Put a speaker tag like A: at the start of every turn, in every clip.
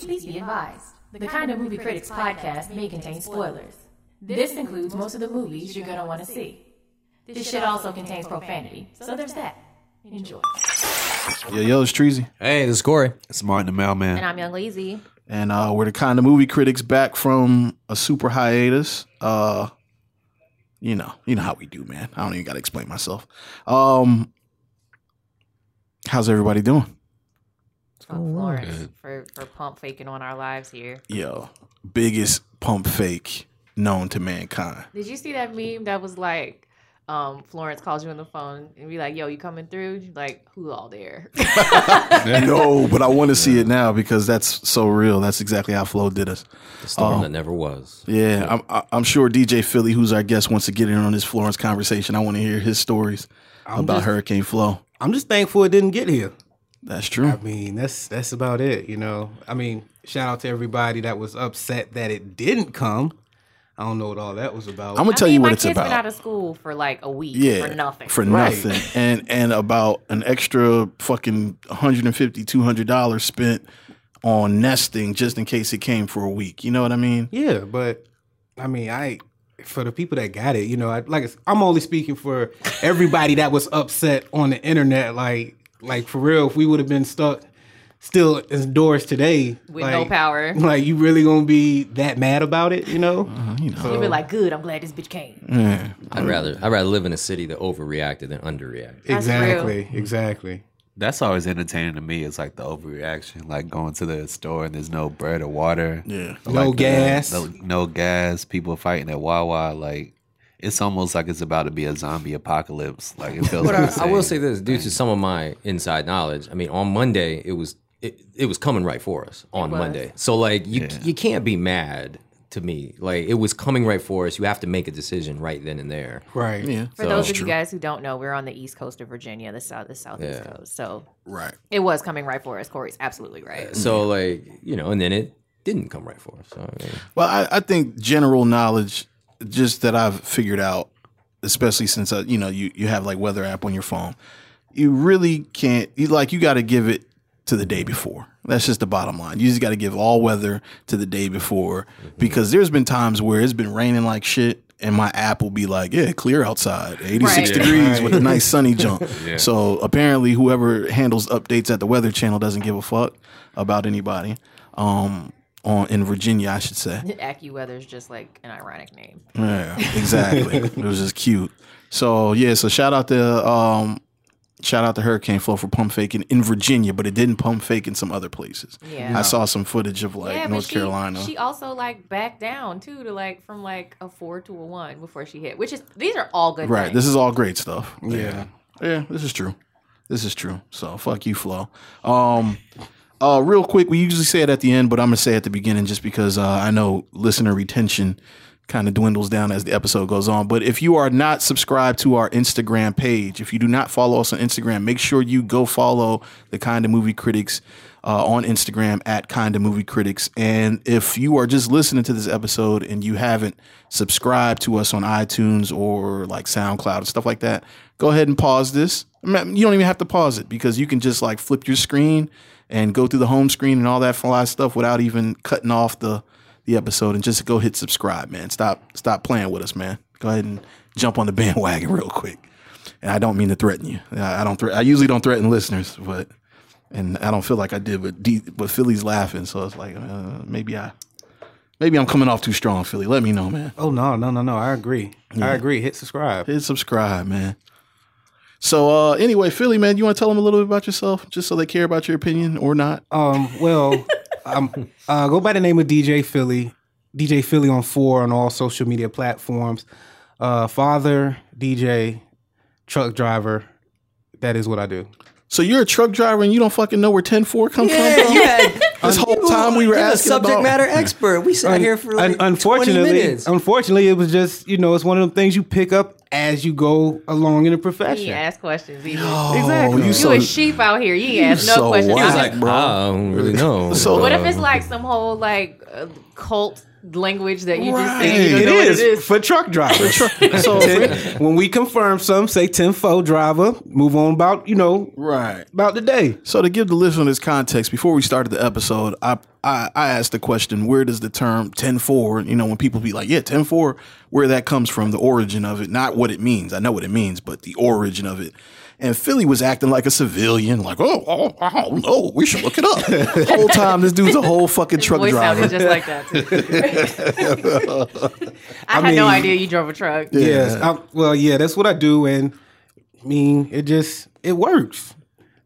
A: Please be advised the Kind of Movie Critics podcast may contain spoilers. This includes most of the movies you're going to want to see. This shit also contains profanity, so there's that. Enjoy.
B: Yo, yo, it's Treasy.
C: Hey, this is Corey.
B: It's Martin the Mailman.
D: And I'm Young Lazy.
B: And uh, we're the kind of movie critics back from a super hiatus. Uh, you know, you know how we do, man. I don't even got to explain myself. Um, how's everybody doing?
D: From Florence for, for pump faking on our lives here.
B: Yo, biggest pump fake known to mankind.
D: Did you see that meme that was like, um, Florence calls you on the phone and be like, yo, you coming through? You're Like, who all there?
B: no, but I want to see it now because that's so real. That's exactly how Flo did us.
C: The storm that never was.
B: Yeah, I'm- I- I'm sure DJ Philly, who's our guest, wants to get in on this Florence conversation. I want to hear his stories about Hurricane Flo.
E: I'm just thankful it didn't get here.
B: That's true.
E: I mean, that's that's about it, you know. I mean, shout out to everybody that was upset that it didn't come. I don't know what all that was about.
B: I'm gonna
D: I
B: tell
D: mean,
B: you
D: my
B: what it's
D: kids
B: about.
D: been out of school for like a week
B: yeah,
D: for nothing.
B: For
E: Right.
B: nothing, and and about an extra fucking 150 200 dollars spent on nesting just in case it came for a week. You know what I mean?
E: yeah, but I mean, I for the people that got it, you know, I, like I s- I'm only speaking for everybody that was upset on the internet. Like, like for real, if we would have been stuck still indoors today
D: With
E: like-
D: no power.
E: like you really gonna be that mad about it, you know?
B: You know.
D: You'd be like, good, I'm glad this bitch came.
B: Yeah.
C: I'd rather I'd rather live in a city that overreacted than underreacted.
D: That's real.
E: exactly, exactly.
F: That's always entertaining to me. It's like the overreaction, like going to the store and there's no bread or water.
B: Yeah.
F: Or,
E: No
F: like, the-
E: gas.
F: No, no gas. People fighting at Wawa. Like it's almost like it's about to be a zombie apocalypse. Like it feels.
C: But
F: like
C: I, I will say this, due to some of my inside knowledge, I mean, on Monday it was it, it was coming right for us on
D: was.
C: Monday. So like you you can't be mad to me. Like it was coming right for us. You have to make a decision right then and there.
E: Right.
B: Yeah.
D: For those of you guys who don't know, we're on the east coast of Virginia, the south, the southeast
C: Yeah.
D: coast. So
B: Right.
D: it was coming right for us. Corey's absolutely right.
C: So like you know, and then it didn't come right for us. So, I mean,
B: Well, I, I think general knowledge, just that I've figured out, especially since uh, you know you you have like weather app on your phone, you really can't. You like you got to give it to the day before. That's just the bottom line. You just got to give all weather to the day before because there's been times where it's been raining like shit. And my app will be like, yeah, clear outside, 86
D: Right.
B: degrees with a nice sunny jump. So apparently, whoever handles updates at the Weather Channel doesn't give a fuck about anybody. Um, on in Virginia, I should say.
D: AccuWeather's just like an ironic name.
B: Yeah, exactly. it was just cute. So yeah, so shout out to um, shout out to Hurricane Flow for pump faking in Virginia, but it didn't pump fake in some other places.
D: Yeah.
B: I saw some footage of like
D: yeah,
B: North
D: but she,
B: Carolina.
D: She also like backed down too to like from like a four to a one before she hit, which is these are all good.
B: right.
D: things.
B: This is all great stuff.
E: Yeah.
B: Yeah, this is true. This is true. So fuck you, Flo. Um, uh, real quick, we usually say it at the end, but I'm gonna say it at the beginning just because uh, I know listener retention kind of dwindles down as the episode goes on. But if you are not subscribed to our Instagram page, if you do not follow us on Instagram, make sure you go follow the Kind of Movie Critics uh, on Instagram at Kind of Movie Critics. And if you are just listening to this episode and you haven't subscribed to us on iTunes or like SoundCloud and stuff like that, go ahead and pause this. I mean, You don't even have to pause it because you can just like flip your screen and go through the home screen and all that fly stuff without even cutting off the the episode and just go hit subscribe, man. Stop stop playing with us, man. Go ahead and jump on the bandwagon real quick. And I don't mean to threaten you. I I don't. Thre- I usually don't threaten listeners, but and I don't feel like I did. But D- but Philly's laughing, so it's like uh, maybe I maybe I'm coming off too strong, Philly. Let me know, man.
E: Oh no, no, no, no. I agree. I agree. Hit subscribe.
B: Hit subscribe, man. So uh anyway, Philly, man, you want to tell them a little bit about yourself, just so they care about your opinion or not?
E: Um, well, um, uh, go by the name of DJ Philly. DJ Philly on four on all social media platforms. Uh, father, DJ, truck driver. That is what I do.
B: So you're a truck driver and you don't fucking know where 10-4 come from? bro? This whole time we were asking about-
C: expert. We sat
E: Un- unfortunately, it was just you know it's one of them things you pick up as you go along in the profession.
D: He asked questions. He
B: Oh,
E: Exactly.
B: you
D: you
B: so
D: a sheep out here. You ask no
B: so
D: questions.
B: wild.
D: I'm
B: He was
D: like,
C: like, bro. I don't really know.
B: So-
D: what
C: Uh,
D: if it's like some whole like uh, cult language that you just
B: Right.
D: say you don't
E: It
D: know what
E: is,
D: it is?
E: for truck drivers.
B: so-
E: Ten- when we confirm some, say 10 4 driver, move on about, you know,
B: Right.
E: about the day.
B: So to give the listeners context, before we started the episode, I I, I asked the question, where does the term 10 4, you know, when people be like, yeah, 10 4, where that comes from, the origin of it, not what it means. I know what it means, but the origin of it. And Philly was acting like a civilian, like, oh, oh I don't know. We should look it up. the whole time, this dude's a whole fucking truck
D: Voice
B: driver.
D: sounded just like that. too. I, had no
E: mean-
D: idea you drove a truck.
E: Yes. I, well, yeah, that's what I do, and I mean, it just it works.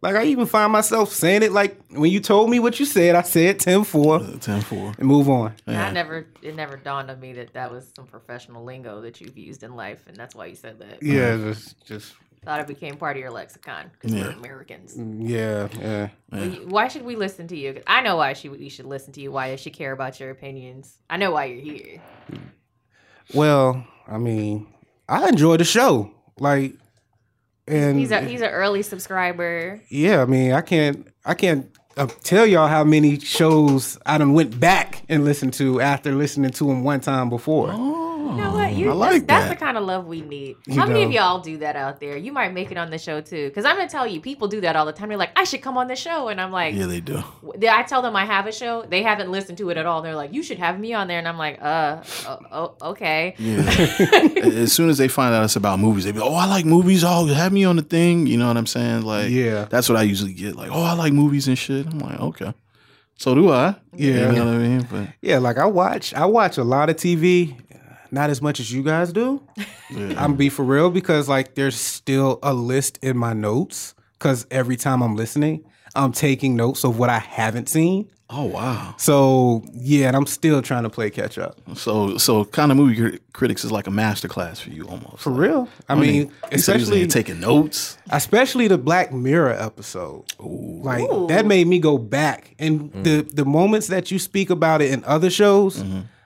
E: Like I even find myself saying it. Like when you told me what you said, I said 10-4
B: 10 4.
E: and move on.
D: I never, it never dawned on me that that was some professional lingo that you've used in life, and that's why you said that.
E: Yeah, just just
D: Thought it became part of your lexicon because we're Americans.
E: yeah, Mm, yeah.
D: We- Why should we listen to you? 'Cause I know why she, we should listen to you. Why I should care about your opinions. I know why you're here.
E: Well, I mean, I enjoy the show. Like, and
D: He's a he's an early subscriber.
E: yeah, I mean, I can't, I can't uh, tell y'all how many shows I done went back and listened to after listening to them one time before.
D: You know what? You,
B: I like
D: that's,
B: that.
D: that's the kind of love we need. How many of
E: know.
D: y'all do that out there? You might make it on the show too, because I'm gonna tell you, people do that all the time. They're like, I should come on the show, and I'm like,
B: Yeah, they do.
D: w- I tell them I have a show. They haven't listened to it at all. and They're like, you should have me on there, and I'm like, uh, oh, oh, okay.
B: as soon as they find out it's about movies, they be oh, I like movies. Oh, have me on the thing. You know what I'm saying? Like,
E: Yeah.
B: that's what I usually get. Like, oh, I like movies and shit. I'm like, okay, so do I.
E: Yeah.
B: you know what I mean. But
E: Yeah, like I watch, I watch a lot of TV, not as much as you guys do. I'm be for real because like there's still a list in my notes because every time I'm listening, I'm taking notes of what I haven't seen.
B: oh wow,
E: So yeah, and I'm still trying to play catch up.
B: so so kind of movie crit- critics is like a master class for you almost.
E: For real. I mean, especially
B: taking notes.
E: especially the Black Mirror episode. Like that made me go back and the the moments that you speak about it in other shows,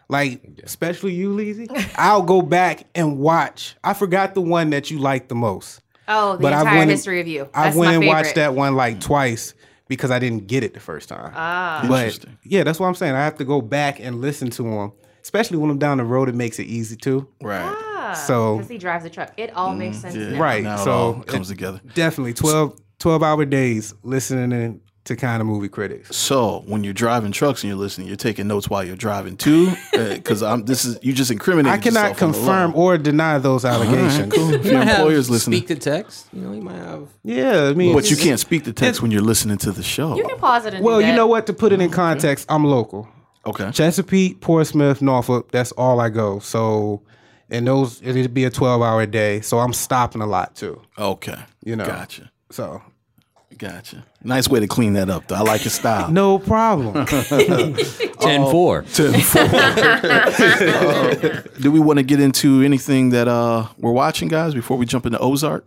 E: like especially you, Leezy, I'll go back and watch. I forgot the one that you liked the most.
D: Oh, the
E: But I
D: entire
E: went-
D: history of you.
E: I
D: That's
E: went
D: my
E: and
D: favorite.
E: watched that one like twice because I didn't get it the first time. Ah, but
B: Interesting.
E: yeah, that's what I'm saying. I have to go back and listen to them, especially when I'm down the road. It makes it easy too.
B: Right,
E: So
D: because Ah, he drives a truck. It all makes sense. now.
E: Ah. Mm, right,
B: now it
E: so
B: all
E: it-
B: comes together.
E: Definitely 12, 12 hour days listening in to kind of movie critics.
B: So when you're driving trucks and you're listening, you're taking notes while you're driving too, because I'm. This is you just incriminating.
E: I cannot
B: yourself on the
E: confirm
B: line.
E: or deny those allegations.
B: If your employer's listening,
C: Speak to text. You know, you might have.
E: Yeah, I mean,
B: but you can't speak the text when you're listening to the show.
D: You can pause it. And
E: Well,
D: do
E: you
D: that.
E: know what? To put it in context, I'm local.
B: Okay.
E: Chesapeake, Portsmouth, Norfolk. That's all I go. So, and those it'd be a 12 hour day. So I'm stopping a lot too.
B: Okay.
E: You know.
B: Gotcha.
E: So
B: Gotcha. Nice way to clean that up, though. I like your style.
E: no problem.
C: 10 4.
B: Do we want to get into anything that uh we're watching, guys, before we jump into Ozark?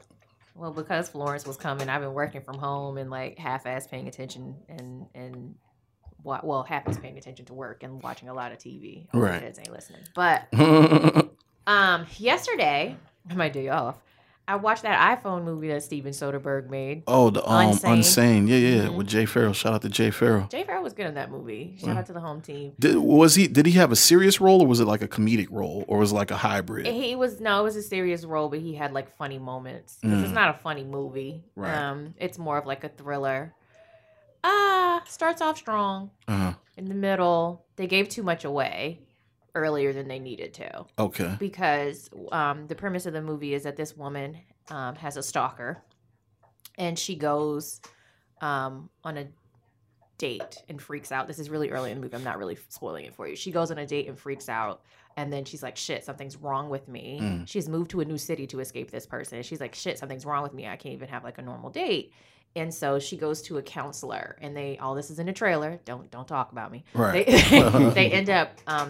D: Well, because Florence was coming, I've been working from home and like half-ass paying attention and and wa- well, half-ass paying attention to work and watching a lot of TV. All my
B: Right.
D: kids ain't listening. But um, yesterday, my day off, I watched that iPhone movie that Steven Soderbergh made.
B: Oh, the um
D: Unsane. Mm-hmm.
B: Unsane. Yeah, yeah, with Jay Farrell. Shout out to Jay Farrell.
D: Jay Farrell was good in that movie. Shout
B: Mm.
D: out to the home team.
B: Did, was he did he have a serious role or was it like a comedic role or was it like a hybrid?
D: He was no, it was a serious role, but he had like funny moments. 'Cause It's not a funny movie.
B: Mm. Right.
D: Um, it's more of like a thriller. Ah, starts off strong.
B: Uh-huh.
D: in the middle. They gave too much away earlier than they needed to
B: Okay.
D: because um, the premise of the movie is that this woman um, has a stalker and she goes um, on a date and freaks out. This is really early in the movie. I'm not really spoiling it for you. She goes on a date and freaks out. And then she's like, shit, something's wrong with me. She's moved to a new city to escape this person. She's like, shit, something's wrong with me. I can't even have like a normal date. And so she goes to a counselor and they all this is in a trailer. Don't don't talk about me.
B: Right.
D: They, they end up um,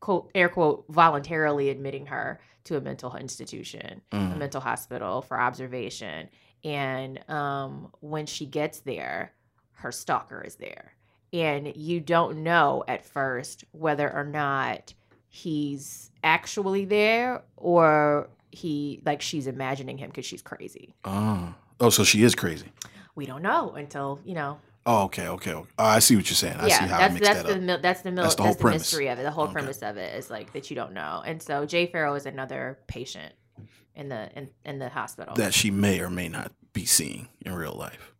D: quote air quote voluntarily admitting her to a mental institution
B: Mm.
D: a mental hospital for observation and um, when she gets there her stalker is there and you don't know at first whether or not he's actually there or he like she's imagining him because she's crazy
B: Oh. Oh, so she is crazy.
D: we don't know until you know
B: Oh, okay, okay. okay. Oh, I see what you're saying. I see how I
D: that's
B: mixed
D: that's
B: that
D: the
B: up.
D: mil- that's the mil-
B: That's
D: that's
B: the
D: the,
B: whole premise.
D: mystery of it. The whole
B: Okay.
D: premise of it is like that you don't know. And so Jay Farrow is another patient in the in, in the hospital.
B: that she may or may not be seeing in real life.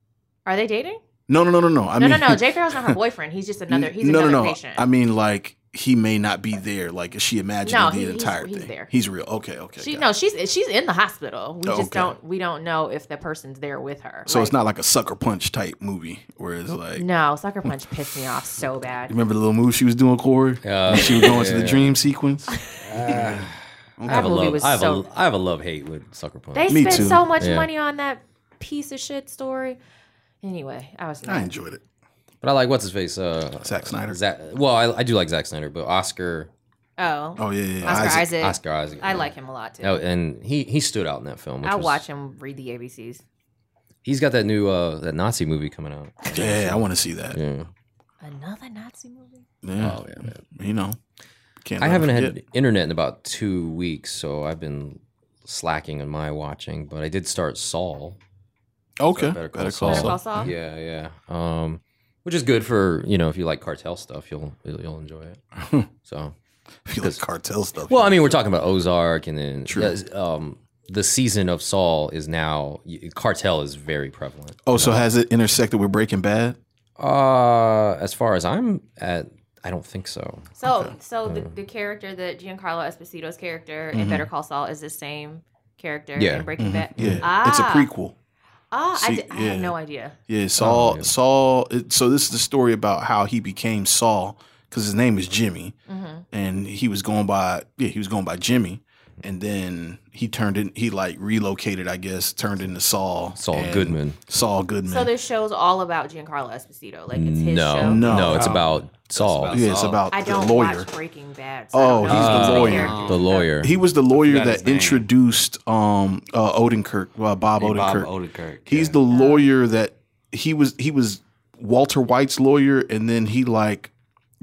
D: Are they dating?
B: No, no, no, no, no. I
D: No,
B: mean,
D: no, no. Jay Farrell's not her boyfriend. He's just another. He's
B: no,
D: another
B: no, no.
D: patient.
B: I mean, like he may not be there. Like is she imagining
D: No,
B: the
D: he- he's-
B: entire
D: he's
B: thing?
D: there.
B: He's real. Okay, okay.
D: she
B: got
D: no,
B: it.
D: she's she's in the hospital. We
B: Oh,
D: just
B: okay.
D: don't we don't know if the person's there with her.
B: So it's not like a sucker punch type movie where it's like.
D: No, Sucker Punch pissed me off so bad.
B: Remember the little move she was doing, Corey?
C: Uh,
B: she was going to the dream sequence.
C: I have a
D: That movie
C: love.
D: was
C: I have
D: so-
C: a I have a love hate with sucker punch.
D: They
B: Me
D: spent
B: too.
D: so much
C: Yeah.
D: money on that piece of shit story. Anyway, I was
B: I
D: not.
B: enjoyed it.
C: but I like what's his face. Uh,
B: Zack Snyder.
C: Zack, well, I, I do like Zack Snyder, but Oscar
D: Oh,
B: Oh yeah, yeah. yeah.
D: Oscar Isaac.
B: Isaac.
C: Oscar Isaac.
D: I like him a lot too.
C: Oh, and he he stood out in that film. which
D: I
C: was-
D: watch him read the ABCs.
C: He's got that new uh that Nazi movie coming out.
B: Yeah, I want to see that. Yeah.
C: Yeah.
D: Another Nazi movie.
C: Oh yeah. Man.
B: You know, can't.
C: I
B: let
C: haven't
B: her
C: had
B: forget.
C: internet in about two weeks, so I've been slacking on my watching. But I did start Saul.
B: Okay.
C: Better Call
B: Call
C: Saul.
D: Better
B: Saul.
D: Call Saul.
C: Yeah, yeah. Um, which is good for you know if you like cartel stuff, you'll you'll enjoy it. so
B: If you like cartel stuff.
C: well, I mean, we're talking about Ozark, and then
B: True.
C: yes, um, the season of Saul is now cartel is very prevalent.
B: oh, so has it intersected with Breaking Bad?
C: Uh, as far as I'm at, I don't think so.
D: So, so the,
B: Um,
D: the character that Giancarlo Esposito's character in Better Call Saul is the same character
C: Yeah.
D: in Breaking Bad.
B: mm-hmm. Yeah,
D: Ah,
B: it's a prequel.
D: Ah, I,
B: See,
D: did, I had
B: yeah.
D: no idea.
B: Yeah, Saul.
C: Oh, yeah.
B: Saul. It, so this is the story about how he became Saul because his name is Jimmy,
D: Mm-hmm.
B: and he was going by yeah he was going by Jimmy, and then he turned in he like relocated I guess turned into Saul
C: Saul
B: and-
C: Goodman.
B: Saul Goodman.
D: So this show's all about Giancarlo Esposito. Like it's his
C: No,
D: show.
B: No.
C: no, it's about Saul,
F: about
B: yeah, it's
F: Saul.
B: about
D: I
B: the
D: don't
B: lawyer.
D: watch Breaking Bad. so
B: Oh,
D: I don't know
B: he's
D: if
B: the
D: it's
C: Uh,
B: lawyer.
D: character.
C: the lawyer.
B: He was the lawyer
F: Forgot
B: that
F: his name.
B: introduced um uh, Odenkirk, uh, Bob
F: Hey, Bob
B: Odenkirk.
F: Odenkirk.
B: He's
F: yeah.
B: the lawyer that he was he was Walter White's lawyer and then he like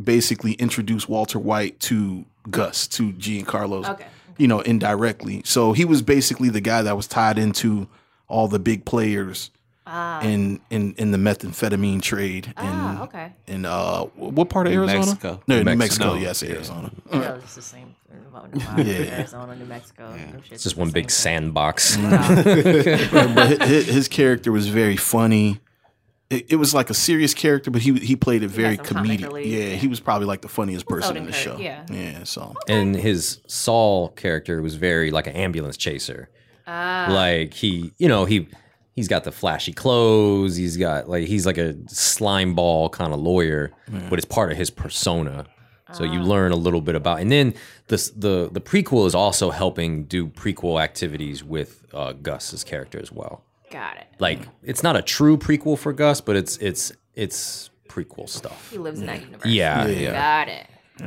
B: basically introduced Walter White to Gus to Giancarlo's
D: Okay.
B: you know indirectly. So he was basically the guy that was tied into all the big players
D: Ah,
B: in in in the methamphetamine trade
D: ah,
B: in
D: okay.
B: in uh what part of
F: New
B: Arizona?
F: Mexico.
B: No, New
C: Mexico.
B: Mexico.
F: No.
B: Yes, Arizona.
D: I know it's the same. Yeah. Arizona, New Mexico. them shits
C: It's just
D: the
C: one
D: same
C: big
D: thing.
C: sandbox.
B: but his, his character was very funny. It, it was like a serious character, but he he played it very
D: some comic
B: comedic.
D: relief,
B: Yeah,
D: yeah.
B: he was probably like the funniest person in the
D: Odenkirk,
B: show.
D: yeah.
B: yeah. So
C: and his Saul character was very like an ambulance chaser. Like he, you know, he he's got the flashy clothes. He's got like he's like a slime ball kind of lawyer, but it's part of his persona. So you learn a little bit about, and then the s- the the prequel is also helping do prequel activities with uh, Gus's character as well.
D: Got it.
C: Like it's not a true prequel for Gus, but it's it's it's prequel stuff.
D: He lives in that universe.
C: Yeah, yeah.
D: Got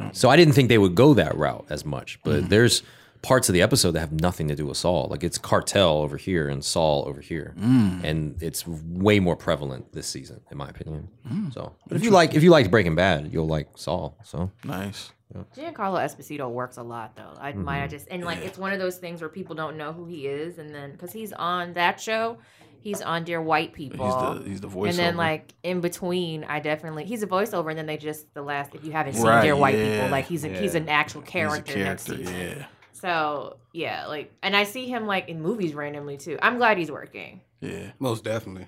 D: it.
C: So I didn't think they would go that route as much,
B: Mm-hmm.
C: but there's parts of the episode that have nothing to do with Saul. Like it's cartel over here and Saul over here,
B: Mm.
C: and it's way more prevalent this season, in my opinion.
B: Mm.
C: So, but if you like if you liked Breaking Bad, you'll like Saul. So
B: nice.
D: Giancarlo Esposito works a lot though. I might I
B: Mm-hmm.
D: just and like it's one of those things where people don't know who he is, and then because he's on that show, he's on Dear White People.
B: He's the he's the voice.
D: and then like in between, I definitely he's a voiceover, and then they just the last if you haven't seen
B: Right,
D: Dear White
B: yeah,
D: People, like he's a, he's an actual
B: he's
D: character,
B: a
D: next
B: character.
D: season.
B: Yeah,
D: So yeah, like and I see him like in movies randomly too. I'm glad he's working.
B: yeah.
E: Most definitely.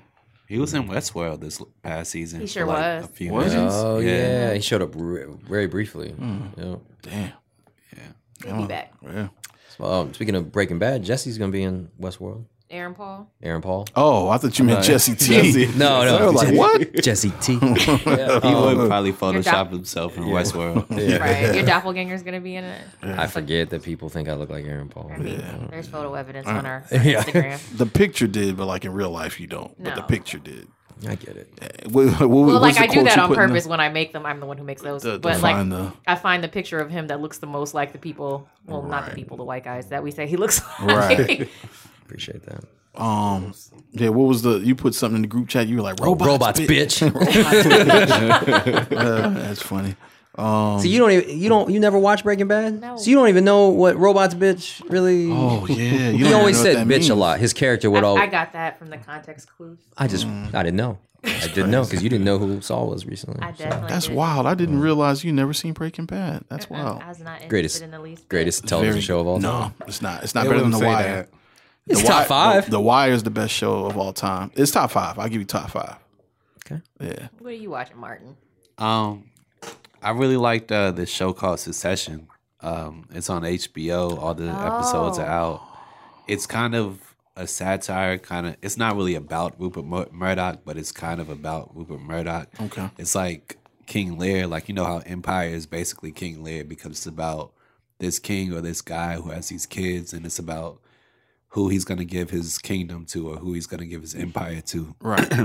F: He was in Westworld this l- past season.
D: He sure
F: for, like,
D: was.
F: A few
B: Was he? Mm.
F: minutes.
C: oh
F: yeah.
C: yeah, he showed up re- very briefly. Yeah.
B: Damn.
D: He'll
B: Oh.
D: be back.
B: Yeah.
C: So, um, speaking of Breaking Bad, Jesse's gonna be in Westworld.
D: Aaron Paul.
C: Aaron Paul.
B: Oh, I thought you meant Jesse T.
C: No,
B: I
C: no.
B: was like what?
C: Jesse T.
F: He
B: Oh.
F: would probably
D: doc-
F: Photoshop himself in Westworld.
D: Right. Your doppelganger's gonna be in it.
C: I forget that people think I look like Aaron Paul.
D: I mean, there's photo evidence
B: Uh,
D: on our on
C: Yeah.
D: Instagram.
B: The picture did, but like in real life, you don't. But the
D: No.
B: picture did.
C: I get it.
B: What, what,
D: Well,
B: what's
D: like
B: the
D: I do
B: quote
D: that
B: you
D: on
B: put in the-
D: purpose when I make them. I'm the one who makes those.
B: The- the
D: but like,
B: find the-
D: I find the picture of him that looks the most like the people. Well, not the
B: Right.
D: people, the white guys that we say he looks like.
B: Right.
C: Appreciate that.
B: Um. Yeah. What was the? You put something in the group chat. You were like robots.
C: Robots,
B: bitch."
C: bitch.
B: Uh, that's funny.
C: So you don't even you don't you never watch Breaking Bad?
D: No.
C: So you don't even know what robots bitch really.
B: Oh yeah. You
C: he
B: don't
C: always
B: know what
C: said
B: that
C: bitch
B: means.
C: a lot. His character would always.
D: I
C: I,
D: got that from the context clues.
C: just I didn't know. I didn't know because you didn't know who Saul was recently.
D: Mm. I
C: So,
D: definitely.
B: That's
D: did.
B: wild. I didn't realize you never seen Breaking Bad. That's
C: Uh,
B: wild.
D: I was not
C: Greatest-
D: interested in the least. bit.
C: Greatest television
B: Very-
C: Oh, show of all time.
B: No, it's not. It's not
E: They
B: better than
E: wouldn't
B: The
E: say
B: Wire.
E: that.
C: It's
B: The
C: top
B: Wire-
C: five.
B: The, the Wire is the best show of all time. It's top five. I'll give you top five. Yeah.
D: What are you watching, Martin?
F: Um, I really liked uh, this show called Succession. Um, it's on HBO. All the episodes are out. It's kind of a satire. Kind of. It's not really about Rupert Mur- Murdoch, but it's kind of about Rupert Murdoch.
B: Okay.
F: It's like King Lear. Like you know how Empire is basically King Lear because it's about this king or this guy who has these kids, and it's about who he's going to give his kingdom to or who he's going to give his empire to.
B: Right.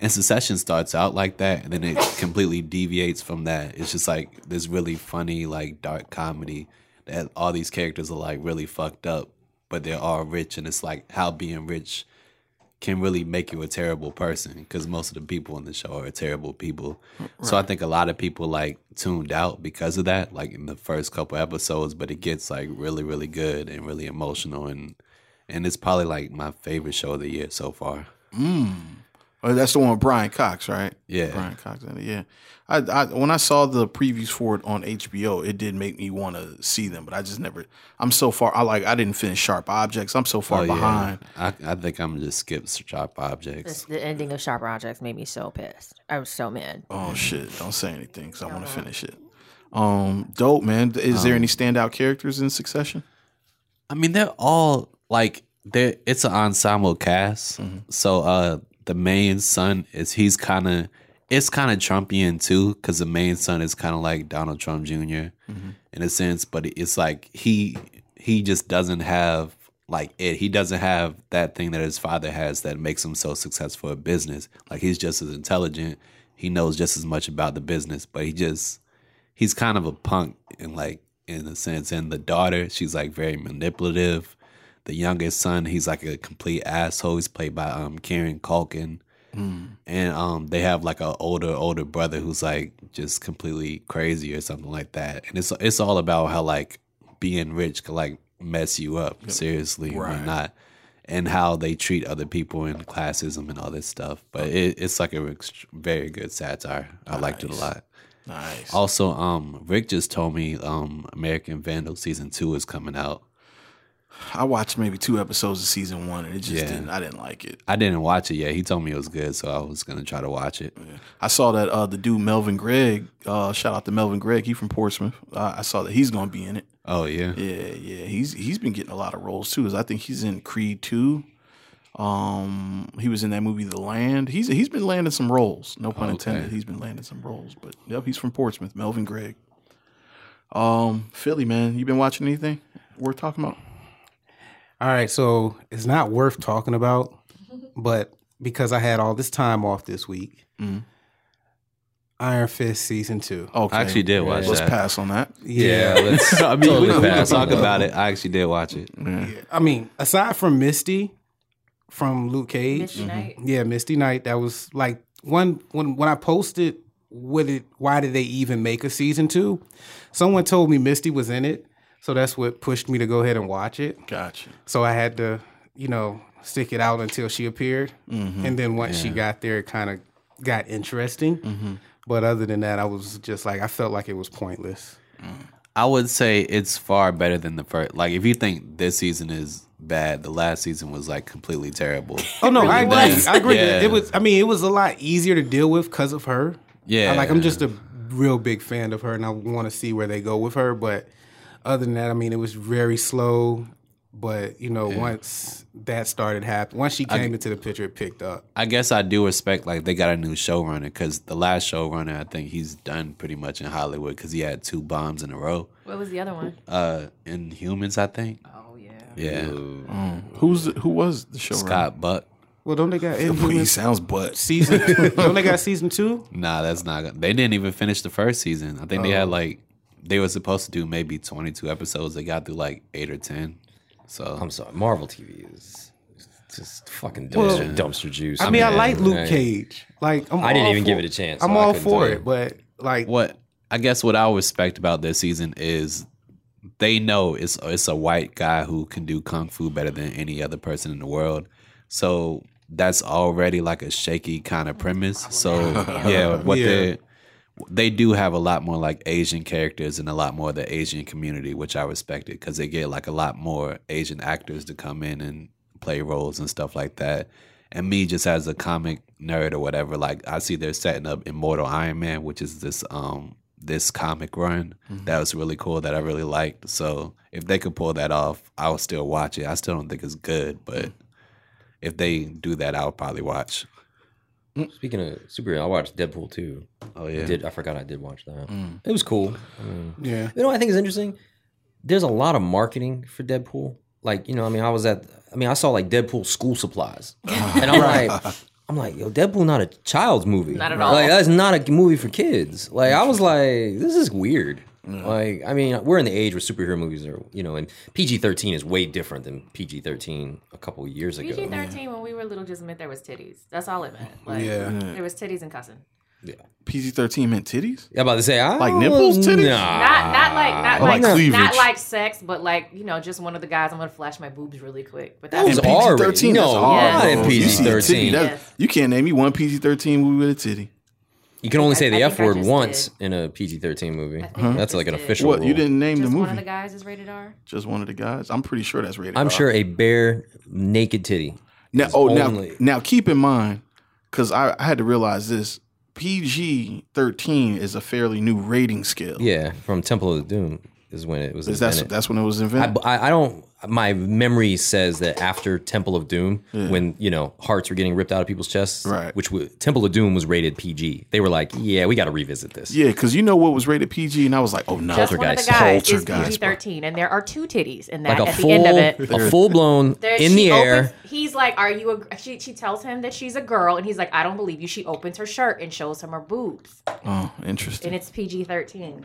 F: And Secession starts out like that, and then it completely deviates from that. It's just like this really funny, like dark comedy that all these characters are like really fucked up, but they're all rich, and it's like how being rich can really make you a terrible person because most of the people in the show are terrible people. So I think a lot of people like tuned out because of that, like in the first couple episodes. But it gets like really, really good and really emotional, and and it's probably like my favorite show of the year so far.
B: Oh, that's the one with Brian Cox, right?
F: Yeah.
B: Brian Cox. in it, Yeah. I, I when I saw the previews for it on HBO, it did make me want to see them, but I just never. I'm so far. I like. I didn't finish Sharp Objects. I'm so far
F: Oh, yeah.
B: behind.
F: I, I think I'm gonna just skip sharp objects.
D: This, the ending of Sharp Objects made me so pissed. I was so mad.
B: Oh shit! Don't say anything because I want to finish it. Um, dope, man. Is there any standout characters in Succession?
F: I mean, they're all like they're it's an ensemble cast. So uh the main son is he's kind of it's kind of Trumpian too because the main son is kind of like Donald Trump junior in a sense, but it's like he he just doesn't have like it. He doesn't have that thing that his father has that makes him so successful at business. Like he's just as intelligent. He knows just as much about the business, but he just he's kind of a punk in like in a sense. And the daughter, she's like very manipulative. The youngest son, he's like a complete asshole. He's played by um Karen Culkin. And um they have like a older, older brother who's like just completely crazy or something like that. And it's it's all about how like being rich could like mess you up seriously or not. And how they treat other people and classism and all this stuff, but it, it's like a ext- very good satire. I liked it a lot.
B: Nice.
F: Also, um, Rick just told me um, American Vandal season two is coming out.
B: I watched maybe two episodes of season one, and it just
F: Yeah.
B: didn't. I didn't like it.
F: I didn't watch it yet. He told me it was good, so I was gonna try to watch it.
B: I saw that uh, the dude Melvin Gregg. Uh, shout out to Melvin Gregg. He from Portsmouth. Uh, I saw that he's gonna be in it.
F: Oh yeah,
B: Yeah, yeah. He's he's been getting a lot of roles too. 'cause I think he's in Creed two. Um, he was in that movie The Land. He's he's been landing some roles. No pun intended. He's been landing some roles. But yep, he's from Portsmouth. Melvin Gregg. Um, Philly man, you been watching anything worth talking about?
E: All right, so it's not worth talking about, but because I had all this time off this week,
B: Mhm.
E: Iron Fist season two.
B: Okay,
F: I actually did watch
B: Let's
F: that.
B: pass on that.
C: Yeah, let's
F: I mean, we,
C: totally
F: we can
C: pass
F: talk
C: on that.
F: about it. I actually did watch it.
E: Yeah, I mean, aside from Misty, from Luke Cage,
B: Mm-hmm.
D: Misty
E: Mm-hmm.
D: Knight.
E: yeah, Misty Knight. That was like one when when I posted with it. Why did they even make a season two? Someone told me Misty was in it, so that's what pushed me to go ahead and watch it.
B: Gotcha.
E: So I had to, you know, stick it out until she appeared, and then once she got there, it kind of got interesting. But other than that, I was just like, I felt like it was pointless.
F: I would say it's far better than the first. Like, if you think this season is bad, the last season was like completely terrible.
E: Oh no, I agree.
F: does.
E: I agree.
F: Yeah.
E: It was. I mean, it was a lot easier to deal with because of her.
F: Yeah.
E: I- like I'm just a real big fan of her, and I want to see where they go with her. But other than that, I mean, it was very slow. But you know, once that started happening, once she came into the picture, it picked up.
F: I guess I do respect like they got a new showrunner because the last showrunner I think he's done pretty much in Hollywood because he had two bombs in a row.
D: What was the other one?
F: Uh, in Humans, I think.
D: Oh yeah.
F: Yeah,
B: Who's the, who was the showrunner?
F: Scott Buck.
E: Well, don't they got
B: Boy, he
E: Inhumans
B: sounds butt.
E: season? don't they got season two?
F: Nah, that's not. gonna- They didn't even finish the first season. I think they had like they were supposed to do maybe twenty two episodes. They got through like eight or ten. So
C: I'm sorry, Marvel TV is just fucking dumpster, dumpster juice.
E: I mean, I
C: man.
E: like Luke
C: Like,
E: Cage. Like I'm
C: I didn't
E: all
C: even
E: for-
C: give it a chance,
E: I'm
C: so I
E: all
C: couldn't
E: for
C: tell you.
E: it, but like
F: what I guess what I respect about this season is they know it's it's a white guy who can do kung fu better than any other person in the world. So that's already like a shaky kind of premise. So yeah, what
E: Yeah.
F: they they do have a lot more like Asian characters and a lot more of the Asian community, which I respected because they get like a lot more Asian actors to come in and play roles and stuff like that. and me just as a comic nerd or whatever, like I see they're setting up Immortal Iron Man, which is this um this comic run that was really cool that I really liked. So if they could pull that off, I would still watch it. I still don't think it's good, but if they do that, I'll probably watch.
C: Speaking of superhero, I watched Deadpool too.
F: Oh
C: I
F: yeah,
C: did I forgot I did watch that. It was cool. I mean,
E: Yeah.
C: You know, what I think is interesting. There's a lot of marketing for Deadpool. Like, you know, I mean, I was at, I mean, I saw like Deadpool school supplies, and I'm like, I'm like, yo, Deadpool not a child's movie.
D: Not at
C: Like,
D: all.
C: that's not a movie for kids. Like, I was like, this is weird. Like, I mean, we're in the age where superhero movies are, you know, and PG thirteen is way different than PG thirteen a couple years ago.
D: PG thirteen when we were little just meant there was titties. That's all it meant. Like,
E: Yeah.
D: there was titties and cussing.
B: PG thirteen meant titties.
C: I'm about to say, I
B: Like
C: don't-
B: nipples, titties?
C: Nah.
D: Not not like not
B: Oh, like
D: like,
B: cleavage.
D: not like sex, but like you know, just one of the guys. I'm gonna flash my boobs really quick. But
C: That
D: that's
C: was R rated.
B: that's
C: No,
B: R,
D: not
B: bro.
D: in
B: You see a
C: PG-13.
B: titty, that's-
D: Yes.
B: You can't name me one PG thirteen movie with a titty.
C: You can only say
D: I-
C: the
D: I
C: F
D: think I
C: word
D: just
C: once in a PG 13 movie.
D: think I
C: That's
D: just
C: like an
D: did.
C: official
B: What you
C: rule.
B: didn't name
D: just
B: the
D: one of
B: movie?
D: the guys is rated R.
B: Just one of the guys. I'm pretty sure that's rated.
C: I'm
B: R.
C: sure a bare naked titty.
B: Now,
C: is
B: oh, now,
C: only-
B: now keep in mind, because I, I had to realize this. PG thirteen is a fairly new rating scale.
C: Yeah, from Temple of Doom is when it was
B: Is that's
C: invented.
B: that's when it was
C: I,
B: invented.
C: I, I don't. My memory says that after Temple of Doom, when you know hearts were getting ripped out of people's chests,
B: Right.
C: Which w- Temple of Doom was rated PG. They were like, "Yeah, we got to revisit this."
B: yeah, because you know what was rated PG, and I was like, oh no,
D: Just one of the
C: Poltergeist.
D: guys is
B: Poltergeist,
D: PG thirteen, and there are two titties in that
C: Like a
D: at
C: full,
D: the end of it.
C: a full blown
D: There-
C: in
D: she
C: the air.
D: opens- he's like, "Are you a?" gr-" She she tells him that she's a girl, and he's like, "I don't believe you." She opens her shirt and shows him her boobs,
B: oh,
D: and
B: interesting.
D: it's PG thirteen.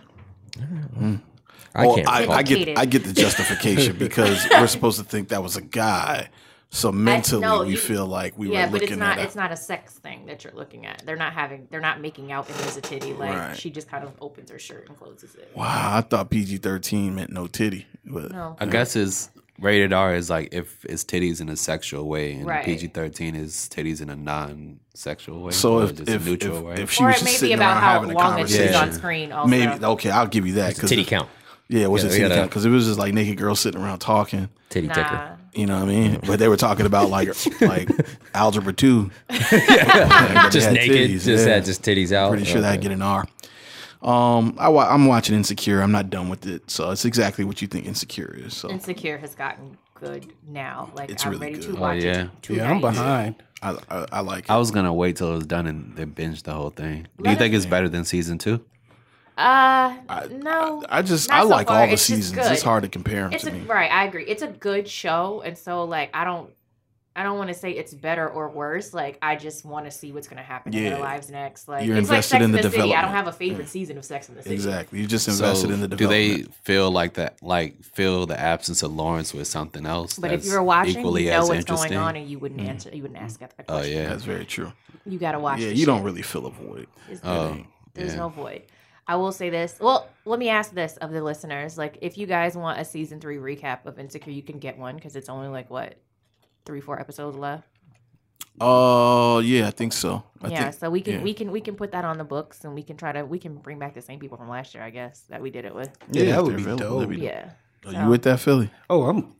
C: I
B: Well,
C: can't.
B: I,
C: recall.
B: I get
D: Complicated.
B: I get the justification because we're supposed to think that was a guy, so mentally
D: no,
B: we
D: you-
B: feel like we
D: yeah, but
B: were looking
D: it's not
B: at.
D: it's not a sex thing that you're looking at. They're not having they're not making out and there's a titty. Like
B: Right.
D: she just kind of opens her shirt and closes it.
B: wow, I thought PG thirteen meant no titty, but
D: No.
F: I guess it's rated R is like if it's titties in a sexual way, and
D: Right.
F: PG thirteen is titties in a non-sexual way.
B: so
F: or
B: if
F: just a
B: if,
F: neutral
B: if,
F: way.
B: if she
D: Or it
B: was just
D: may be
B: sitting
D: about
B: around
D: how
B: having a
D: long that she's on
B: conversation,
D: screen. Also,
B: maybe okay, I'll give you that. 'cause
C: titty
B: if-
C: count,
B: Yeah, what's
C: Yeah,
B: it
C: we
B: titty
C: gotta-
B: count? Because it was just like naked girls sitting around talking.
C: titty ticker.
D: nah.
B: You know what I mean? But they were talking about like like algebra two.
C: Just
B: had
C: naked,
B: titties,
C: just
B: yeah.
C: had just titties out. Oh,
B: Pretty sure
C: Okay.
B: that'd get an R. Um, I wa- I'm watching Insecure. I'm not done with it, so it's exactly what you think Insecure is. So
D: Insecure has gotten good now. Like
B: It's
D: I'm
B: really
D: ready
B: good.
D: to watch
F: Oh, yeah.
D: it. Two
E: Yeah, I'm
D: nights.
E: behind.
B: I I, I like. It.
F: I was gonna wait till it was done and then binge the whole thing. Do you
D: Let
F: think it's better than season two?
D: Uh, no.
B: I just
D: not
B: I
D: so
B: like
D: far.
B: all the
D: It's just
B: seasons.
D: good.
B: It's hard to compare them
D: it's
B: to
D: a,
B: me.
D: right. I agree. It's a good show, and so like I don't. I don't want to say it's better or worse. Like I just want to see what's going to happen in
B: Yeah.
D: their lives next. Like
B: You're
D: it's like
B: invested
D: Sex
B: in
D: in
B: the
D: the, City. I don't
B: development.
D: have a favorite season of Sex in the City.
B: Exactly. You just
F: So
B: invested in the
F: do
B: development.
F: they feel like that? Like feel the absence of Lawrence with something else?
D: But if
F: that's
D: you were watching,
F: equally
D: you know
F: as
D: what's going
F: interesting?
D: on, and you wouldn't
B: Hmm.
D: answer. You wouldn't ask that
F: Oh
D: question.
F: yeah.
B: That's very true.
D: You got to watch.
B: Yeah,
D: the
B: you
D: shit.
B: don't really feel a void.
D: It's
F: Oh,
D: There's
F: yeah.
D: no void. I will say this. Well, let me ask this of the listeners: like, if you guys want a season three recap of Insecure, you can get one because it's only like what three, four episodes left.
B: Oh yeah, I think so. I
D: yeah,
B: think
D: so we can
B: yeah.
D: we can we can put that on the books, and we can try to we can bring back the same people from last year, I guess, that we did it with.
B: if
E: Yeah, that
B: they're
E: would be
B: available,
E: dope.
B: that'd be
D: Yeah.
B: dope. Are you with that Philly?
E: Oh, I'm.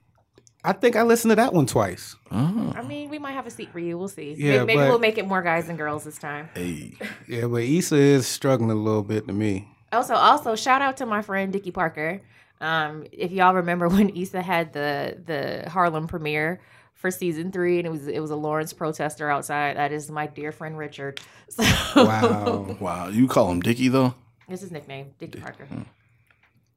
E: I think I listened to that one twice.
B: Oh,
D: I mean, we might have a seat for you. We'll see.
E: Yeah,
D: maybe maybe
E: but-
D: we'll make it more guys than girls this time.
B: hey.
E: Yeah, but Issa is struggling a little bit to me.
D: Also, also shout out to my friend Dickie Parker. Um, if y'all remember when Issa had the the Harlem premiere for season three, and it was it was a Lawrence protester outside. That is my dear friend Richard. So
E: Wow.
B: Wow, you call him Dickie though?
D: it's his nickname, Dickie Parker.
B: mm.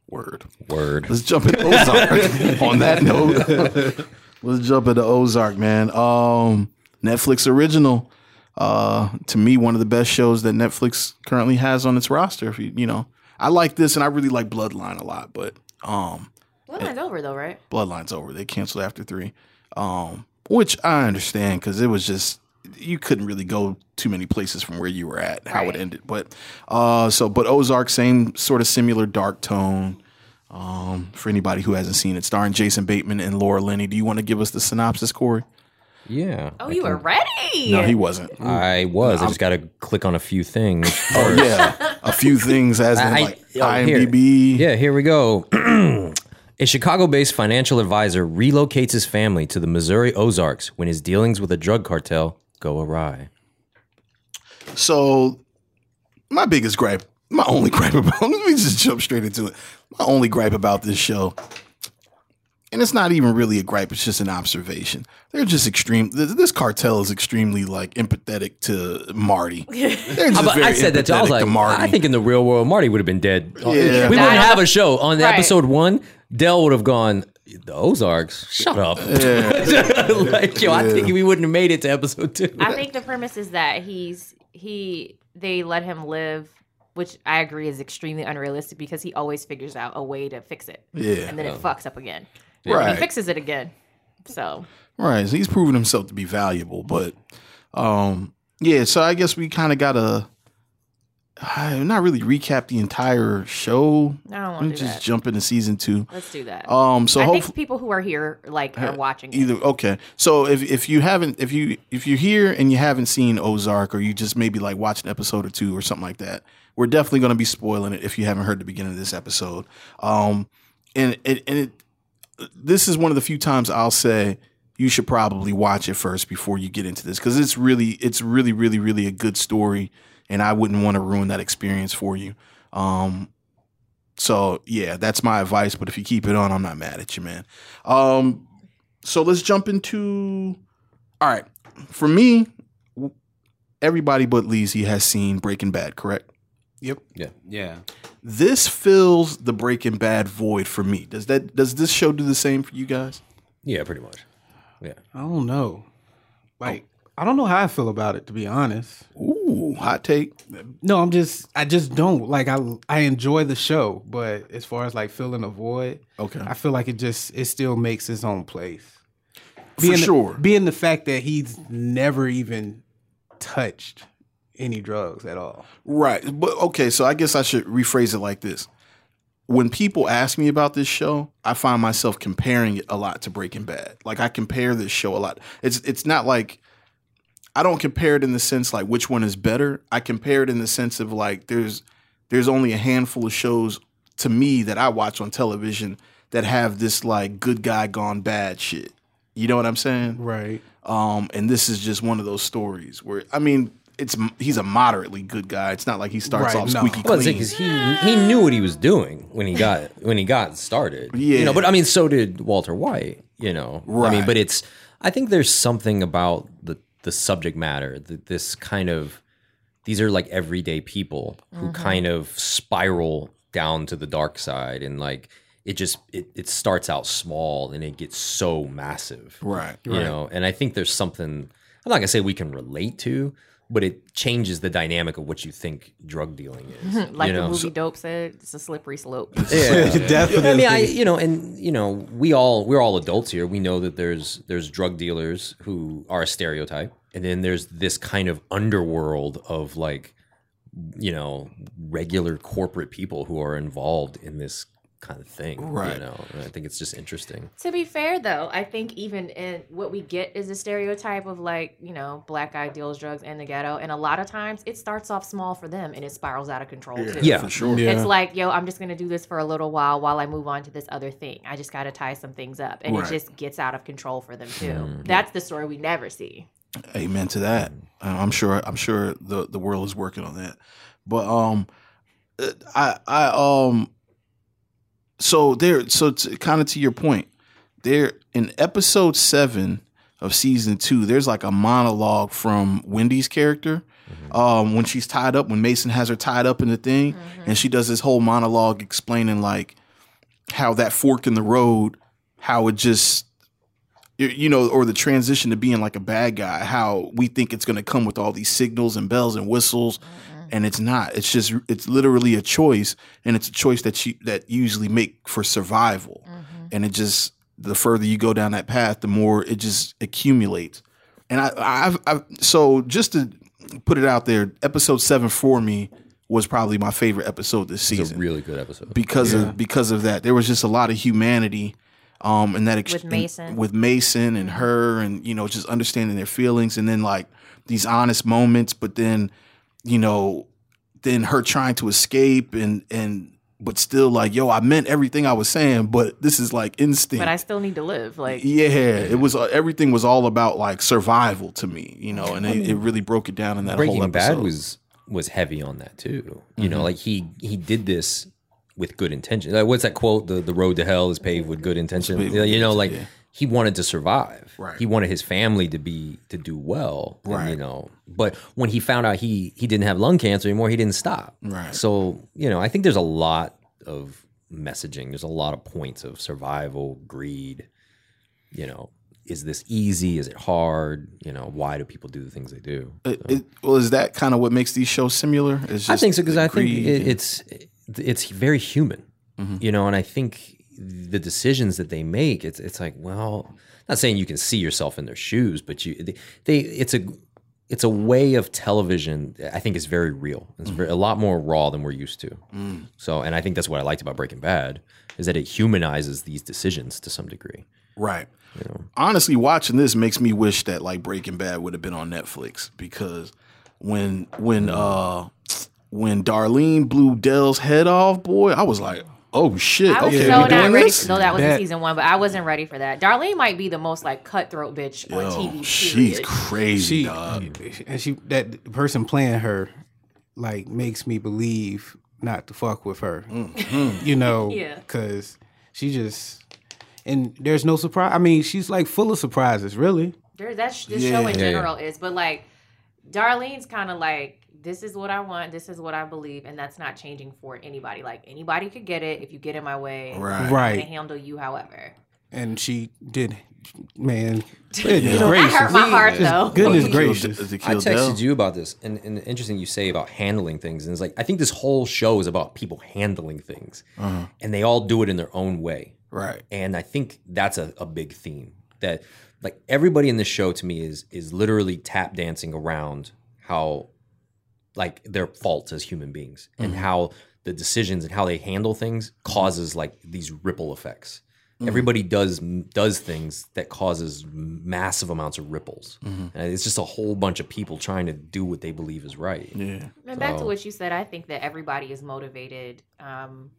B: Word.
C: Word.
B: Let's jump into Ozark. On that note, let's jump into Ozark, man. Um, Netflix original. Uh, to me, one of the best shows that Netflix currently has on its roster. If you, you know, I like this, and I really like Bloodline a lot, but um,
D: Well, that's over though, right?
B: Bloodline's over. They canceled after three, um, which I understand because it was just you couldn't really go too many places from where you were at how
D: Right.
B: it ended. But uh, so, but Ozark, same sort of similar dark tone. Um, for anybody who hasn't seen it, starring Jason Bateman and Laura Linney. Do you want to give us the synopsis, Corey?
C: Yeah.
D: Oh,
C: I
D: you
C: can-
D: were ready.
B: No, he wasn't.
C: I was. I just got to click on a few things.
B: Oh yeah, a few things as in
C: I-
B: like
C: oh, here.
B: IMDb.
C: yeah, here we go. A Chicago based financial advisor relocates his family to the Missouri Ozarks when his dealings with a drug cartel go awry.
B: So my biggest gripe, my only gripe about let me just jump straight into it. My only gripe about this show, and it's not even really a gripe, it's just an observation. They're just extreme. This, this cartel is extremely like empathetic to Marty. They're just
C: But
B: very
C: I said that too. I was
B: empathetic
C: like,
B: Marty.
C: I think in the real world, Marty would have been dead. We
B: Yeah.
C: wouldn't have a show on
D: Right.
C: episode one. Dell would have gone. The Ozarks, shut up. like, yo, I think we wouldn't have made it to episode two.
D: I think the premise is that he's he they let him live, which I agree is extremely unrealistic because he always figures out a way to fix it.
B: Yeah.
D: And then it fucks up again.
B: Right.
D: He fixes it again. So
B: Right. So he's proven himself to be valuable, but um yeah, so I guess we kind of got to not really recap the entire show.
D: I don't
B: I'm
D: want to do
B: just
D: that.
B: jump into season 2.
D: Let's do that.
B: Um so
D: I
B: hopefully
D: think people who are here like are watching it.
B: either okay so if, if you haven't if you if you're here and you haven't seen ozark or you just maybe like watched an episode or two or something like that we're definitely going to be spoiling it if you haven't heard the beginning of this episode um and it and it this is one of the few times i'll say you should probably watch it first before you get into this because it's really it's really really really a good story and i wouldn't want to ruin that experience for you um so yeah that's my advice but if you keep it on i'm not mad at you man um so let's jump into all right for me w- everybody but Lizzie has seen breaking bad correct
E: Yep.
F: Yeah.
B: this fills the breaking bad void for me does that does this show do the same for you guys
C: Yeah, pretty much.
E: I don't know. Like, I don't know how I feel about it to be honest.
B: ooh hot take
E: No, I'm just I just don't like I I enjoy the show, but as far as like filling a void,
B: Okay.
E: I feel like it just it still makes its own place.
B: For
E: Being
B: sure.
E: the, being the fact that he's never even touched any drugs at all.
B: Right. But okay, so I guess I should rephrase it like this. When people ask me about this show, I find myself comparing it a lot to Breaking Bad. Like I compare this show a lot. It's it's not like I don't compare it in the sense like which one is better. I compare it in the sense of like there's there's only a handful of shows to me that I watch on television that have this like good guy gone bad shit. You know what I'm saying?
E: Right.
B: Um, and this is just one of those stories where I mean, it's he's a moderately good guy. It's not like he starts
E: Right,
B: off
E: no.
B: squeaky
C: Well,
B: clean.
C: because he he knew what he was doing when he got when he got started.
B: Yeah.
C: you know. But I mean, so did Walter White. You know, I mean,
B: Right.
C: but it's I think there's something about the the subject matter that this kind of these are like everyday people who kind of spiral down to the dark side and like it just it, it starts out small and it gets so massive
B: Right.
C: you know and i think there's something i'm not gonna say we can relate to but it changes the dynamic of what you think drug dealing is
D: Like
C: you know?
D: the movie Dope said, it's a slippery slope.
E: Definitely.
C: I mean, I you know, and you know, we all we're all adults here. We know that there's there's drug dealers who are a stereotype, and then there's this kind of underworld of like, you know, regular corporate people who are involved in this kind of thing.
B: Right.
C: You know, and I think it's just interesting.
D: To be fair, though, I think even in what we get is a stereotype of like, you know, black guy deals drugs in the ghetto. And a lot of times it starts off small for them and it spirals out of control, too.
C: Yeah.
B: For sure.
E: Yeah.
D: It's like, yo, I'm just going to do this for a little while while I move on to this other thing. I just got to tie some things up. And
B: Right.
D: it just gets out of control for them, too.
C: Mm-hmm.
D: That's the story we never see.
B: Amen to that. Uh, I'm sure. I'm sure the the world is working on that. But um, uh, I I um, so there. So t- kind of to your point, there in episode seven of season two, there's like a monologue from Wendy's character. Um, when she's tied up, when Mason has her tied up in the thing, and she does this whole monologue explaining like how that fork in the road, how it just you- you know, or the transition to being like a bad guy, how we think it's going to come with all these signals and bells and whistles, and it's not. It's just it's literally a choice, and it's a choice that you that you usually make for survival, and it just the further you go down that path, the more it just accumulates. And I, I've, I've so just to put it out there, episode seven for me was probably my favorite episode this
C: It's a
B: season
C: really good episode.
B: because of because of that. There was just a lot of humanity, um, and that ex-
D: With Mason.
B: with Mason and her, and you know, just understanding their feelings, and then like these honest moments, but then you know, then her trying to escape, and and but still like, yo, I meant everything I was saying, but this is like instinct.
D: But I still need to live. Like
B: yeah, it was uh, everything was all about like survival to me, you know, and it, it really broke it down in that whole
C: Breaking
B: episode. Mm-hmm.
C: Bad was was heavy on that too. You know, like he he did this with good intention. Like what's that quote? The the road to hell is paved with good intention.
B: paved
C: Yeah,
B: with
C: You
B: good
C: know,
B: intention,
C: like
B: yeah.
C: he wanted to survive.
B: Right.
C: He wanted his family to be to do well. and,
B: Right.
C: you know, but when he found out he he didn't have lung cancer anymore, he didn't stop.
B: Right.
C: So you know, I think there's a lot of messaging. There's a lot of points of survival, greed. You know, is this easy? Is it hard? You know, why do people do the things they do?
B: It- it- well, is that kind of what makes these shows similar? It's just
C: I think so because
B: the
C: I think
B: greed
C: it,
B: and- Mm-hmm.
C: it's it's very human, you know. And I think the decisions that they make, it's it's like, well, not saying you can see yourself in their shoes, but you they, they it's a it's a way of television. that I think is very real. It's
B: Mm-hmm.
C: very, a lot more raw than we're used to.
B: Mm.
C: So, and I think that's what I liked about Breaking Bad is that it humanizes these decisions to some degree.
B: Right. Honestly, watching this makes me wish that like Breaking Bad would have been on Netflix because when when uh when Darlene blew Dell's head off, boy, I was like, oh shit,
D: I was
B: okay,
D: so
B: we
D: not
B: doing
D: ready.
B: this?
D: No, that was in
E: That-
D: season one, but I wasn't ready for that. Darlene might be the most like cutthroat bitch on
B: Yo,
D: TV.
B: she's
D: period.
B: crazy,
E: she
B: dog.
E: and she that person playing her like makes me believe not to fuck with her
B: Mm-hmm.
E: you know
D: Yeah.
E: because she just and there's no surprise i mean she's like full of surprises really
D: There, that's this
B: Yeah.
D: show in
C: Yeah, yeah.
D: general is, but like Darlene's kind of like this is what I want, this is what I believe, and that's not changing for anybody. Like anybody could get it if you get in my way.
B: Right.
D: I'm gonna
E: right
D: handle you, however.
E: and she did man goodness
D: That
E: gracious
D: hurt my heart though.
E: goodness
B: To kill-
E: gracious
B: to
C: I
B: kill
C: texted
B: Dell.
C: you about this, and, and interesting you say about handling things, and it's like I think this whole show is about people handling things,
B: Uh-huh.
C: and they all do it in their own way,
B: Right.
C: and I think that's a, a big theme that like everybody in this show to me is is literally tap dancing around how like their faults as human beings and how the decisions and how they handle things causes like these ripple effects. Everybody does does things that causes massive amounts of ripples, and it's just a whole bunch of people trying to do what they believe is right.
B: Yeah.
D: And back to
C: So-
D: what you said, I think that everybody is motivated, um,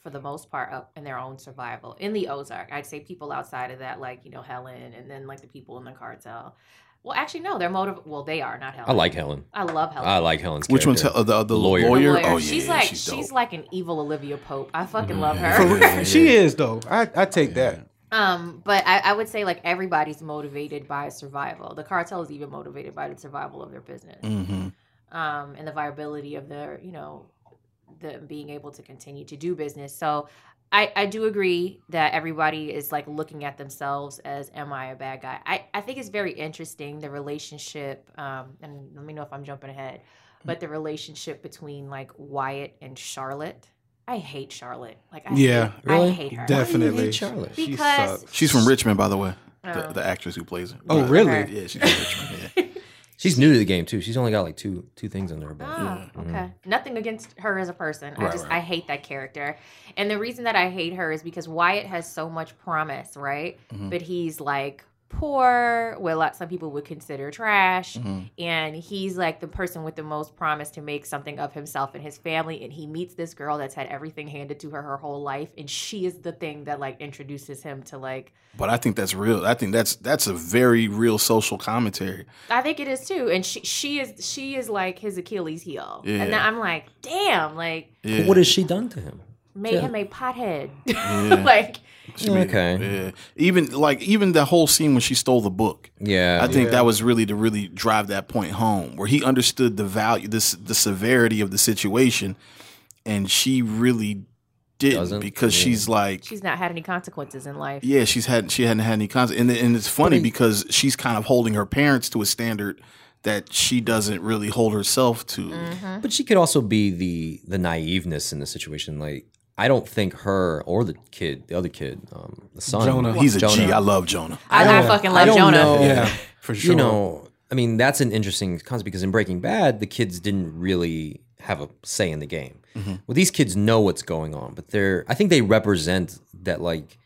D: for the most part, up in their own survival. In the Ozark, I'd say people outside of that, like you know Helen, and then like the people in the cartel. Well, actually, no, they're motive. Well, they are not Helen.
C: I like Helen.
D: I love Helen.
C: I like Helen's.
B: Which one's
C: character.
B: uh, the the
C: Lawyer.
D: The
B: lawyer?
D: lawyer.
B: Oh yeah,
D: she's like
B: she's
D: she's,
B: dope.
D: like an evil Olivia Pope. I fucking love
E: For
D: her.
E: real, she is though i, I take that
D: um, but I, I would say like everybody's motivated by survival. The cartel is even motivated by the survival of their business
B: hmm
D: um, and the viability of their you know the being able to continue to do business. So. I, I do agree that everybody is like looking at themselves as am I a bad guy? I, I think it's very interesting the relationship, um, and let me know if I'm jumping ahead,
E: Mm.
D: but the relationship between like Wyatt and Charlotte. I hate Charlotte. Like I
E: Yeah.
D: hate, I
C: Really?
D: hate her.
E: Def- Definitely.
C: Charlotte.
E: She
D: because
E: sucks.
B: She's from Richmond, by the way.
D: Oh.
B: The, the actress who plays her.
E: oh
B: But-
D: Her.
E: really
B: Yeah, she's from Richmond. Yeah.
C: She's new to the game too. She's only got like two two things under her belt.
D: Ah, okay. Nothing against her as a person. I
B: Right,
D: just
B: right.
D: I hate that character. And the reason that I hate her is because Wyatt has so much promise, right?
B: Mm-hmm.
D: But he's like poor, what a lot some people would consider trash.
B: Mm-hmm.
D: And he's like the person with the most promise to make something of himself and his family. And he meets this girl that's had everything handed to her her whole life. And she is the thing that like introduces him to like
B: But I think that's real. I think that's that's a very real social commentary.
D: I think it is too. And she she is she is like his Achilles heel.
B: Yeah.
D: And I'm like, damn, like
B: Yeah.
C: What has she done to him?
D: made him a pothead.
B: Yeah.
D: like
C: okay.
B: Yeah. Even like even the whole scene when she stole the book.
C: Yeah.
B: I think that was really to really drive that point home where he understood the value this the severity of the situation and she really didn't
C: Doesn't?
B: because
C: Yeah.
B: she's like
D: she's not had any consequences in life.
B: yeah, she's had she hadn't had any concept, and and it's funny because she's kind of holding her parents to a standard that she doesn't really hold herself to.
C: but she could also be the the naiveness in the situation. Like I don't think her or the kid, the other kid, um, the son,
E: Jonah.
B: He's a G. I
C: Jonah.
B: love Jonah.
D: I, I fucking
C: I
D: love
C: don't
D: Jonah.
C: know.
E: yeah for sure
C: You know, I mean, that's an interesting concept because in Breaking Bad, the kids didn't really have a say in the game.
B: Mm-hmm.
C: Well, these kids know what's going on, but they're I think they represent that like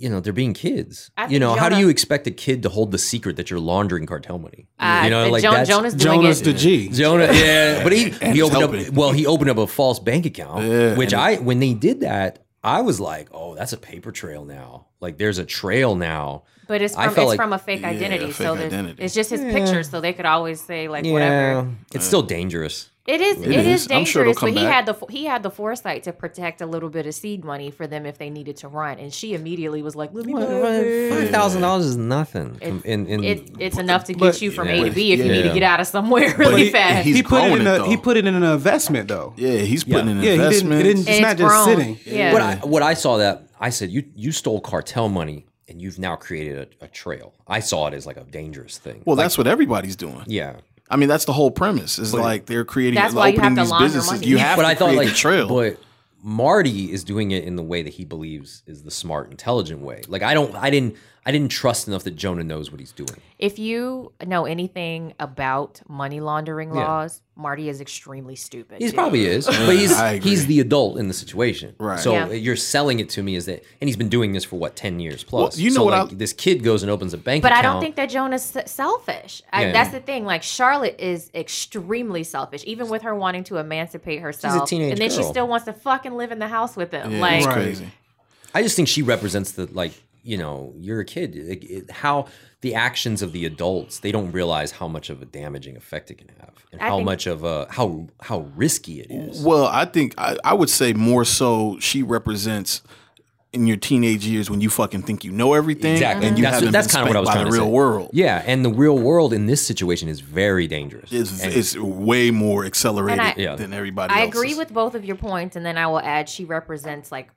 C: you know, they're being kids.
D: I
C: You
D: think
C: know, how do
D: Jonah-
C: you expect a kid to hold the secret that you're laundering cartel money? you know,
D: and Uh, Jon-
C: that's-
D: Jonah's doing
E: Jonas
D: it.
E: the G.
C: Jonah, yeah, but he,
B: And
C: he opened
B: helping
C: up.
B: it.
C: Well, he opened up a false bank account,
B: Yeah,
C: which
B: and
C: I, when they did that, I was like, oh, that's a paper trail now. Like, there's a trail now.
D: But it's
C: I
D: from it's
C: felt like-
D: from a fake
B: Yeah,
D: identity,
B: fake
D: so there's
B: identity.
D: it's just his picture, so they could always say like whatever.
C: it's still dangerous.
D: It is it
B: is.
D: is,
B: I'm sure it'll
D: dangerous,
B: come
D: but he
B: back.
D: had the he had the foresight to protect a little bit of seed money for them if they needed to run, and she immediately was like, "Let me know."
C: Five thousand dollars is nothing.
D: It's-
C: in, in,
D: It, it's enough to get
E: But-
D: you from
C: Yeah.
D: A to B if you
C: Yeah.
D: need to get out of somewhere really
B: he-
D: fast.
B: he's
E: he put it
B: growing
E: in
B: it,
E: a
B: though.
E: he put it in an investment though.
B: Yeah, he's putting in
E: Yeah, he didn't- it
B: investments.
E: didn't-
D: And
E: it's not just sitting.
D: Yeah.
C: what I, what I saw that I said you you stole cartel money and you've now created a, a trail. I saw it as like a dangerous thing.
B: well, that's what everybody's doing.
C: yeah.
B: I mean, that's the whole premise. Is like they're creating,
D: That's why you have
B: opening
D: to
B: these
D: launder
B: businesses.
D: money.
B: You have
C: but
B: to
C: I thought
B: create
C: like
B: the trail.
C: But Marty is doing it in the way that he believes is the smart, intelligent way. Like I don't, I didn't, I didn't trust enough that Jonah knows what he's doing.
D: If you know anything about money laundering laws, Marty is extremely stupid.
C: He's
D: too.
C: probably is, but he's
B: I agree.
C: he's the adult in the situation.
B: Right.
C: So
D: Yeah.
C: you're selling it to me is that, and he's been doing this for what ten years plus.
B: Well, you know
C: so
B: what
C: Like,
B: I-
C: this kid goes and opens a bank,
D: But I
C: account.
D: don't think that Jonah's s- selfish. I,
C: Yeah.
D: That's the thing. Like Charlotte is extremely selfish, even with her wanting to emancipate herself.
C: teenage
D: and then she
C: girl.
D: still wants to fucking live in the house with him.
B: yeah,
D: like
B: it's
E: Right.
B: crazy.
C: I just think she represents the like you know you're a kid Like, it- how the actions of the adults they don't realize how much of a damaging effect it can have and
D: I
C: how
D: think-
C: much of a how how risky it is.
B: Well, I think I, I would say more so she represents in your teenage years when you fucking think you know everything
C: Exactly.
B: and you
C: That's-
B: haven't
C: that's
B: been spanked
C: kinda what I was
B: by
C: trying
B: the
C: to
B: real
C: say.
B: world.
C: Yeah, and the real world in this situation is very dangerous.
B: It's,
C: And-
B: it's way more accelerated
D: And I-
C: Yeah.
B: than everybody
D: I
B: else's.
D: agree with both of your points, and then I will add she represents like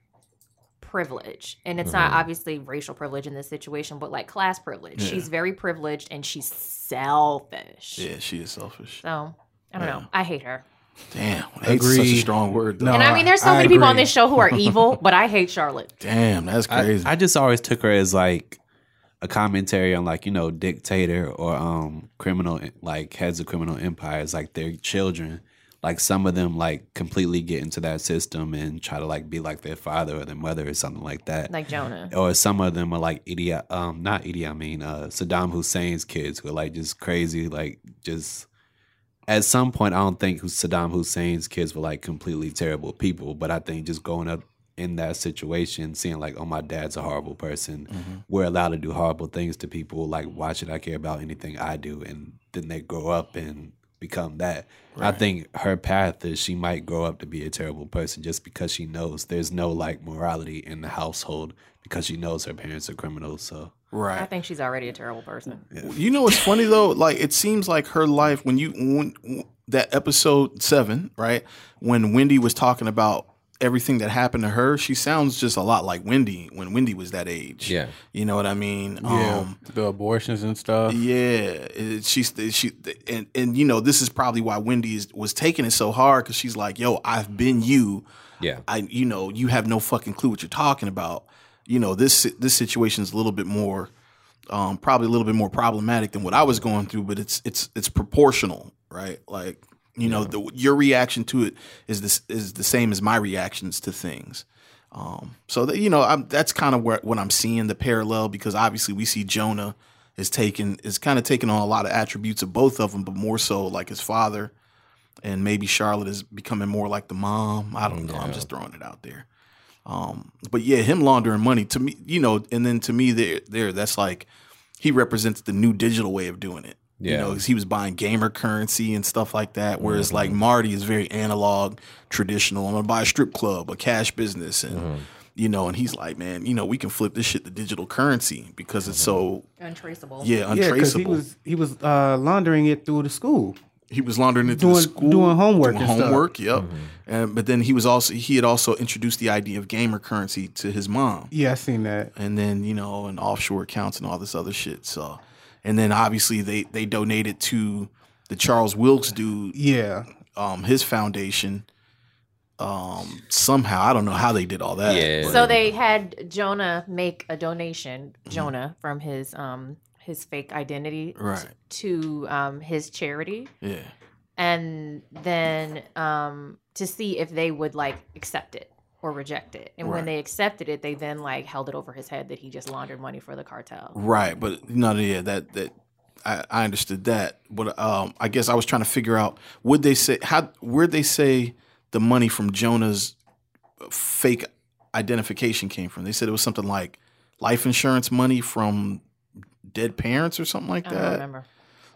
D: privilege, and it's not obviously racial privilege in this situation, but like class privilege. She's very privileged, and she's selfish.
B: Yeah, she is selfish.
D: So I don't know. I hate her.
B: Damn, hate's such a
E: Agreed.
B: strong word. Though.
E: No.
D: And I mean, there's so
E: I
D: many people on
E: agree.
D: this show who are evil, but I hate Charlotte.
B: Oh, Damn, that's
F: I,
B: crazy.
F: I just always took her as like a commentary on like you know dictator or um criminal like heads of criminal empires like their children like some of them like completely get into that system and try to like be like their father or their mother or something like that
D: Like Jonah.
F: or some of them are like Idi, um, not Idi, I mean uh, Saddam Hussein's kids who are like just crazy, like just. At some point, I don't think Saddam Hussein's kids were like completely terrible people, but I think just growing up in that situation, seeing like, oh, my dad's a horrible person, we're allowed to do horrible things to people. Like, why should I care about anything I do? And then they grow up and become that. I think her path is she might grow up to be a terrible person just because she knows there's no like morality in the household because she knows her parents are criminals. So
D: I
B: right.
D: think she's already a terrible person.
B: You know what's funny though? Like it seems like her life when you when, when- that episode seven, right? When Wendy was talking about everything that happened to her, she sounds just a lot like Wendy when Wendy was that age.
C: Yeah.
B: you know what I mean. Um,
E: the abortions and stuff.
B: yeah, it- she's she and and you know this is probably why Wendy is, was taking it so hard because she's like, "Yo, I've been you.
C: yeah,
B: I you know you have no fucking clue what you're talking about. You know this this situation's a little bit more, um, probably a little bit more problematic than what I was going through, but it's it's it's proportional, right? Like you know the, your reaction to it is this is the same as my reactions to things. Um, so that you know I'm, that's kind of where what I'm seeing the parallel because obviously we see Jonah is taking is kind of taking on a lot of attributes of both of them, but more so like his father and maybe Charlotte is becoming more like the mom. I don't know. I'm just throwing it out there. Um, but yeah, him laundering money to me, you know, and then to me, there, there, that's like he represents the new digital way of doing it. You
C: Yeah.
B: know, 'cause he was buying gamer currency and stuff like that. Whereas like Marty is very analog, traditional. I'm gonna buy a strip club, a cash business, and you know, and he's like, man, you know, we can flip this shit to digital currency because it's so
D: Untraceable.
B: yeah
E: Yeah, because he
B: untraceable.
E: was he was uh, laundering it through the school.
B: he was laundering it to the
E: Doing-
B: school,
E: doing homework and stuff.
B: homework, yep. And, but then he was also he had also introduced the idea of gamer currency to his mom,
E: Yeah, I seen that.
B: and then you know, and offshore accounts and all this other shit. So, and then obviously they they donated to the Charles Wilkes dude,
E: Yeah,
B: um, his foundation. Um, somehow I don't know how they did all that.
C: Yeah.
B: but-
D: So they had Jonah make a donation,
B: Mm-hmm.
D: Jonah, from his um his fake identity
B: Right.
D: to um his charity.
B: yeah,
D: and then um to see if they would like accept it or reject it. And when
B: Right.
D: they accepted it, they then like held it over his head that he just laundered money for the cartel.
B: Right, but no, yeah, that that I, I understood that, but um, I guess I was trying to figure out would they say how where'd they say the money from Jonah's fake identification came from? They said it was something like life insurance money from dead parents or something like
D: I don't
B: that.
D: remember.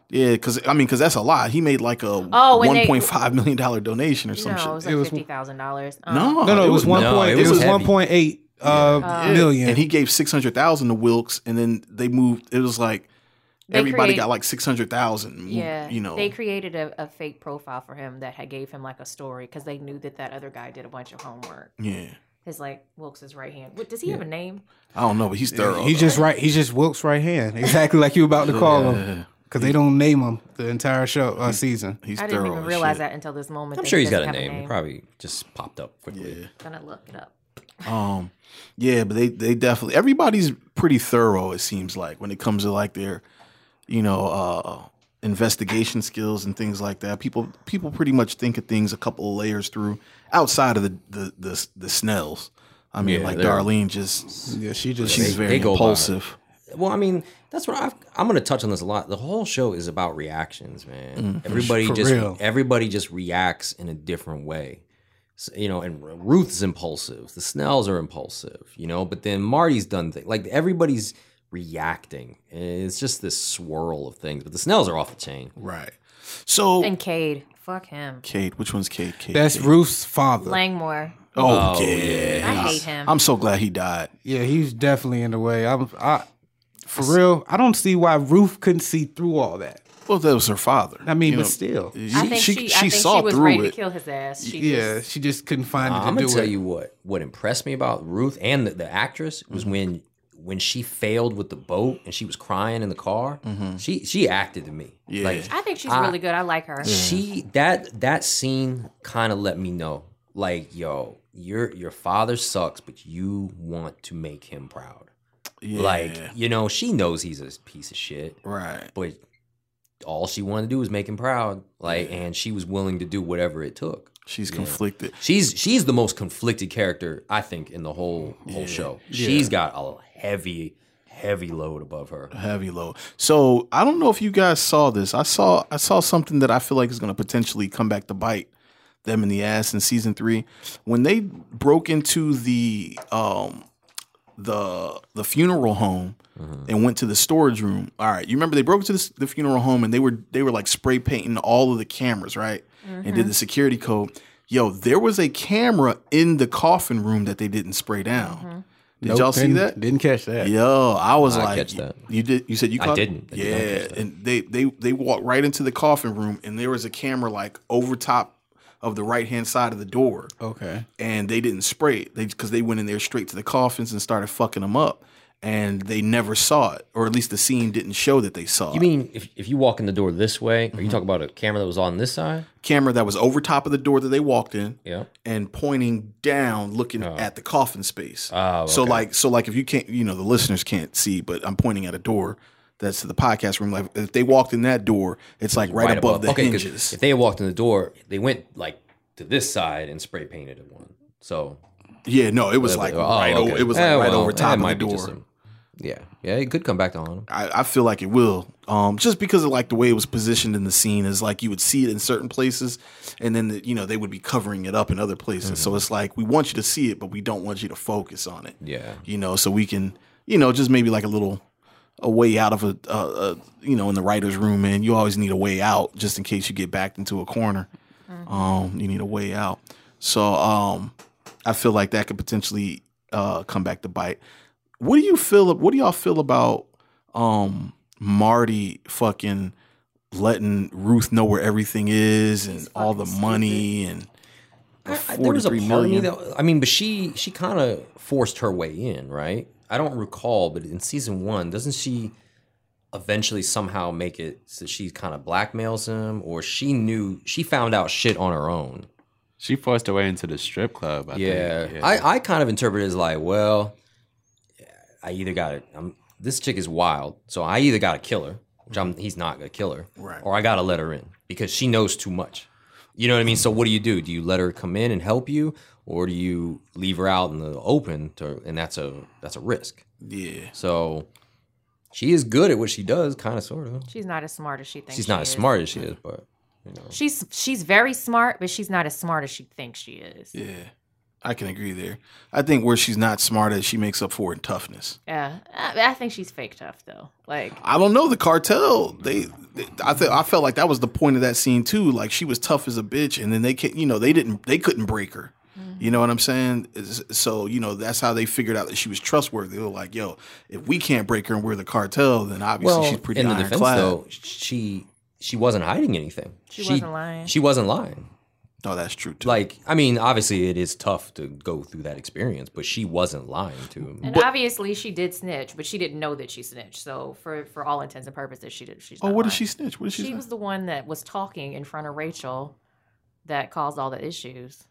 B: Yeah, because I mean, because that's a lot. He made like a
D: Oh, when they-
B: one point five million dollar donation or some
D: no, it was
B: shit.
D: like
E: It was-
D: fifty thousand dollars. Um,
B: No,
E: No, no, it was one
C: no,
E: point.
C: it
E: It
C: was
E: was,
C: heavy.
E: one point eight uh,
D: Yeah.
E: million.
B: and he gave six hundred thousand to Wilkes, and then they moved. It was like everybody got like six hundred thousand.
D: yeah.
B: you know,
D: they created a, a fake profile for him that had gave him like a story because they knew that that other guy did a bunch of homework.
B: yeah.
D: His like Wilkes' right hand. What, does he have a name?
B: I don't know, but he's thorough.
E: He
B: though.
E: just right. He's just Wilkes' right hand, exactly like you about to call him, because they don't name him the entire show uh, season.
B: he's
D: I didn't
B: thorough
D: even
B: as
D: realize
B: shit.
D: that until this moment.
C: I'm
D: that
C: sure
D: he
C: he's got a
D: doesn't have
C: name. It probably just popped up quickly.
D: Gonna look it up.
B: Um, yeah, but they they definitely everybody's pretty thorough. It seems like when it comes to like their, you know, uh, investigation skills and things like that. People people pretty much think of things a couple of layers through outside of the the the, the Snells. I mean,
C: Yeah,
B: like
C: they're-
B: Darlene just
E: Yeah, she just
B: she's
C: they
B: very
C: go by it.
B: impulsive.
C: Well, I mean, that's what I've, I'm going to touch on this a lot. The whole show is about reactions, man. Everybody
E: Mm. For
C: just
E: real.
C: everybody just reacts in a different way. So, you know, and Ruth's impulsive. The Snells are impulsive, you know, but then Marty's done things. Like everybody's reacting. It's just this swirl of things, but the Snells are off the chain.
B: Right.
F: Oh.
B: So
D: And Cade. Fuck him.
B: Kate, which one's Kate? Kate.
E: that's Ruth's father.
D: Langmore.
B: oh, yeah.
D: I hate him.
B: I'm so glad he died.
E: yeah, he's definitely in the way. I'm I, for real. I don't see why Ruth couldn't see through all that.
B: Well, that was her father.
E: I mean,
B: You
E: but
B: know,
E: still,
D: I think she, I think she was ready to kill his ass. She
E: yeah,
D: just-
E: she just couldn't find it to
C: I'm gonna
E: do
C: tell
E: it.
C: you what. What impressed me about Ruth and the, the actress was
E: Mm-hmm.
C: when when she failed with the boat and she was crying in the car.
E: Mm-hmm.
C: She she acted to me.
B: Yeah.
C: Like
D: I think she's really good. I like her.
C: she that that scene kind of let me know like yo your your father sucks but you want to make him proud
B: Yeah.
C: like you know she knows he's a piece of shit
B: right.
C: but all she wanted to do was make him proud like and she was willing to do whatever it took
B: She's conflicted.
C: she's she's the most conflicted character i think in the whole whole show she's got a heavy heavy load above her
B: Heavy load. So I don't know if you guys saw this. I saw I saw something that I feel like is going to potentially come back to bite them in the ass in season three when they broke into the um the the funeral home
E: Mm-hmm.
B: and went to the storage room. All right, you remember they broke into this, the funeral home and they were they were like spray painting all of the cameras, right? And did the security code. Yo, there was a camera in the coffin room that they didn't spray down. Did
E: Nope,
B: y'all see
E: didn't-
B: that?
E: Didn't catch that.
B: Yo, I was
C: I
B: like,
C: catch that.
B: you did. You said you
C: I
B: caught. it?
C: didn't. I did not
B: yeah,
C: catch that.
B: and they they they walked right into the coffin room, and there was a camera like over top of the right hand side of the door,
C: Oh.
E: Okay.
B: and they didn't spray it. They because they went in there straight to the coffins and started fucking them up, and they never saw it, or at least the scene didn't show that they saw.
C: you
B: it.
C: mean if, if you walk in the door this way are you talking about a camera that was on this side
B: camera that was over top of the door that they walked in?
C: yeah
B: and pointing down, looking at the coffin space.
C: Oh,
B: So
C: okay.
B: like, so like, if you can't, you know, the listeners can't see, but I'm pointing at a door that's the podcast room. Like, if they walked in that door, it's like right, above, the
C: 'cause
B: hinges.
C: If they had walked in the door, they went like to this side and spray painted it one. So
B: yeah, no, it was like
C: oh,
B: right. o-
C: okay.
B: It was like
C: Eh,
B: right
C: well,
B: over
C: eh,
B: top
C: it
B: of the
C: might be just
B: door.
C: some- yeah, yeah, it could come back to haunt them.
B: I, I feel like it will, um, just because of like the way it was positioned in the scene is like you would see it in certain places, and then the, you know they would be covering it up in other places.
C: Mm-hmm.
B: So it's like we want you to see it, but we don't want you to focus on it.
C: Yeah,
B: you know, so we can, you know, just maybe like a little a way out of a, a, a you know, in the writer's room, man. You always need a way out just in case you get backed into a corner.
C: Mm-hmm.
B: Um, you need a way out. So, um, I feel like that could potentially uh come back to bite. What do you feel? What do y'all feel about um Marty fucking letting Ruth know where everything is and all the money and the
C: I- I- there was a
B: 43
C: part of me
B: million?
C: that I mean, but she she kind of forced her way in, right? I don't recall, but in season one, doesn't she eventually somehow make it so she kind of blackmails him, or she knew she found out shit on her own?
F: She forced her way into the strip club. I
C: yeah.
F: think.
C: I, I kind of interpret it as like, well, I either got to I'm, this chick is wild, so I either got to kill her, which I'm, he's not gonna kill her,
B: Right.
C: or I got to let her in because she knows too much. You know what I mean? So what do you do? Do you let her come in and help you, or do you leave her out in the open? To, and that's a that's a risk.
B: Yeah.
C: So she is good at what she does, kind of, sort of.
D: She's not as smart as she thinks.
C: She's
D: she
C: not as
D: is.
C: smart as she is, but
D: She's she's very smart, but she's not as smart as she thinks she is. Yeah,
B: Yeah. I can agree there. I think where she's not smart at, she makes up for in toughness.
D: I, I think she's fake tough though. Like
B: I don't know the cartel. They, they- I th- I felt like that was the point of that scene too. Like she was tough as a bitch, and then they can, you know, they didn't, they couldn't break her.
D: Mm-hmm.
B: You know what I'm saying? Is- So you know that's how they figured out that she was trustworthy. They were like, "Yo, if we can't break her and we're the cartel, then obviously she's pretty
C: in the defense
B: ironclad."
C: though, she she wasn't hiding anything. She,
D: wasn't lying.
C: She wasn't lying.
B: No, that's true too.
C: Like I mean, obviously it is tough to go through that experience, but she wasn't lying to him.
D: and obviously she did snitch, but she didn't know that she snitched. So for for all intents and purposes, she did. She's
B: oh,
D: not
B: what did
D: lying.
B: she snitch? What did she?
D: She
B: snitch?
D: was the one that was talking in front of Rachel, that caused all the issues.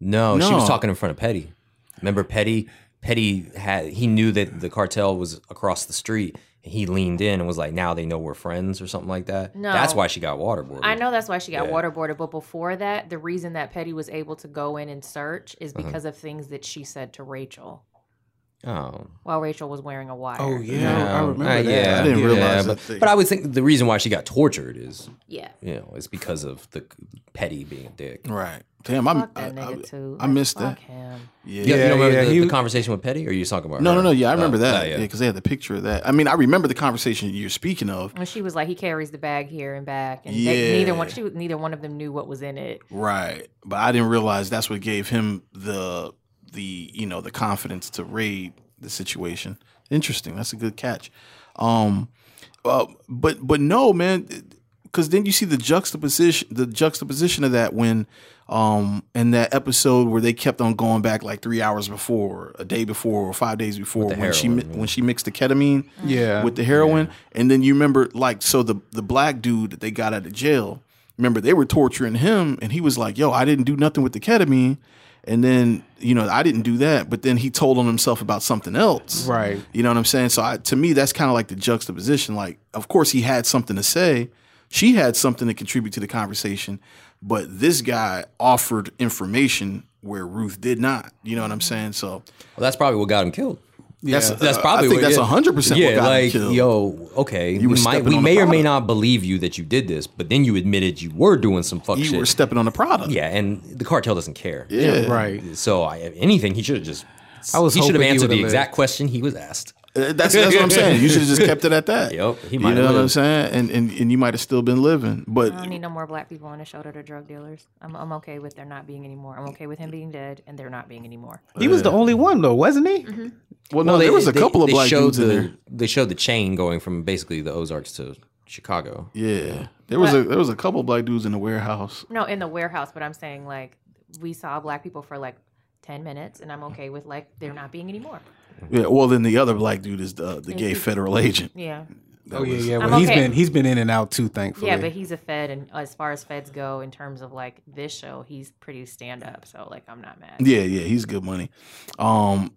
C: No, she was
B: No.
C: talking in front of Petty. Remember Petty? Petty had he knew that the cartel was across the street, and he leaned in and was like, "Now they know we're friends" or something like that.
D: No.
C: that's why she got waterboarded.
D: I know that's why she got
C: Yeah.
D: waterboarded, but before that, the reason that Petty was able to go in and search is
B: Uh-huh.
D: because of things that she said to Rachel
C: Oh,
D: while Rachel was wearing a wire.
E: Oh yeah,
C: Yeah.
E: I remember
C: Uh,
E: that.
C: yeah.
B: I didn't
E: Yeah.
B: realize
C: yeah,
B: that
C: but,
B: thing.
C: but I would think the reason why she got tortured is
D: Yeah.
C: you know is because of the Petty being a dick.
B: right. Damn, I'm,
D: Fuck that
B: I, I-
D: nigga too.
B: I missed
D: fuck
B: that.
D: Him.
B: Yeah.
C: You, you don't remember
E: yeah,
C: the,
E: he-
C: the conversation with Petty, or you talking about?
B: No,
C: her?
B: no, no. Yeah, I remember
C: Oh,
B: that.
C: yeah,
B: Yeah,
C: yeah.
B: because they had the picture of that. I mean, I remember the conversation you're speaking of.
D: When she was like, he carries the bag here and back, and they, neither one,
B: Yeah.
D: she, neither one of them knew what was in it.
B: Right. But I didn't realize that's what gave him the the you know the confidence to raid the situation. Interesting. That's a good catch. Um, uh, but but no, man, because then you see the juxtaposition the juxtaposition of that when um in that episode where they kept on going back like three hours before, a day before, or five days before when she mi-
C: heroin, yeah.
B: when she mixed the ketamine
E: Yeah.
B: with the heroin. And then you remember, like, so the the black dude that they got out of jail, remember they were torturing him, and he was like, "Yo, I didn't do nothing with the ketamine." And then you know I didn't do that, but then he told on himself about something else.
E: Right.
B: You know what I'm saying? So I, to me, that's kind of like the juxtaposition. Like, of course, he had something to say. She had something to contribute to the conversation, but this guy offered information where Ruth did not. You know what I'm saying? So
C: Well, that's probably what got him killed.
B: that's uh,
C: That's probably
B: I think
C: what,
B: that's
C: yeah.
B: 100 percent
C: Yeah,
B: what got
C: like
B: him killed.
C: yo, okay,
B: were
C: we might
B: stepping
C: we
B: on
C: may
B: the
C: or may
B: product.
C: not believe you that you did this, but then you admitted you were doing some fuck
B: you
C: shit.
B: were stepping on the product.
C: yeah, and the cartel doesn't care.
B: Yeah.
E: Right.
C: So I, if anything, he should have just.
E: I was
C: he should have
E: hoping he
C: answered the
E: would've
C: exact
E: lived.
C: question he was asked.
B: Uh, That's, that's what I'm saying. You should have just kept it at that.
C: Yep, he
B: you
C: might
B: know
C: have
B: what I'm
C: lived.
B: saying, and and, and you might have still been living. But
D: I don't need no more black people on the show that are drug dealers. I'm, I'm okay with there not being any more. I'm okay with him being dead and there not being any more.
E: He was the only one though, wasn't he?
B: well, no,
C: Well,
B: there was a
C: they-
B: couple of
C: they
B: black
C: showed
B: dudes
C: the,
B: in there.
C: They showed the chain going from basically the Ozarks to Chicago.
B: Yeah, there was a there was a couple of black dudes in the warehouse.
D: No, in the warehouse, but I'm saying like we saw black people for like 10 minutes and I'm okay with like there not being any more.
B: Yeah, well, then the other black dude is the the gay federal agent.
D: Yeah.
E: Oh yeah, yeah.
D: I'm
E: Well, he's
D: okay.
E: been he's been in and out too, thankfully.
D: Yeah, but he's a Fed and as far as Feds go in terms of like this show, he's pretty stand up. So like I'm not mad.
B: Yeah, yeah, he's good money. Um,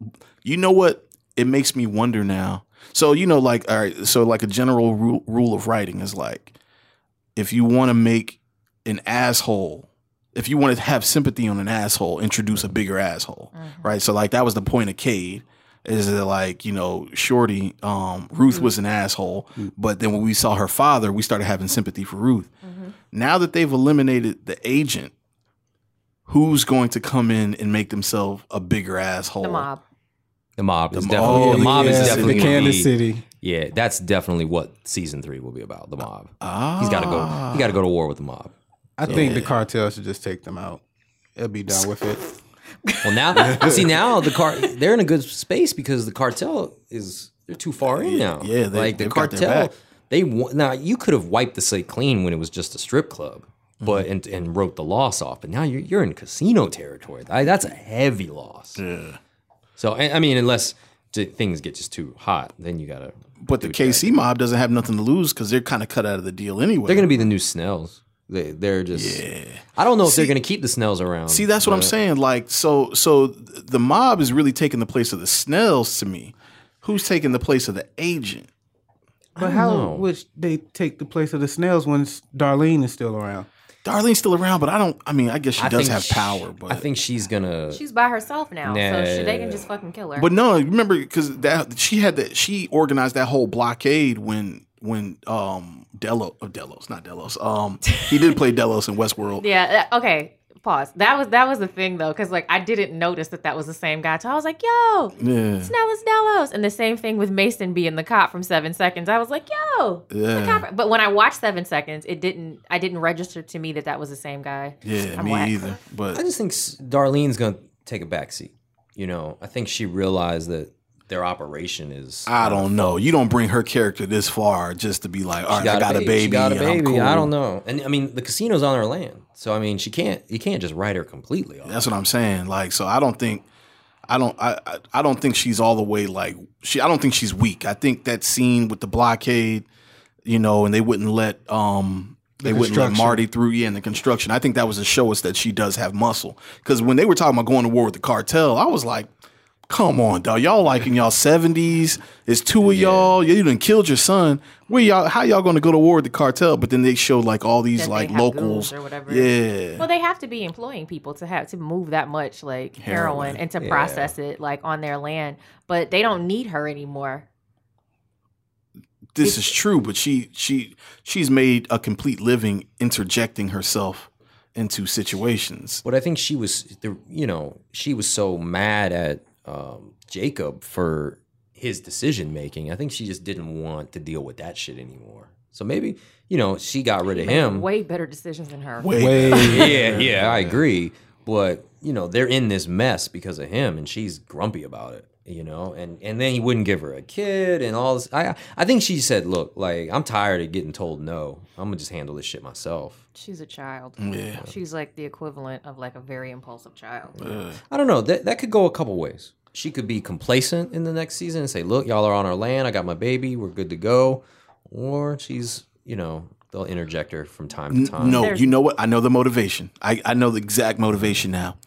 B: you know what? It makes me wonder now. So you know, like, all right, so like a general rule, rule of writing is like, if you want to make an asshole, if you want to have sympathy on an asshole, introduce a bigger asshole,
D: Mm-hmm.
B: right? So like that was the point of Cade. Is that like you know, Shorty? Um, Ruth was an asshole, but then when we saw her father, we started having sympathy for Ruth. Now that they've eliminated the agent, who's going to come in and make themselves a bigger asshole?
D: The mob.
C: The mob is
B: mo-
C: definitely
B: oh,
C: the mob
B: yeah,
C: is
B: the
C: definitely
E: the
C: gonna
E: Kansas
C: be-
E: City.
C: Yeah, that's definitely what season three will be about. The mob.
B: Ah,
C: He's got to go. He got to go to war with the mob.
E: I think the cartel should just take them out. It'll be done with it.
C: Well, now see now the car they're in a good space because the cartel is they're too far in now.
B: yeah, they-
C: like the
B: they've got their
C: cartel,
B: back.
C: they wa- now you could have wiped the slate clean when it was just a strip club,
B: Mm-hmm.
C: but and and wrote the loss off. But now you're you're in casino territory. I, that's a heavy loss.
B: Yeah.
C: So I, I mean, unless t- things get just too hot, then you gotta.
B: But the KC mob doesn't have nothing to lose because they're kind of cut out of the deal anyway.
C: They're gonna be the new Snells. They they're just. I don't know if they're gonna keep the Snells around.
B: See, that's what I'm
C: but-
B: saying. Like, so, so th- the mob is really taking the place of the Snells to me. Who's taking the place of the agent?
E: But how
C: know.
E: would they take the place of the snails when Darlene is still around?
B: Darlene's still around, but I don't. I mean, I guess she
C: I
B: does
C: think
B: have
C: she-
B: power, but
C: I think she's gonna.
D: She's by herself now, so she, they can
C: Nah.
D: just fucking kill her.
B: But no, remember because that she had that she organized that whole blockade when when um Delo oh, Delos not Delos um he did play Delos in Westworld.
D: yeah, that- okay. Pause. That was that was the thing though, because like I didn't notice that that was the same guy. So I was like, yo,
B: Yeah,
D: Snellis Delos, and the same thing with Mason being the cop from Seven Seconds. I was like, yo, the
B: yeah,
D: cop. But when I watched Seven Seconds, it didn't. I didn't register to me that that was the same guy.
B: yeah.
D: I'm
B: Me
D: whack.
B: either.
C: I
B: But
C: just think s- Darlene's gonna take a backseat. You know, I think she realized that their operation is.
B: I don't know. You don't bring her character this far just to be like, all right, I got a baby.
C: She got a
B: and I'm
C: baby.
B: cool.
C: I don't know. And I mean, the casino's on her land, so I mean, she can't. You can't just write her completely off.
B: That's what I'm saying. Like, so I don't think, I don't, I, I, I don't think she's all the way like she. I don't think she's weak. I think that scene with the blockade, you know, and they wouldn't let, um, they wouldn't let
E: construction.
B: Marty through. Yeah, and the construction. I think that was to show us that she does have muscle. Because when they were talking about going to war with the cartel, I was like. Come on, dog. Y'all like in y'all seventies. It's two of y'all. You done killed your son. Where y'all? How y'all going to go to war with the cartel? But then they showed like all these
D: That they
B: like
D: have
B: locals.
D: goons or whatever.
B: Yeah,
D: Well, they have to be employing people to have to move that much like heroin,
B: Heroin.
D: and to
C: Yeah.
D: process it like on their land, but they don't need her anymore.
B: this is true, but she she she's made a complete living interjecting herself into situations.
C: But I think she was, the, you know, she was so mad at um, Jacob for his decision making. I think she just didn't want to deal with that shit anymore. So maybe, you know, she got rid of
B: Mm.
C: him.
D: Way better decisions than her.
B: Wait,
E: Way.
C: yeah, yeah, I agree. But you know, they're in this mess because of him, and she's grumpy about it. You know, and and then he wouldn't give her a kid and all this. I I think she said, "Look, like I'm tired of getting told no. I'm gonna just handle this shit myself."
D: She's a child.
B: Yeah.
D: She's like the equivalent of like a very impulsive child.
C: I don't know. That that could go a couple ways. She could be complacent in the next season and say, "Look, y'all are on our land. I got my baby. We're good to go," or she's you know they'll interject her from time to time.
B: no,
D: There's-
B: you know what? I know the motivation. I, I know the exact motivation now.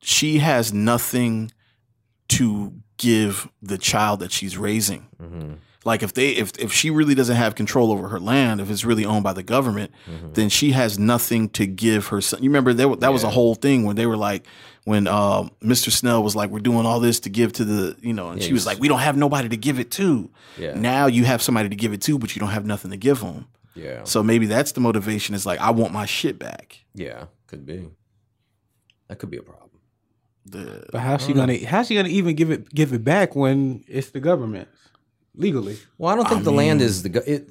B: She has nothing to give the child that she's raising.
C: Mhm.
B: Like if they if if she really doesn't have control over her land, if it's really owned by the government,
C: Mm-hmm.
B: then she has nothing to give her son. You remember that that was a whole thing when they were like when um, Mr. Snell was like, "We're doing all this to give to the you know," and she was like, "We don't have nobody to give it to."
C: Yeah.
B: Now you have somebody to give it to, but you don't have nothing to give them.
C: Yeah,
B: So maybe that's the motivation. Is like, I want my shit back.
C: yeah, could be. That could be a problem.
B: The,
E: But how's she gonna? How's she gonna even give it give it back when it's the government legally?
C: Well, I don't think the land is the. go- It,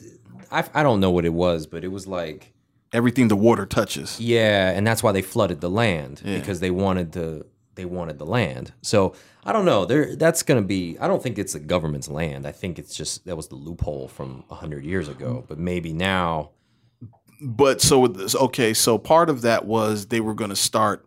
C: I, I don't know what it was, but it was like
B: everything the water touches.
C: yeah, and that's why they flooded the land because they wanted to they wanted the land. So I don't know. There, that's gonna be. I don't think it's the government's land. I think it's just that was the loophole from hundred years ago. But maybe now,
B: But so with this- okay, so part of that was they were going to start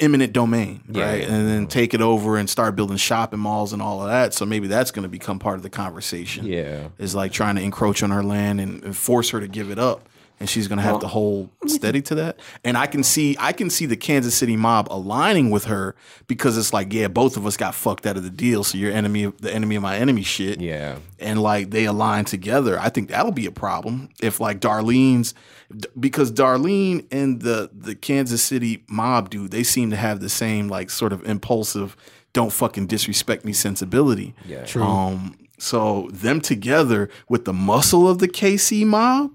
B: eminent domain,
C: Yeah,
B: right,
C: yeah.
B: and then take it over and start building shopping malls and all of that. So maybe that's going to become part of the conversation.
C: yeah.
B: is like trying to encroach on her land and, and force her to give it up and she's going to have to hold steady to that and i can see i can see the kansas city mob aligning with her because it's like yeah both of us got fucked out of the deal so you're enemy of the enemy of my enemy shit
C: Yeah,
B: and like they align together i think that'll be a problem if like darlene's d- because darlene and the the kansas city mob dude they seem to have the same like sort of impulsive don't fucking disrespect me sensibility
C: yeah.
B: um, so them together with the muscle of the KC mob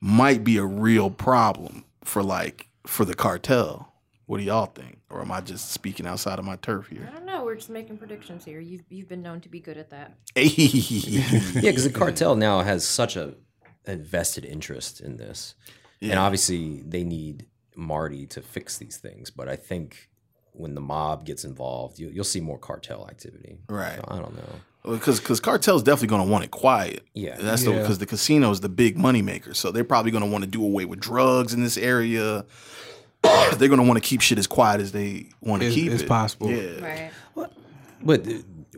B: might be a real problem for like for the cartel. What do y'all think? Or am I just speaking outside of my turf
D: I
B: here?
D: don't know. We're just making predictions here. You've you've been known to be good at that.
B: yeah,
C: Yeah, because the cartel now has such a a vested interest in this, and obviously they need Marty to fix these things. But I think when the mob gets involved, you, you'll see more cartel activity.
B: Right.
C: So I don't know.
B: because because cartel's definitely going to want it quiet.
C: Yeah.
B: that's the
E: Yeah.
B: because the casino is the big moneymaker, so they're probably going to want to do away with drugs in this area. they're going to want to keep shit as quiet as they want to
E: As-
B: keep
E: as
B: it.
E: possible.
B: Yeah,
D: Right.
C: But uh,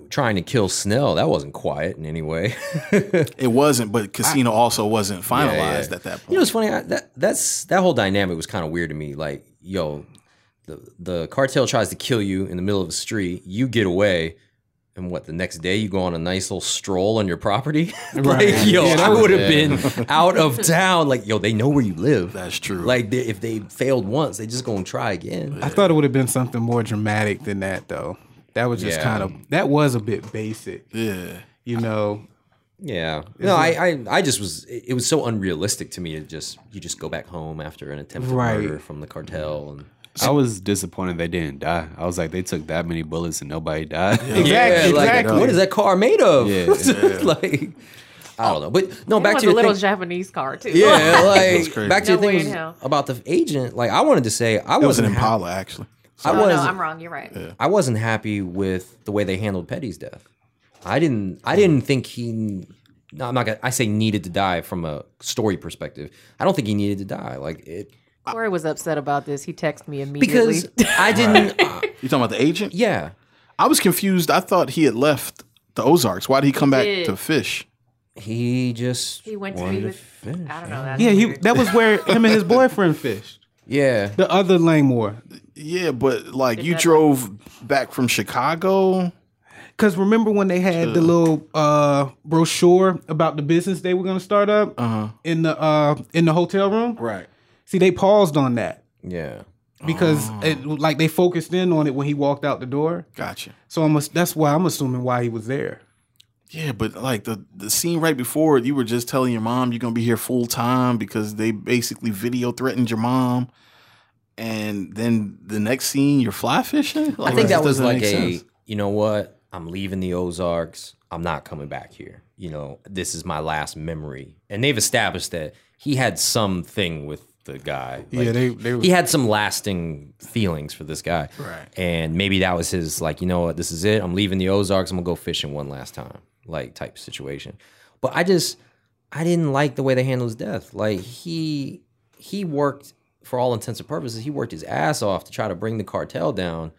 C: trying to kill Snell, that wasn't quiet in any way.
B: it wasn't, but casino also wasn't finalized
C: yeah.
B: at that point.
C: You know, it's funny. I, that that's that whole dynamic was kind of weird to me. Like, yo, the the cartel tries to kill you in the middle of the street. You get away, And what the next day you go on a nice little stroll on your property? like,
E: Right.
C: yo,
E: Yeah, that
C: I
E: was-
C: would have been out of town. Like, yo, they know where you live.
B: That's true.
C: Like, they, if they failed once, they just gonna try again.
E: I thought it would have been something more dramatic than that, though. That was just
C: Yeah.
E: kind of that was a bit basic,
B: yeah.
E: you know.
C: Yeah. No, I, I, I just was. It it was so unrealistic to me. It just you just go back home after an attempted
E: Right.
C: murder from the cartel, and
F: I was disappointed they didn't die. I was like, they took that many bullets and nobody died.
E: Exactly,
C: like,
E: exactly.
C: what is that car made of?
F: Yeah.
C: like, I don't know. But no, back
D: was
C: to your
D: a little
C: thing.
D: Japanese car too.
C: Yeah, like
B: crazy.
C: back to
D: No
C: your
D: way in
C: thing was
D: hell.
C: about the agent. Like, I wanted to say I
B: That was an
C: wasn't ha-
B: Impala, actually.
C: I
D: oh,
C: was.
D: no, I'm wrong. You're right.
C: I wasn't happy with the way they handled Petty's death. I didn't. I didn't think he. No, I'm not gonna. I say needed to die from a story perspective. I don't think he needed to die. Like it
D: Corey was upset about this. He texted me immediately.
C: because I didn't. uh,
B: You talking about the agent?
C: yeah,
B: I was confused. I thought he had left the Ozarks. Why did he come back
D: Yeah.
B: to fish?
C: he just
D: he went to
C: wanted
D: be with.
C: finish.
D: I don't know. That's
E: Yeah, he
D: weird.
E: that was where him and his boyfriend fished.
C: Yeah,
E: The other Langmore.
B: Yeah, but like you drove back from Chicago.
E: Because remember when they had the little uh, brochure about the business they were going to start up
F: Uh-huh.
E: in the uh, in the hotel room?
B: Right.
E: See, they paused on that
C: yeah.
E: because
F: Ah.
E: it, like they focused in on it when he walked out the door.
B: Gotcha.
E: So I'm ass- that's why I'm assuming why he was there.
B: Yeah, but like the, the scene right before it, you were just telling your mom you're gonna be here full time because they basically video threatened your mom. And then the next scene, you're fly fishing.
C: I
B: Like,
C: think
B: this
C: that was
B: doesn't
C: like
B: make
C: a.
B: sense.
C: You know what? I'm leaving the Ozarks. I'm not coming back here. You know, this is my last memory, and they've established that he had something with the guy. Like,
E: yeah, they they were
C: he had some lasting feelings for this guy. Right. And maybe that was his like, you know what, this is it. I'm leaving the Ozarks. I'm gonna go fishing one last time, like type situation. But I just I didn't like the way they handled his death. Like he he worked for all intents and purposes, he worked his ass off to try to bring the cartel down.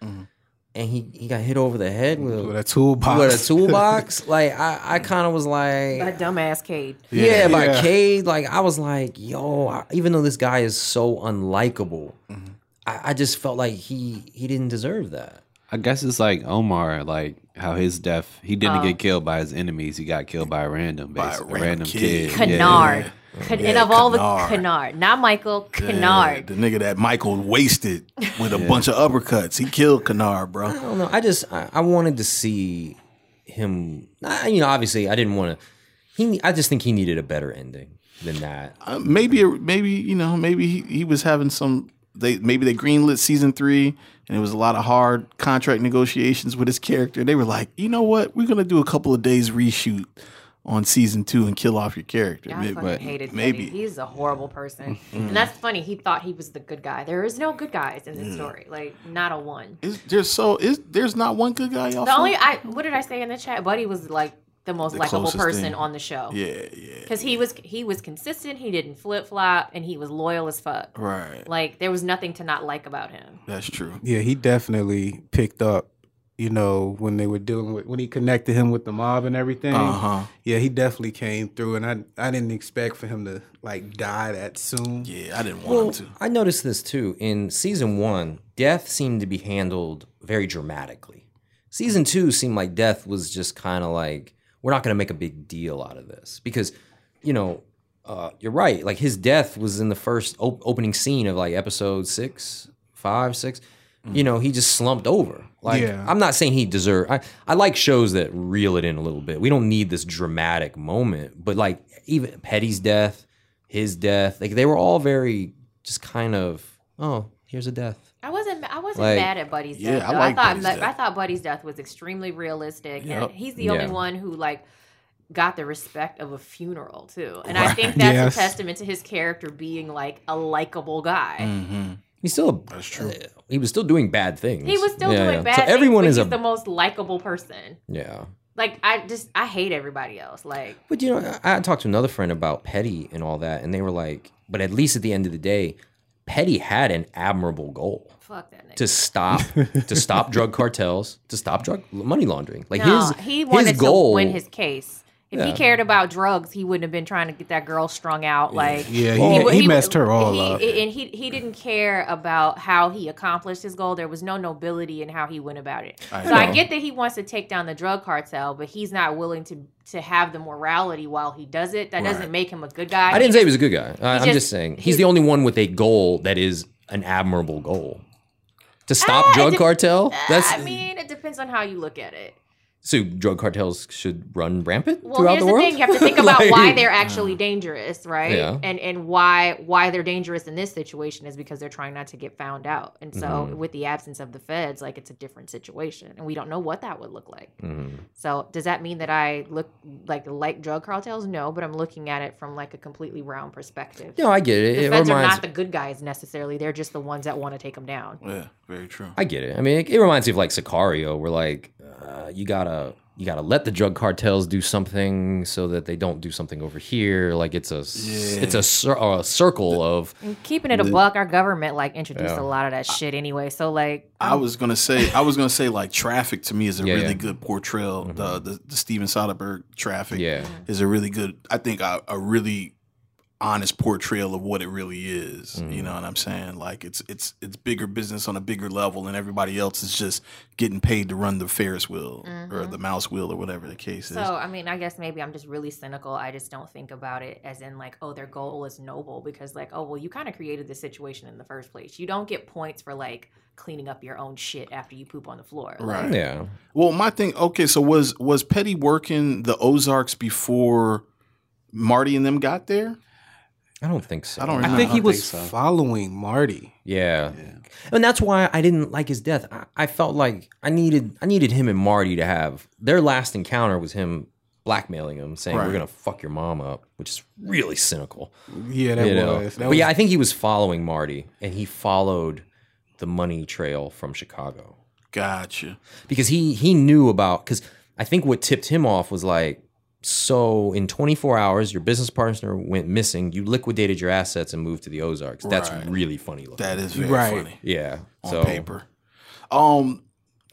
C: And he, he got hit over the head with,
E: Mm-hmm. with a toolbox.
C: with a toolbox. like I, I kind of was like
D: that dumbass Cade.
C: yeah, by
E: Yeah.
C: Cade. Like I was like, yo, I, even though this guy is so unlikable,
E: Mm-hmm.
C: I, I just felt like he he didn't deserve that.
F: I guess it's like Omar, like how his death, he didn't get killed by his enemies. He got killed by a random,
B: a
F: basically, a
B: random
F: random,
B: kid.
F: kid.
D: Canard. Can- and of all the
B: Kennard.
D: Canard, not Michael
B: Yeah,
D: Canard.
B: the nigga that Michael wasted with a bunch of uppercuts. He killed Kennard, bro.
C: I don't know. I just I, I wanted to see him. I, you know, obviously, I didn't want to. He, I just think he needed a better ending than that.
B: Uh, maybe maybe you know maybe he, he was having some they maybe they greenlit season three and it was a lot of hard contract negotiations with his character they were like you know what we're gonna do a couple of days reshoot on season two and kill off your character
D: Yeah, I
B: Maybe-
D: fucking hated
B: maybe.
D: maybe. He's a horrible person. And that's funny. He thought he was the good guy. There is no good guys in this story. Like, not a one.
B: is, there's so is there's not one good guy y'all
D: The only,
B: feel?
D: I what did I say in the chat? Buddy was like the most likable
B: closest
D: person
B: thing.
D: on the show.
B: yeah yeah
D: Because he was he was consistent, he didn't flip flop, and he was loyal as fuck.
B: right
D: Like there was nothing to not like about him.
B: that's true
E: Yeah, he definitely picked up, you know, when they were dealing with when he connected him with the mob and everything.
B: uh-huh
E: Yeah, he definitely came through and I I didn't expect for him to like die that soon.
B: yeah I didn't want him
C: Well,
B: to
C: I noticed this too. In season one, death seemed to be handled very dramatically. Season two seemed like death was just kind of like, we're not going to make a big deal out of this because, you know, uh, you're right. Like his death was in the first op- opening scene of like episode six, five, six.
B: Mm.
C: You know, he just slumped over. Like
E: Yeah.
C: I'm not saying he deserved. I I like shows that reel it in a little bit. We don't need this dramatic moment, but like even Petty's death, his death, like they were all very just kind of oh here's a death.
D: I wasn't I wasn't
C: Like,
D: mad at Buddy's
B: yeah,
D: death.
B: I
D: though.
B: like
D: I thought
B: Buddy's
D: I
B: death.
D: thought Buddy's death was extremely realistic,
B: Yep.
D: and he's the only
C: Yeah.
D: one who like got the respect of a funeral too. And I think that's
E: Yes.
D: a testament to his character being like a likable guy.
C: Mm.
B: Mm-hmm.
C: He's still that's true.
D: uh,
C: he was still doing bad things.
D: He was still
C: Yeah,
D: doing
C: yeah.
D: bad.
C: So
D: things,
C: everyone
D: but
C: is a
D: he's the most likable person.
C: yeah.
D: Like I just I hate everybody else. Like
C: But you know, I, I talked to another friend about Petty and all that, and they were like, but at least at the end of the day, Petty had an admirable goal.
D: fuck that nigga.
C: to stop to stop drug cartels to stop drug money laundering like
D: no,
C: his
D: he wanted
C: his goal
D: to win his case. If he
C: Yeah.
D: cared about drugs, he wouldn't have been trying to get that girl strung out. Like,
E: Yeah, he,
D: w-
E: he,
D: w-
E: messed her all
D: he-
E: up.
D: And he he didn't care about how he accomplished his goal. There was no nobility in how he went about it. so I
B: know.
D: get that he wants to take down the drug cartel, but he's not willing to to have the morality while he does it. That doesn't make him a good guy.
C: I didn't say he was a good guy. I, I'm
D: just-
C: just saying he's the only one with a goal that is an admirable goal to stop
D: Ah,
C: drug
D: it-
C: cartel. That's
D: I mean, it depends on how you look at it.
C: so drug cartels should run rampant
D: Well,
C: throughout
D: here's
C: the
D: the,
C: world.
D: thing: you have to think about
C: Like-
D: why they're actually dangerous, right?
C: Yeah.
D: And and why why they're dangerous in this situation is because they're trying not to get found out. And so,
C: Mm-hmm.
D: with the absence of the feds, like it's a different situation, and we don't know what that would look like.
C: Mhm.
D: So, does that mean that I look like like drug cartels? No, but I'm looking at it from like a completely round perspective.
C: No, I get it.
D: The
C: it
D: feds are
C: reminds-
D: not the good guys necessarily; they're just the ones that want to take them down.
B: Yeah, very true.
C: I get it. I mean, it, it reminds me of like Sicario, where like uh, you gotta you gotta let the drug cartels do something so that they don't do something over here. Like it's a s- it's a, cir- a circle of
D: And keeping it a buck, our government like introduced a lot of that shit anyway. So, like,
B: I was gonna say, I was gonna say, like traffic to me is a
C: Yeah,
B: really
C: yeah.
B: good portrayal. The, the the Steven Soderbergh traffic,
C: Yeah.
B: is a really good. I think a, a really honest portrayal of what it really is.
C: Mm-hmm.
B: You know what I'm saying? Like it's it's it's bigger business on a bigger level, and everybody else is just getting paid to run the Ferris wheel or the mouse wheel or whatever the case is.
D: So I mean, I guess maybe I'm just really cynical. I just don't think about it as in like, oh, their goal is noble because like, oh, well, you kind of created this situation in the first place. You don't get points for like cleaning up your own shit after you poop on the floor. Like,
B: right.
C: yeah.
B: Well, my thing. Okay, so was was Petty working the Ozarks before Marty and them got there?
C: I don't think so.
B: I don't
E: I
B: remember.
E: think
F: I
E: he
F: don't
E: was
F: think so.
E: following Marty.
C: Yeah. And that's why I didn't like his death. I, I felt like I needed I needed him and Marty to have their last encounter was him blackmailing him, saying
B: Right.
C: we're gonna fuck your mom up, which is really cynical.
E: Yeah, that
C: you know?
E: was. That
C: but
E: was
C: yeah, I think he was following Marty and he followed the money trail from Chicago.
B: Gotcha.
C: Because he he knew about because I think what tipped him off was like so in 24 hours your business partner went missing you liquidated your assets and moved to the ozarks that's
B: Right.
C: really funny looking
B: That is very
E: Right.
B: funny.
C: yeah
B: on
C: so
B: paper. Um,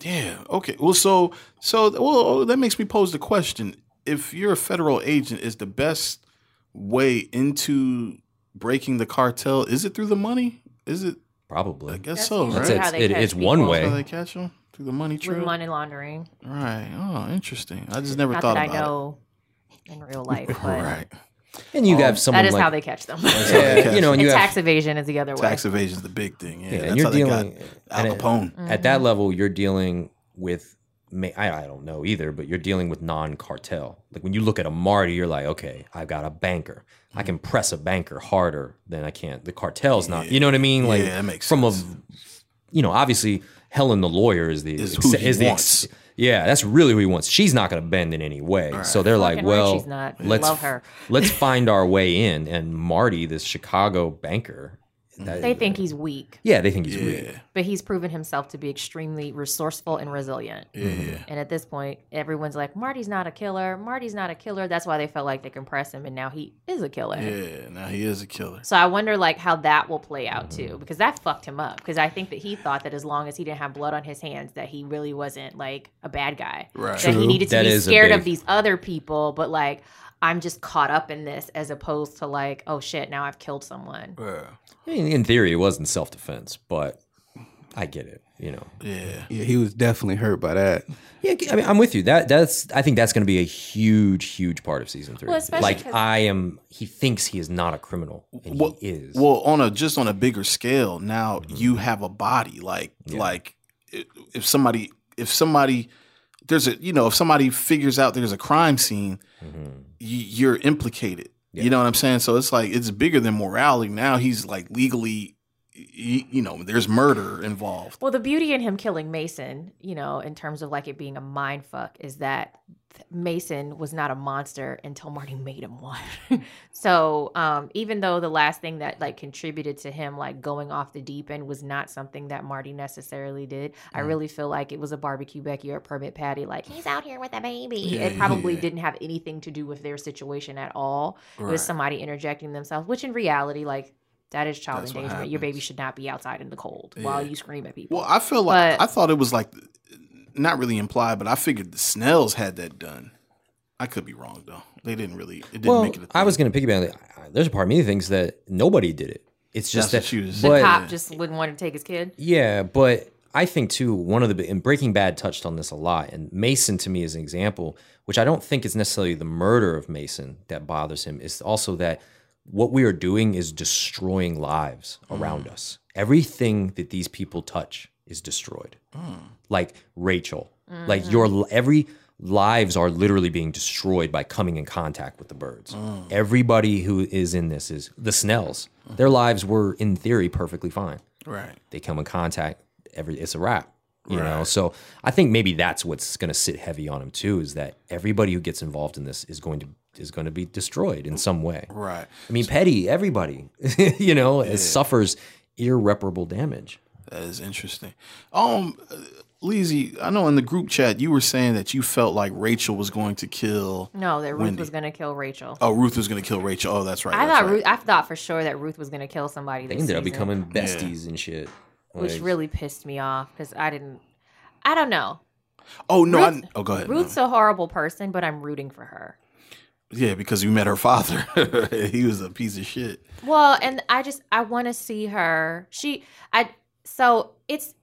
B: yeah. Okay. Well, so so well oh, that makes me pose the question: If you're a federal agent, is the best way into breaking the cartel is it through the money? Is it?
C: probably
B: I guess so.
D: usually
C: That's
B: right?
C: it.
D: how they
C: It-
D: catch
C: it's one
D: people.
C: way.
B: How they catch them through the money
D: with
B: trail.
D: money laundering.
B: Right. Oh, interesting. I just never
D: Not
B: thought
D: that I
B: about
D: know in real life, but
B: it. Right.
C: And you have someone
D: that is
C: like,
D: how they catch them.
B: how they catch
C: you know, and
D: and
C: you
D: tax
C: have
D: evasion is the other way.
B: Tax evasion's the big thing. Yeah.
C: yeah,
B: that's
C: and you're
B: how they
C: dealing
B: got Al
C: and it-
B: Capone.
D: Mm-hmm.
C: at that level. You're dealing with ma- I, I don't know either, but you're dealing with non-cartel. Like when you look at a Marty, you're like, okay, I've got a banker.
B: Mm-hmm.
C: I can press a banker harder than I can. The cartel's not. You know what I mean? Like
B: Yeah, that makes
C: from
B: sense.
C: a you know obviously Helen the lawyer is the
B: Is who he
C: the
B: wants.
C: yeah, that's really who he wants. She's not going to bend in any way. So they're like,
D: Fucking right
C: well,
D: she's not. I
C: let's
D: love her.
C: let's find our way in. And Marty, this Chicago banker, that-
D: They think he's weak,
C: yeah, they think he's weak.
B: Yeah.
D: but he's proven himself to be extremely resourceful and resilient.
B: Yeah. yeah.
D: And at this point, everyone's like, Marty's not a killer. Marty's not a killer. That's why they felt like they can press him, and now he is a killer.
B: Yeah. Now he is a killer.
D: So I wonder, like, how that will play out
B: Mm-hmm.
D: too, because that fucked him up. Because I think that he thought that as long as he didn't have blood on his hands, that he really wasn't like a bad guy.
B: Right.
D: That he needed to
C: That
D: be
C: is a
D: scared of
C: big-
D: these other people, but like, I'm just caught up in this, as opposed to like, oh shit, now I've killed someone.
B: Yeah.
C: I mean, in theory, it was in self defense, but I get it. You know,
B: Yeah.
E: yeah, he was definitely hurt by that.
C: yeah. I mean, I'm with you. That that's. I think that's going to be a huge, huge part of season three.
D: Well, especially
C: like
D: 'cause-
C: I am. He thinks he is not a criminal, and
B: Well-
C: he is.
B: Well, on a just on a bigger scale, now
C: Mm-hmm.
B: you have a body like like i- if somebody if somebody there's a you know if somebody figures out there's a crime scene,
C: Mm-hmm.
B: you, you're implicated. You know what I'm saying? So it's like it's bigger than morality. Now he's like legally, y- you know, there's murder involved.
D: Well, the beauty in him killing Mason, you know, in terms of like it being a mind fuck, is that th- Mason was not a monster until Marty made him one. so um, even though the last thing that like contributed to him like going off the deep end was not something that Marty necessarily did, I really feel like it was a barbecue Becky or a permit Patty. Like he's out here with a baby. it probably didn't have anything to do with their situation at all. It was somebody interjecting themselves, which in reality, like. That is child
B: That's what
D: endangerment. Your baby
B: happens.
D: should not be outside in the cold while you scream at people.
B: Well, I feel like
D: But-
B: I thought it was like not really implied, but I figured the Snells had that done. I could be wrong though. They didn't really. It didn't
C: Well,
B: make it. a
C: I was
B: thing.
C: going to piggyback. on that. There's a part of me that thinks that nobody did it. It's just
B: That's
C: that
B: what she was
C: but-
B: saying.
D: Cop just wouldn't want to take his kid.
C: Yeah, but I think too one of the and Breaking Bad touched on this a lot, and Mason to me is an example, which I don't think is necessarily the murder of Mason that bothers him. It's also that what we are doing is destroying lives around us. Everything that these people touch is destroyed. Like Rachel, like your every lives are literally being destroyed by coming in contact with the birds. Everybody who is in this is the Snells. Their lives were in theory perfectly fine
B: right.
C: they come in contact every it's a wrap you know so i think maybe that's what's going to sit heavy on him too is that everybody who gets involved in this is going to is going to be destroyed in some way
B: Right.
C: i mean petty everybody you know it suffers irreparable damage
B: That is interesting. Um, Leezy, I know in the group chat you were saying that you felt like Rachel was going to kill.
D: No, that Ruth
B: Wendy.
D: was gonna kill Rachel.
B: Oh, Ruth was going to kill Rachel. Oh, that's right.
D: I
B: that's
D: thought
B: right.
D: Ruth, I thought for sure that Ruth was gonna kill somebody.
C: they
D: This
C: ended up
D: season,
C: becoming besties and shit
D: which
C: Like,
D: really pissed me off because I didn't. I don't know.
B: Oh no!
D: Ruth-
B: I, oh, go ahead.
D: Ruth's
B: no.
D: a horrible person, but I'm rooting for her.
B: Yeah, because you met her father. he was a piece of shit.
D: Well, and I just I want to see her. She I so it's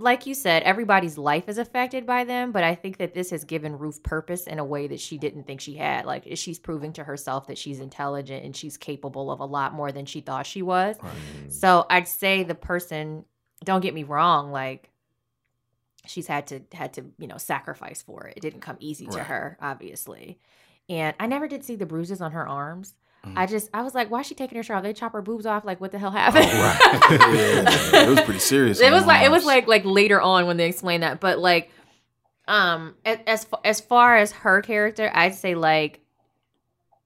D: like you said, everybody's life is affected by them, but I think that this has given Ruth purpose in a way that she didn't think she had. Like she's proving to herself that she's intelligent and she's capable of a lot more than she thought she was.
B: Mm.
D: So I'd say the person, don't get me wrong, like she's had to had to, you know, sacrifice for it. It didn't come easy to
B: Right.
D: her, obviously. And I never did see the bruises on her arms.
B: Mhm.
D: I just I was like, why is she taking her shirt off? They chop her boobs off. Like, what the hell happened?
B: Oh, Yeah, it was pretty serious.
D: it
B: on
D: was
B: the
D: like it was
B: moms.
D: like like later on when they explained that but like um a- as fa- as far as her character i'd say like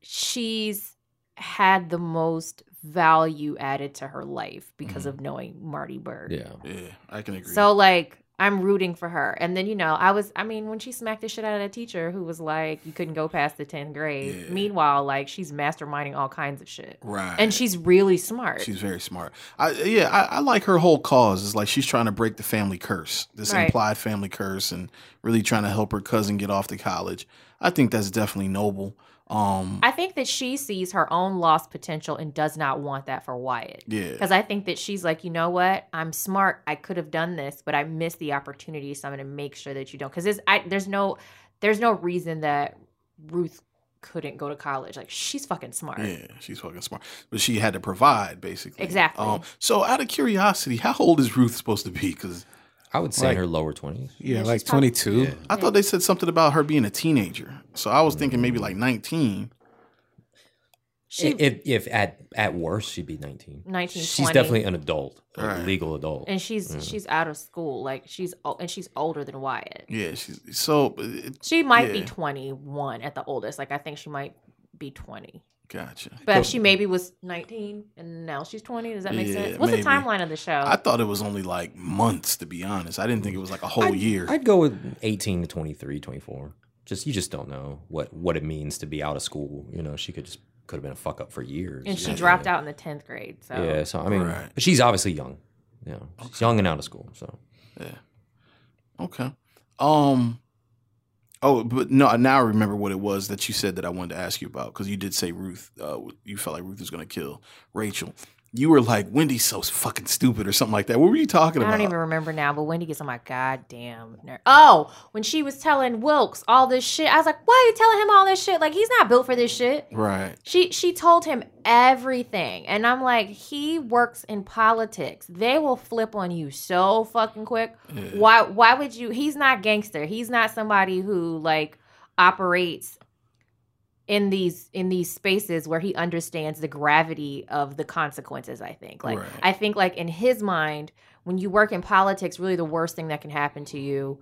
D: she's had the most value added to her life because of knowing marty bird
C: yeah
B: Mm-hmm. Yeah, I can agree.
D: so like i'm rooting for her and then you know i was i mean when she smacked the shit out of that teacher who was like you couldn't go past the 10th grade
B: Yeah.
D: meanwhile like she's masterminding all kinds of shit
B: right.
D: and she's really smart
B: She's very smart. I yeah, I, I like her whole cause. It's like she's trying to break the family curse, this
D: Right.
B: implied family curse, and really trying to help her cousin get off to college. I think that's definitely noble. Um,
D: I think that she sees her own lost potential and does not want that for Wyatt.
B: yeah,
D: Because I think that she's like, you know what? I'm smart. I could have done this, but I missed the opportunity. So I'm going to make sure that you don't. Because there's no, there's no reason that Ruth couldn't go to college. Like she's fucking smart.
B: yeah, she's fucking smart, but she had to provide basically.
D: Exactly.
B: Um, so out of curiosity, how old is Ruth supposed to be? Because
C: i would say
E: Like-
C: in her lower 20s
E: Yeah,
D: Yeah,
E: like
D: she's probably-
E: 22.
B: I thought they said something about her being a teenager. So I was thinking maybe like nineteen.
D: She
C: if, if at at worst she'd be 19
D: 19,
C: she's
D: 20.
C: definitely an adult a
B: Right.
C: legal adult
D: and she's
B: Mm.
D: she's out of school. Like she's o- and she's older than Wyatt.
B: Yeah, she's so uh, it,
D: She might be
B: Yeah.
D: 21 at the oldest. Like I think she might be 20.
B: gotcha.
D: But if she maybe was 19 and now she's 20, does that make
B: Yeah,
D: sense? What's
B: maybe.
D: the timeline of the show?
B: I thought it was only like months, to be honest. I didn't think it was like a whole
C: I'd,
B: year.
C: I'd go with 18 to 23, 24. Just you just don't know what what it means to be out of school. You know, she could just could have been a fuck up for years.
D: and she dropped out in the 10th grade. So
C: Yeah, so I mean,
B: Right.
C: but she's obviously young. You know, she's young and out of school. So
B: Okay. Um. Oh, but no. Now I remember what it was that you said that I wanted to ask you about because you did say Ruth. Uh, you felt like Ruth was going to kill Rachel. You were like Wendy's so fucking stupid or something like that. What were you talking
D: I
B: about?
D: don't even remember now, but Wendy gets on my goddamn nerve. Oh, when she was telling Wilkes all this shit, I was like, why are you telling him all this shit? Like, he's not built for this shit.
B: Right.
D: She she told him everything. And I'm like, he works in politics. They will flip on you so fucking quick. Why why would you he's not gangster. He's not somebody who like operates in these in these spaces where he understands the gravity of the consequences, I think. Like
B: Right.
D: I think like in his mind, when you work in politics, really the worst thing that can happen to you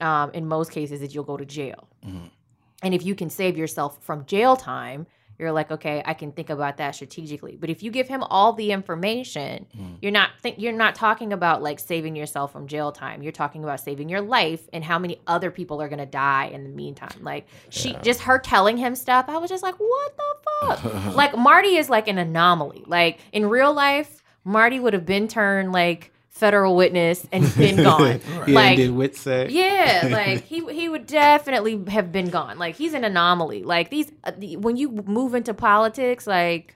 D: um, in most cases is you'll go to jail.
B: Mhm.
D: And if you can save yourself from jail time, you're like, okay, I can think about that strategically. But if you give him all the information,
B: Mhm.
D: you're not think you're not talking about like saving yourself from jail time. You're talking about saving your life and how many other people are gonna die in the meantime. Like she just her telling him stuff, I was just like, what the fuck? like Marty is like an anomaly. Like in real life, Marty would have been turned like federal witness and been gone.
E: yeah,
D: like,
E: and did Wit say?
D: yeah, like he he would definitely have been gone. Like he's an anomaly. Like these uh, the- when you move into politics, like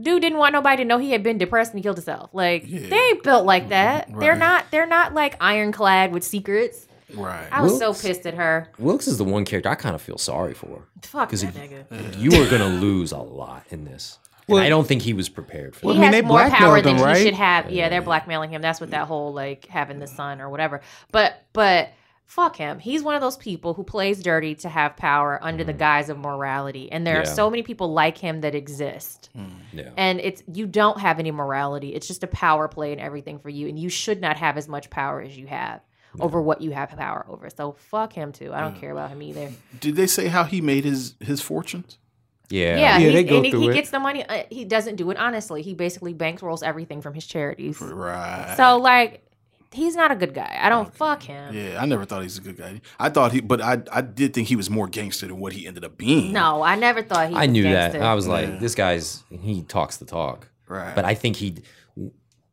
D: dude didn't want nobody to know he had been depressed and he killed himself. Like they ain't built like that. They're
B: Right.
D: not they're not like ironclad with secrets.
B: Right.
D: I was
C: Wilkes.
D: so pissed at her.
C: Wilkes is the one character I kind of feel sorry for.
D: Fuck that
C: Because
D: nigga.
C: you are going to lose a lot in this. And
E: Well-
C: I don't think he was prepared for
D: He
E: Well,
C: that.
E: I mean,
D: has
E: they
D: more power
E: blackmailed
D: than
E: him,
D: he
E: right?
D: should have. Yeah, they're blackmailing him. That's what that whole like having the son or whatever. But but fuck him. He's one of those people who plays dirty to have power under the guise of morality. And there are
C: Yeah.
D: so many people like him that exist.
C: Yeah.
D: And it's you don't have any morality. It's just a power play and everything for you. And you should not have as much power as you have over what you have power over. So fuck him too. I don't
E: Mm.
D: care about him either.
B: Did they say how he made his his fortunes?
D: Yeah,
C: Yeah.
E: Yeah,
D: he's-
E: they go
D: and he,
E: through
D: he
E: it.
D: gets the money. Uh, he doesn't do it honestly. He basically bankrolls everything from his charities.
B: Right.
D: So like, he's not a good guy. I don't fuck him.
B: yeah, I never thought he was a good guy. I thought he, but I I did think he was more gangster than what he ended up being.
D: No, I never thought he.
C: I
D: was
C: knew
D: gangster.
C: that. I was like, this guy's, he talks the talk.
B: Right.
C: But I think he,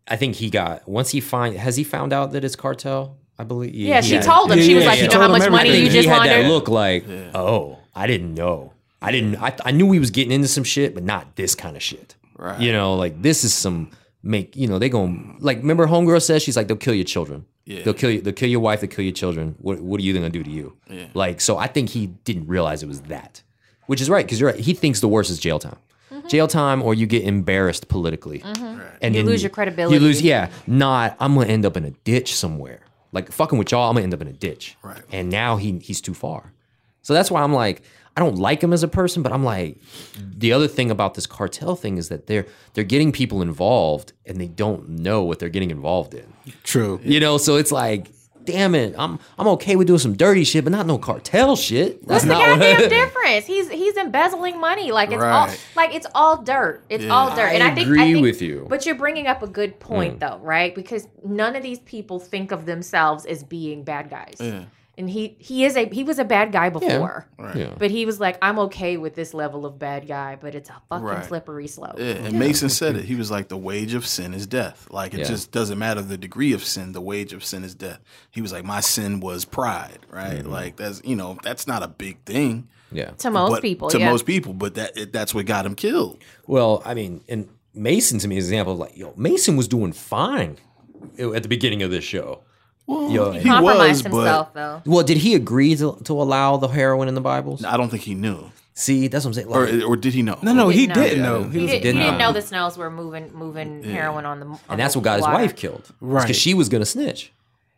C: I think he got, once he find, has he found out that it's cartel? I believe.
D: yeah,
C: he
D: she
C: had-
D: told him.
E: Yeah,
D: she was
E: yeah,
D: like,
E: she
D: you know how
E: told him
D: much money
E: everything.
D: you
C: think he
D: just
C: had that
D: laundered.
C: look like, oh, I didn't know. I didn't. I, I knew he was getting into some shit, but not this kind of shit.
B: Right.
C: You know, like this is some make. You know, they going like. Remember, homegirl says she's like, they'll kill your children.
B: Yeah.
C: They'll kill you. They'll kill your wife. They'll kill your children. What What are you gonna do to you?
B: Yeah.
C: Like, so I think he didn't realize it was that, which is right because you're right. He thinks the worst is jail time. Jail time, or you get embarrassed politically, and
D: Mm-hmm. You
C: then
D: lose your credibility.
C: You lose, yeah. Not, I'm gonna end up in a ditch somewhere. Like fucking with y'all, I'm gonna end up in a ditch.
B: Right.
C: And now he he's too far. So that's why I'm like, I don't like him as a person, but I'm like, the other thing about this cartel thing is that they're they're getting people involved and they don't know what they're getting involved in.
E: True.
C: You know, so it's like, damn it, I'm I'm okay with doing some dirty shit, but not no cartel shit.
D: What's
C: That's
D: the
C: not what-
D: goddamn difference? He's he's embezzling money. Like it's all
B: Right.
D: like it's all dirt. It's all dirt.
C: I
D: And I think I
C: agree
D: think-
C: with you. Mm.
D: But you're bringing up a good point though, right? Because none of these people think of themselves as being bad guys. And he he is a he was a bad guy before.
C: Yeah.
D: But he was like, I'm okay with this level of bad guy, but it's a fucking
B: Right.
D: slippery slope.
B: Yeah, and Mason said it. He was like, "The wage of sin is death. Like it
C: Yeah.
B: just doesn't matter the degree of sin. The wage of sin is death." He was like, "My sin was pride, right? Like that's you know that's not a big thing
C: Yeah.
D: To most
B: but-
D: people,
B: To
D: yeah.
B: most people, but that it, that's what got him killed.
C: Well, I mean, and Mason to me is an example of like, yo, Mason was doing fine at the beginning of this show.
B: Well,
C: Yo,
B: he,
C: He
D: compromised
B: was,
D: himself though.
C: Well, did he agree to, to allow the heroin in the Bibles?
B: but I don't think he knew,
C: See, that's what I'm saying. Like,
B: or or did he know?
E: No, no, he
D: didn't know.
E: didn't know. He
D: He,
E: was
D: did,
C: didn't
D: not
C: know.
D: know the Snells were moving moving heroin on the on
C: and that's
D: the
C: what got his
D: water.
C: wife killed,
E: Right.
C: Because she was gonna snitch.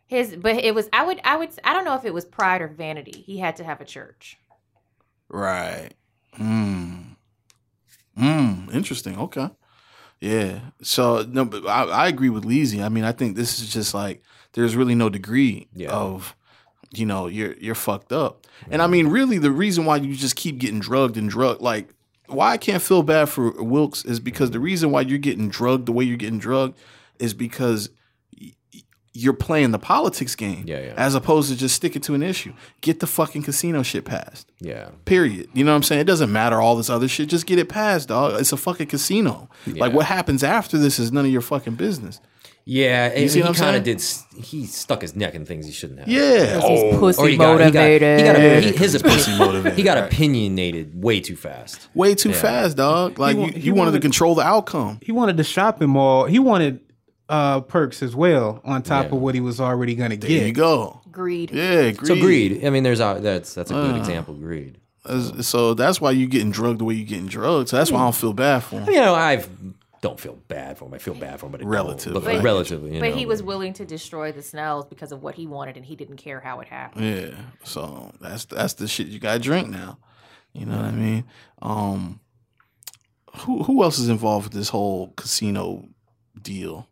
D: His, but it was I would I would I don't know if it was pride or vanity. He had to have a church.
B: Right. Hmm. Hmm. Interesting. Okay. Yeah. So no, but I, I agree with Leezy. I mean, I think this is just like there's really no degree
C: Yeah.
B: of you know you're you're fucked up. And I mean, really, the reason why you just keep getting drugged and drugged, like why I can't feel bad for Wilkes is because the reason why you're getting drugged the way you're getting drugged is because y- y- you're playing the politics game
C: Yeah, yeah.
B: as opposed to just sticking to an issue. Get the fucking casino shit passed.
C: Yeah,
B: Period. You know what I'm saying? It doesn't matter all this other shit. Just get it passed, dog. It's a fucking casino. Like what happens after this is none of your fucking business.
C: yeah. and
B: see
C: he
B: what I'm
C: kind
B: saying?
C: of did. s- He stuck his neck in things he shouldn't have.
B: Yeah. Oh,
C: Or he got, he got, he got a, he, his
B: pussy
C: opinion,
B: motivated.
C: he got opinionated way too fast.
B: way too fast, dog. Like
E: wa-
B: you,
E: he
B: you wanted to
E: wanted-
B: control the outcome.
E: He wanted the shopping mall. He wanted uh, perks as well on top of what he was already going to get.
B: There you go.
D: Greed.
B: Yeah. Greed.
C: So greed. I mean, there's a, that's that's a good example. of Greed.
B: That's- So that's why you getting drugged the way you getting drugged. So that's why I don't feel bad for him.
C: You know, I don't feel bad for him. I feel bad for him, but I don't.
B: Relative,
C: But,
B: right.
C: relatively. you
D: But he
C: know.
D: was willing to destroy the Snells because of what he wanted, and he didn't care how it happened.
B: Yeah. So that's that's the shit you gotta drink now. You know what I mean? Um who who else is involved with this whole casino deal?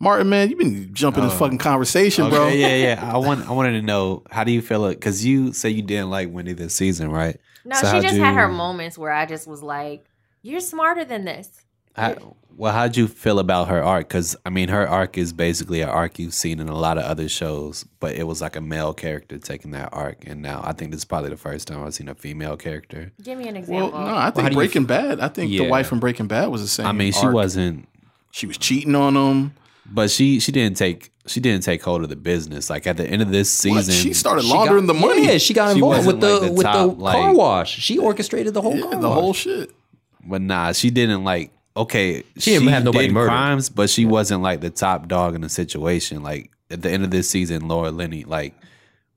B: Martin, man, you've been jumping this fucking conversation,
F: Uh, Okay,
B: bro.
F: yeah, yeah. I want I wanted to know how do you feel it because you say you didn't like Wendy this season, right?
D: No,
F: So
D: she
F: how'd
D: just had her
F: you-
D: moments where I just was like, "You're smarter than this."
F: How, well, how'd you feel about her arc? Because I mean, her arc is basically an arc you've seen in a lot of other shows, but it was like a male character taking that arc, and now I think this is probably the first time I've seen a female character.
D: Give me an
B: Well,
D: example.
B: no, I think
C: how do you
B: Breaking Bad. I think
C: Yeah.
B: the wife from Breaking Bad was the same.
F: I mean, she
B: arc.
F: wasn't.
B: She was cheating on him.
F: But she she didn't take she didn't take hold of the business. Like at the end of this
B: What?
F: season,
B: She started
F: she
B: laundering
F: got-
B: the money.
C: Yeah, she got
F: She
C: involved
F: wasn't,
C: with the,
F: like, the
C: with
F: top,
C: the
F: like-
C: car wash. She orchestrated the whole
B: Yeah,
C: car
B: the
C: wash.
B: whole shit.
F: But nah, she didn't like. Okay,
C: She didn't have nobody murdered.
F: crimes, but she wasn't like the top dog in the situation. Like at the end of this season, Laura Linney, like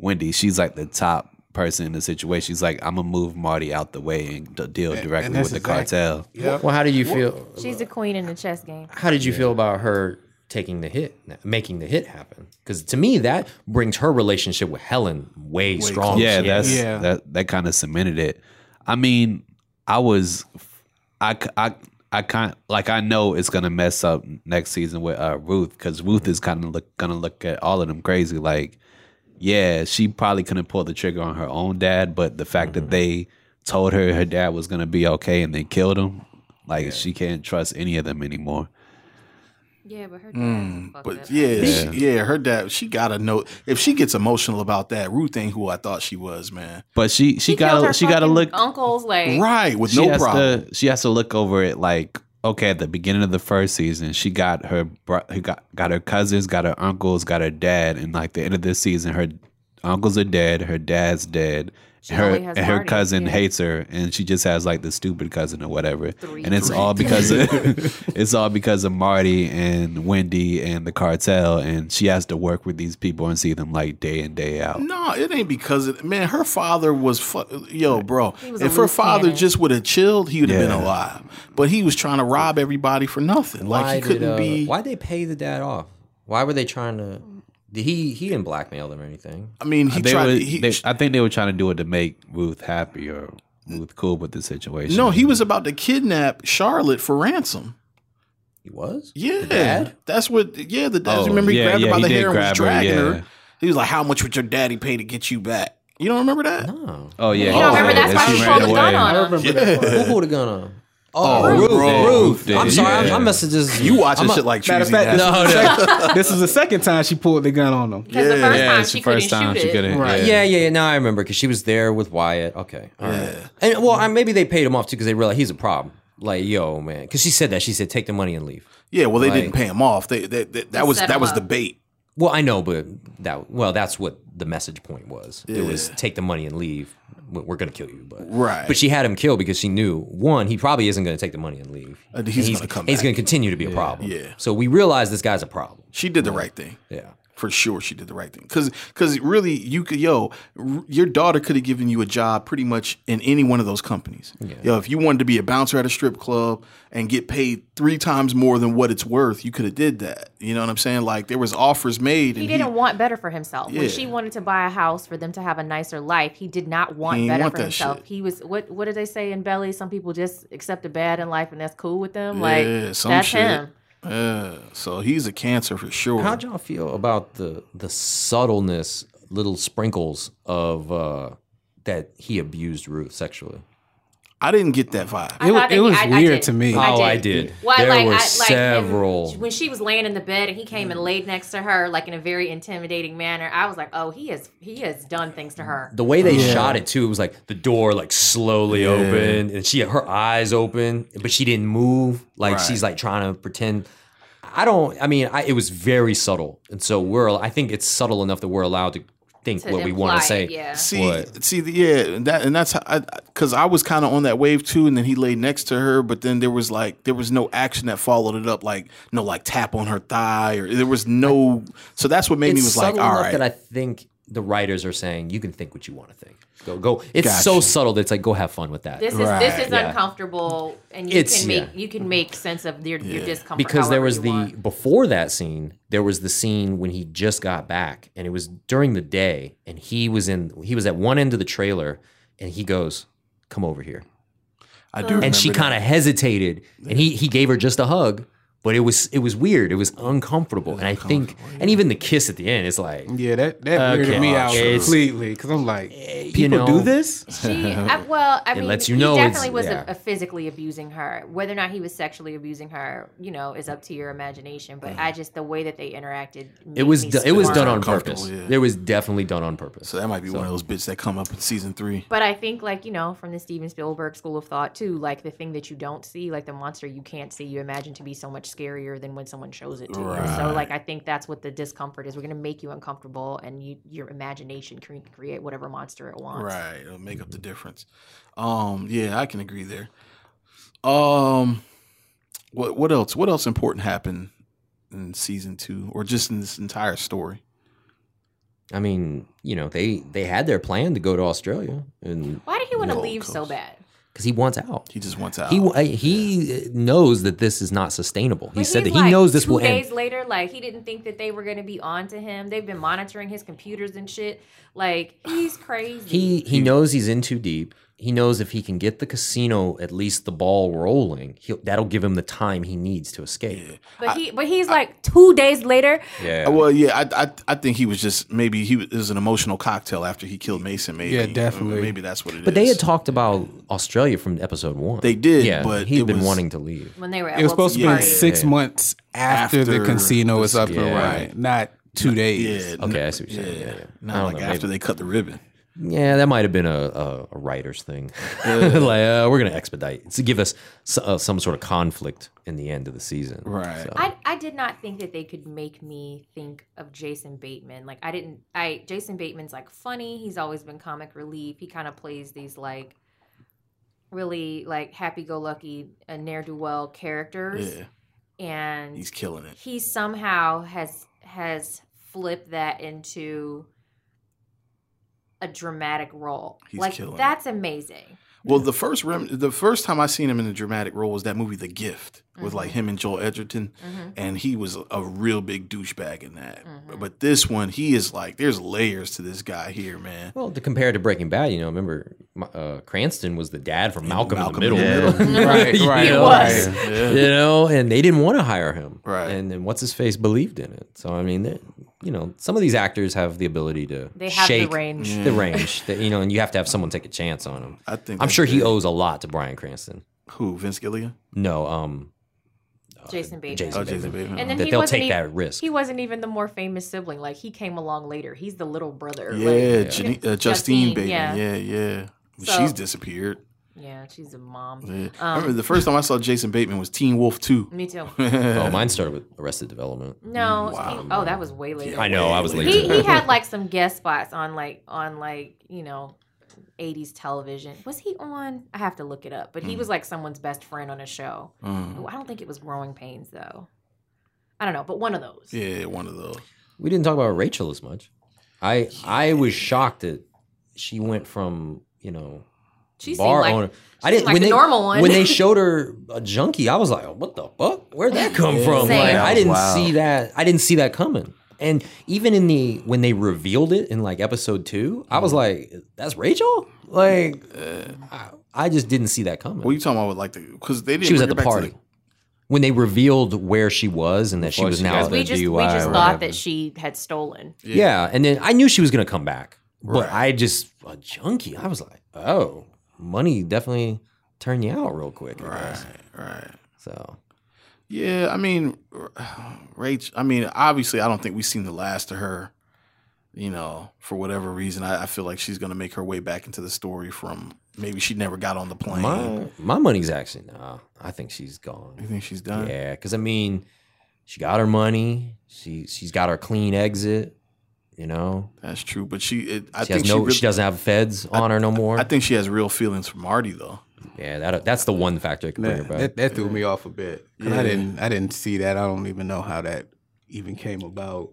F: Wendy, she's like the top person in the situation. She's like, I'm gonna move Marty out the way and d- deal directly
E: that's
F: with the
E: exact-
F: cartel.
C: Well, how did you feel?
D: She's the queen in the chess game.
C: How did you feel about her taking the hit, making the hit happen? Because to me, that brings her relationship with Helen way, stronger.
F: Yeah, that's
E: Yeah.
F: that that kind of cemented it. I mean, I was, I c- I. I kind like I know it's gonna mess up next season with uh, Ruth because Ruth is kind of look, gonna look at all of them crazy. Like, yeah, she probably couldn't pull the trigger on her own dad, but the fact that they told her her dad was gonna be okay and they killed him, like she can't trust any of them anymore.
D: Yeah, but her
C: Hmm, Mm.
D: fucked
B: But yeah, yeah. She, yeah, her dad. She gotta know if she gets emotional about that. Ruth ain't who I thought she was, man.
F: But she she, gotta she gotta look
D: Uncles like
B: Right, with
F: she
B: no
F: has
B: problem.
F: To, she has to look over it like okay at the beginning of the first season she got her bro- who got got her cousins got her uncles got her dad and like the end of this season her uncles are dead her dad's dead her
D: only has
F: and her
D: Marty,
F: cousin
D: yeah.
F: hates her and she just has like the stupid cousin or whatever
D: Three.
F: and it's all because of, it's all because of Marty and Wendy and the cartel and she has to work with these people and see them like day in day out
B: No, it ain't because it, man. Her father was fu- yo, bro.
D: was a
B: If her
D: loose
B: father
D: cannon.
B: just would have chilled, he would have
F: Yeah.
B: been alive. But he was trying to rob everybody for nothing. Like he couldn't
C: uh,
B: be.
C: Why'd they pay the dad off? Why were they trying to? Did he he didn't blackmail them or anything?
B: I mean, he
F: Uh, they
B: tried.
F: were,
B: to he,
F: they, I think they were trying to do it to make Ruth happy or Ruth cool with the situation.
B: no, he was about to kidnap Charlotte for ransom.
C: He was.
B: Yeah,
C: dad?
B: that's what. Yeah, the dad.
F: Oh,
B: remember he
F: yeah,
B: grabbed
F: yeah,
B: her by
F: he
B: the
F: did
B: hair and was
F: grab her,
B: dragging her,
F: yeah.
B: He was like, "How much would your daddy pay to get you back?" You don't remember that?
C: No.
F: Oh yeah,
D: You don't
B: Oh,
D: remember
B: yeah,
D: that's why
B: she
D: she
B: ran
D: pulled the gun on him.
C: Who pulled a gun on? him? Oh,
B: Oh,
C: Ruth.
B: Ruth.
C: Ruth. I'm
F: did,
C: sorry. I'm-
F: yeah.
C: I must have just
B: You watching
C: I'm a-
B: shit like
E: Matter of
B: cheesy.
E: fact, this,
B: Dad.
E: was the sec- this was the second time she pulled the gun on him.
D: Because the first
F: yeah,
D: time
F: it's
D: she
F: the
D: couldn't
F: first time
D: shoot
F: she
D: it.
F: couldn't.
E: Right.
C: Yeah, yeah, yeah. Now I remember because she was there with Wyatt. Okay, all right. And well, I, maybe they paid him off too because they realized he's a problem. Like, yo, man, because she said that. She said, take the money and leave.
B: yeah, well, they
C: Like-
B: didn't pay him off. They, they, they- that was
D: set
B: that
D: him
B: was
D: up.
B: the bait.
C: Well, I know, but that well, that's what the message point was. It was take the money and leave. We- We're gonna kill you, but
B: Right.
C: But she had him killed because she knew one, he probably isn't gonna take the money and leave.
B: Uh, he's
C: And
B: gonna come
C: He's
B: back.
C: gonna continue to be a problem.
B: yeah.
C: So we realize this guy's a problem.
B: She did the right thing.
C: Yeah.
B: for sure she did the right thing because really you could yo r- your daughter could have given you a job pretty much in any one of those companies yo if you wanted to be a bouncer at a strip club and get paid three times more than what it's worth you could have did that you know what i'm saying like there was offers made
D: He
B: and
D: didn't want better for himself.
B: Yeah.
D: When she wanted to buy a house for them to have a nicer life, he did not want
B: didn't
D: better
B: want
D: for
B: that
D: himself.
B: shit.
D: He was what what did they say in Belly? Some people just accept the bad in life and that's cool with them.
B: Yeah,
D: like
B: some
D: that's
B: shit.
D: him.
B: Yeah, so he's a cancer for sure
C: How'd y'all feel about the the subtleness, little sprinkles of uh that he abused Ruth sexually?
B: i didn't get that vibe
D: I
E: It, wa-
D: thought
E: it
D: that-
E: was
D: I- I
E: weird
D: did.
E: to me.
D: I
C: oh,
D: did.
C: I did.
D: Why,
C: there
D: like,
C: were
D: I, like
C: several.
D: Him, when she was laying in the bed and he came
B: Mm.
D: and laid next to her, like in a very intimidating manner, I was like, "Oh, he has he has done things to her."
C: the way they shot it too, it was like the door like slowly opened and she had her eyes open, but she didn't move. Like she's like trying to pretend. I don't. I mean, I, it was very subtle, and so we're. I think it's subtle enough that we're allowed to think
D: To
C: what we want
D: imply
C: to say.
D: it, yeah.
B: See,
C: What?
B: see, the, yeah, and that and that's how I because I was kind of on that wave too, and then he lay next to her, but then there was like there was no action that followed it up, like no like tap on her thigh, or there was no. So that's what made me
C: It's
B: was like,
C: subtle
B: all
C: enough
B: right,
C: that I think the writers are saying you can think what you want to think. Go, go. It's
B: Gotcha.
C: so subtle that it's like go have fun with that.
D: This is
B: Right,
D: this is
C: yeah.
D: uncomfortable, and you
C: It's-
D: can make
C: yeah.
D: you can make sense of your, your discomfort
C: because there
D: however
C: was
D: you
C: the
D: want.
C: before that scene there was the scene when he just got back and it was during the day and he was in he was at one end of the trailer and he goes come over here
B: I do.
C: and she kind of hesitated and he he gave her just a hug but it was it was weird it was uncomfortable and i think and even the kiss at the end is like
E: Yeah, that that weirded
C: Okay.
E: me out
C: It's-
E: completely because I'm like,
C: you
E: people
C: know.
E: do this.
D: She, I, well, I mean,
C: lets you
D: he
C: know it's-
D: definitely was a-
C: yeah.
D: a physically abusing her. Whether or not he was sexually abusing her, you know, is up to your imagination. But I just the way that they interacted,
C: Mm. it was do- it was done on
B: uncomfortable,
C: purpose
B: yeah.
C: it was definitely done on purpose
B: so that might be one of those bits that come up in season three.
D: But I think, like you know, from the Steven Spielberg school of thought too, like the thing that you don't see, like the monster you can't see, you imagine to be so much much scarier than when someone shows it to you. So like I think that's what the discomfort is. We're gonna make you uncomfortable, and you, your imagination can create whatever monster it wants.
B: Right. It'll make up the difference. Um, yeah, I can agree there. Um what what else? What else important happened in season two or just in this entire story?
C: I mean, you know, they they had their plan to go to Australia, and
D: Why did he want to
B: Whoa,
D: leave so
B: Coast.
D: bad?
C: because he wants out.
B: He just wants out.
C: He wa- uh, he knows that this is not sustainable. He
D: But
C: said
D: he's
C: that he
D: like,
C: knows this
D: two
C: will
D: days
C: end.
D: later, like he didn't think that they were gonna be on to him. They've been monitoring his computers and shit. Like he's crazy.
C: He he knows he's in too deep. He knows if he can get the casino at least the ball rolling, he'll, that'll give him the time he needs to escape.
D: but he but he's like two days later.
C: Yeah,
B: well, yeah, I, I I think he was just maybe he was, it was an emotional cocktail after he killed Mason. Maybe,
E: Yeah, definitely.
B: Maybe that's what it is.
C: but they had talked about Australia from episode one.
B: They did,
C: yeah,
B: but
C: he'd
B: it
C: been
B: was-
C: wanting to leave.
D: When they were at
E: It was supposed to be
B: Yeah.
E: six months after,
B: After
E: the casino
B: the-
E: is up and
C: yeah.
E: running, not two days.
B: yeah,
C: Okay,
B: n-
C: I see what you're saying. Yeah, yeah. I
B: not
C: don't
B: like
C: know,
B: after
C: maybe-
B: they cut the ribbon.
C: Yeah, that might have been a, a, a writer's thing. like, uh, we're going to expedite to give us s- uh, some sort of conflict in the end of the season.
B: Right.
C: So-
D: I, I did not think that they could make me think of Jason Bateman. Like I didn't I Jason Bateman's like funny. He's always been comic relief. He kind of plays these like really like happy go lucky uh, ne'er do well characters.
B: Yeah,
D: And
B: he's killing it.
D: he somehow has has flipped that into a dramatic role.
B: He's
D: like
B: killing it.
D: that's amazing.
B: Well, the first rem- the first time I seen him in a dramatic role was that movie The Gift with like
C: Mm-hmm.
B: him and Joel Edgerton, and he was a, a real big douchebag in that.
C: Mm-hmm.
B: But this one, he is like there's layers to this guy here, man.
C: well, to compare to Breaking Bad, you know, remember uh, Cranston was the dad from Malcolm,
B: Malcolm
C: in
B: in
C: the
B: the
C: Middle.
E: Right,
C: You
E: right,
C: know,
E: right.
C: like,
B: Yeah.
C: You know, and they didn't want to hire him.
B: Right.
C: And then what's his face believed in it. So, I mean, they- you know, some of these actors have the ability to
D: They have the
C: shake
D: range.
C: The range, that, you know, and you have to have someone take a chance on him.
B: I think
C: I'm
B: that's
C: sure he
B: big.
C: owes a lot to Brian Cranston.
B: Who Vince Gilligan?
C: No, um,
D: Jason Bateman.
C: Jason
B: Oh, Jason Bateman.
D: And then
C: that
D: he
C: they'll
D: wasn't
C: take
D: e-
C: that risk.
D: He wasn't even the more famous sibling. Like he came along later. He's the little brother.
B: yeah,
D: Like,
B: Jane- uh, Justine,
D: Justine,
B: Bateman.
D: yeah.
B: Yeah, yeah.
D: So-
B: She's disappeared.
D: yeah, she's a mom.
B: Yeah. I
D: Um,
B: remember the first time I saw Jason Bateman was Teen Wolf 2.
D: me too.
C: oh, mine started with Arrested Development.
D: No.
B: Wow.
D: he- oh, that was way later.
C: I know, I was late.
D: He,
C: to
D: he
C: that.
D: had like some guest spots on like on like you know. 80s television. Was he on? I have to look it up. But he was like someone's best friend on a show.
B: Mm.
D: Ooh, I don't think it was Growing Pains though. I don't know, but one of those.
B: Yeah, one of those.
C: We didn't talk about Rachel as much. I I was shocked that she went from you know
D: She seemed
C: bar
D: like
C: owner. I
D: seemed
C: didn't
D: like
C: when
D: the
C: they
D: normal one.
C: when they showed her a junkie. I was like, what the fuck? Where'd that come from?
D: Same.
C: Like, I
F: That
C: didn't
F: was
C: see
F: wild.
C: that. I didn't see that coming. And even in the when they revealed it in like episode two, I was
B: Mm-hmm.
C: like, that's Rachel. Like I, I just didn't see that coming.
B: What are you talking about with like the because they didn't
C: she was
B: bring
C: at the
B: her back to
C: party. When they revealed where she was and that she
F: Before
C: was
F: she
C: now
F: got
D: we
F: the
D: just we
F: DUI
D: just
F: or
D: thought
F: whatever.
D: that she had stolen.
C: Yeah. and then I knew she was gonna come back, but
B: Right.
C: I just a junkie. I was like, oh, money definitely turned you out real quick. I guess.
B: Right, right.
C: So
B: Yeah, I mean, Rach. I mean, obviously, I don't think we've seen the last of her. You know, for whatever reason, I, I feel like she's going to make her way back into the story from maybe she never got on the plane.
C: my my money's actually nah. I think she's
B: You
C: gone.
B: think she's done?
C: Yeah, because I mean, she got her money. She she's got her clean exit. You know,
B: That's true, but she. It, I
C: she
B: think
C: has no. She,
B: really-
C: doesn't have feds on her no more.
B: I think she has real feelings for Marty though.
C: yeah, that that's the one factor I could bring her
E: Man,
C: back.
E: that, that threw me off a bit. 'Cause
B: Yeah.
E: I didn't I didn't see that. I don't even know how that even came about.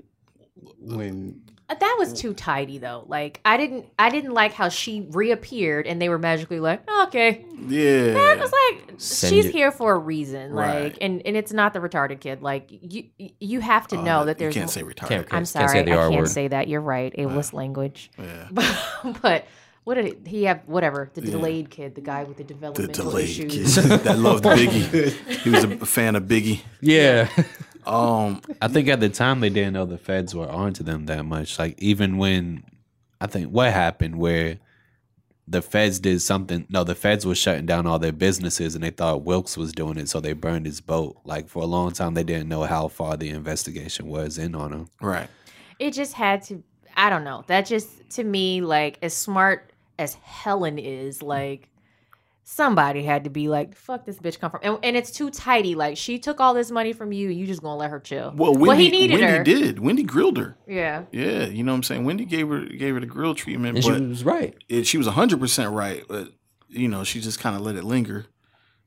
E: When
D: Uh, That was
B: Mm.
D: too tidy though. Like I didn't I didn't like how she reappeared and they were magically like, okay. I
B: Yeah.
D: was like,
C: Send
D: she's
C: it-
D: here for a reason. Like
B: Right.
D: and, and it's not the retarded kid. Like you you have to know that
B: Oh, you
D: there's
B: can't
D: mo-
B: say retired.
C: Can't-
D: I'm
C: can't say
D: sorry,
C: the
D: I
C: R
D: can't
C: word.
D: say that. You're right. It was language.
B: Yeah.
D: but what did it, he have whatever, the delayed kid, the guy with the
B: The
D: developmental
B: delayed kid
D: issues.
B: that loved Biggie. He was a fan of Biggie.
C: yeah,
B: Um,
F: I think at the time they didn't know the feds were onto them that much. Like even when I think what happened where the feds did something. No, the feds were shutting down all their businesses, and they thought Wilkes was doing it, so they burned his boat. Like for a long time, they didn't know how far the investigation was in on him.
B: right.
D: It just had to. I don't know. That just to me, like as smart as Helen is, like somebody had to be like, "Fuck this bitch, come from." And, and it's too tidy. Like she took all this money from you. You just gonna let her chill?
B: Well, Wendy,
D: he needed
B: Wendy
D: her.
B: did. Wendy grilled her.
D: Yeah.
B: Yeah, you know what I'm saying. Wendy gave her gave her the grill treatment,
C: And she
B: but
C: was right.
B: it, she was 100 percent right. But you know, she just kind of let it linger,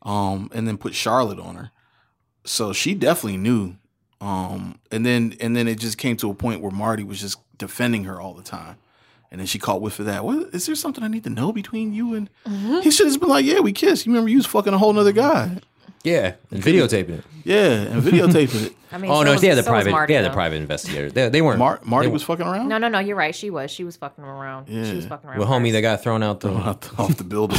B: um, and then put Charlotte on her. So she definitely knew. Um, and then and then it just came to a point where Marty was just defending her all the time. And then she caught whiff of that. What is there something I need to know between you and he should have been like, Yeah, we kissed. You remember you was fucking a whole nother guy.
C: Yeah, and videotaping it.
B: Yeah, and videotaping it.
D: I mean,
C: Oh
D: so
C: no,
D: was-
C: they had the
D: so was
C: private.
D: Marty,
C: they had the
D: though.
C: private investigator. They, they weren't.
B: Mar- Marty
C: they-
B: was fucking around?
D: No, no, no. You're right. She was. She was fucking around. She was fucking around.
C: Well, homie,
D: first.
C: that got thrown out the.
B: Off the- off the building.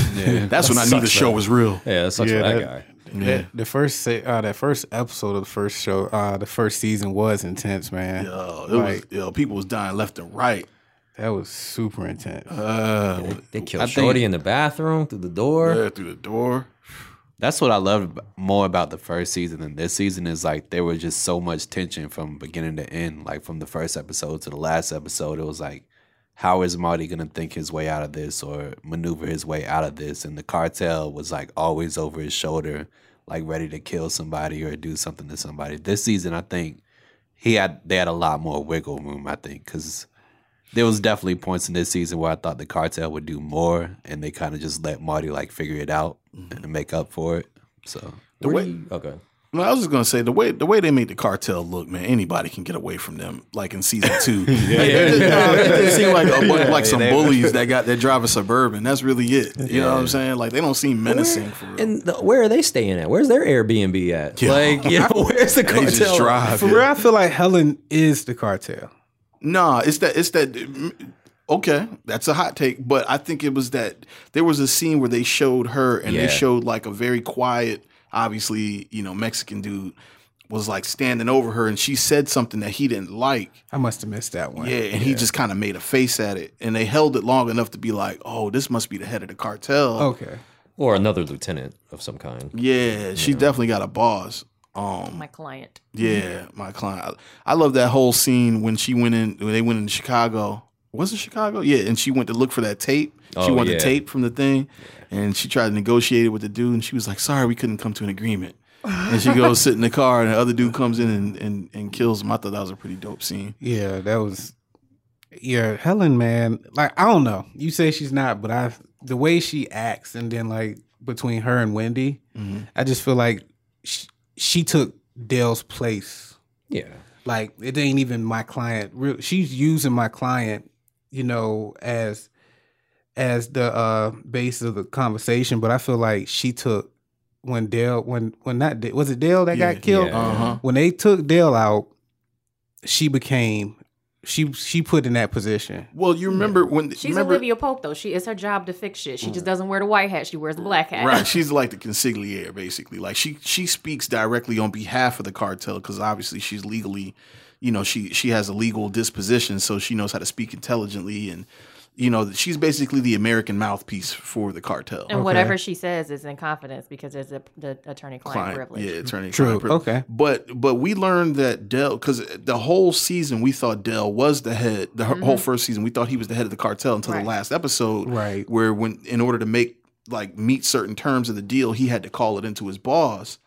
B: That's when I knew
C: Sucks,
B: the show
C: though.
B: was real.
C: Yeah, that sucks
E: Yeah,
C: for that,
E: that-
C: guy.
E: That, the first se- uh, that first episode of the first show, uh, the first season was intense, man.
B: Yo, Oh, it was,
E: Like-
B: yo, people was dying left and right.
E: That was super intense.
B: Uh,
C: They killed
F: I think-
C: Shorty in the bathroom through the door.
B: yeah, through the door.
F: That's what I loved more about the first season than this season is like there was just so much tension from beginning to end. Like from the first episode to the last episode, it was like, how is Marty gonna think his way out of this or maneuver his way out of this? And the cartel was like always over his shoulder, like ready to kill somebody or do something to somebody. This season, I think he had they had a lot more wiggle room. I think because there was definitely points in this season where I thought the cartel would do more, and they kind of just let Marty like figure it out
C: Mm-hmm.
F: and make up for it. So
C: Where
B: way-
C: do you- okay.
B: No, I was just gonna say the way the way they made the cartel look, man. Anybody can get away from them. Like in season two, yeah. it, didn't seem like a bunch, like some bullies that got that drive a suburban. That's really it. You know what I'm saying? Like they don't seem menacing for real.
C: And the, where are they staying at? Where's their Airbnb at?
B: Yeah.
C: Like, you know, where's the
B: They
C: cartel?
B: just drive.
E: For
B: yeah.
E: real, I feel like Helen is the cartel.
B: Nah, it's that it's that mm, okay, that's a hot take, but I think it was that there was a scene where they showed her and
C: Yeah.
B: they showed like a very quiet, obviously, you know, Mexican dude was like standing over her and she said something that he didn't like.
E: I must have missed that one.
B: Uh, Yeah, and he just kind of made a face at it and they held it long enough to be like, "Oh, this must be the head of the cartel."
E: Okay.
C: Or another lieutenant of some kind.
B: Yeah, she definitely got a boss. Um
D: my client.
B: Yeah,
C: Mm-hmm.
B: my client. I, I love that whole scene when she went in. When they went in Chicago. Was it Chicago? Yeah, and she went to look for that tape. she
C: Oh,
B: wanted
C: yeah.
B: the tape from the thing, and she tried to negotiate it with the dude, and she was like, "Sorry, we couldn't come to an agreement." And she goes sit in the car, and the other dude comes in and, and, and kills him. I thought that was a pretty dope scene.
E: Yeah, that was. Yeah, Helen, man. Like I don't know. You say she's not, but I the way she acts, and then like between her and Wendy,
C: Mm-hmm.
E: I just feel like she, she took Dale's place.
C: Yeah.
E: Like it ain't even my client. Real, she's using my client, you know, as as the uh base of the conversation. But I feel like she took when Dale when when not Da- was it Dale that
B: Yeah,
E: got killed?
C: yeah.
B: Uh huh.
E: when they took Dale out, she became she she put in that position.
B: Well, you remember when
D: She's
B: remember,
D: Olivia Pope though. She it's her job to fix shit. She just doesn't wear the white hat. She wears the black hat.
B: Right, she's like the consigliere, basically. Like she she speaks directly on behalf of the cartel because obviously she's legally, you know, she she has a legal disposition, so she knows how to speak intelligently, and you know, she's basically the American mouthpiece for the cartel.
D: And whatever she says is in confidence because there's a, the attorney-client
B: Client-
D: privilege.
B: yeah, attorney.
E: True,
B: client privilege.
E: okay.
B: but but we learned that Dell because the whole season we thought Dell was the head. The whole first season we thought he was the head of the cartel until
D: Mm-hmm. Right.
B: the last episode,
E: Right.
B: Where when in order to make like meet certain terms of the deal, he had to call it into his boss.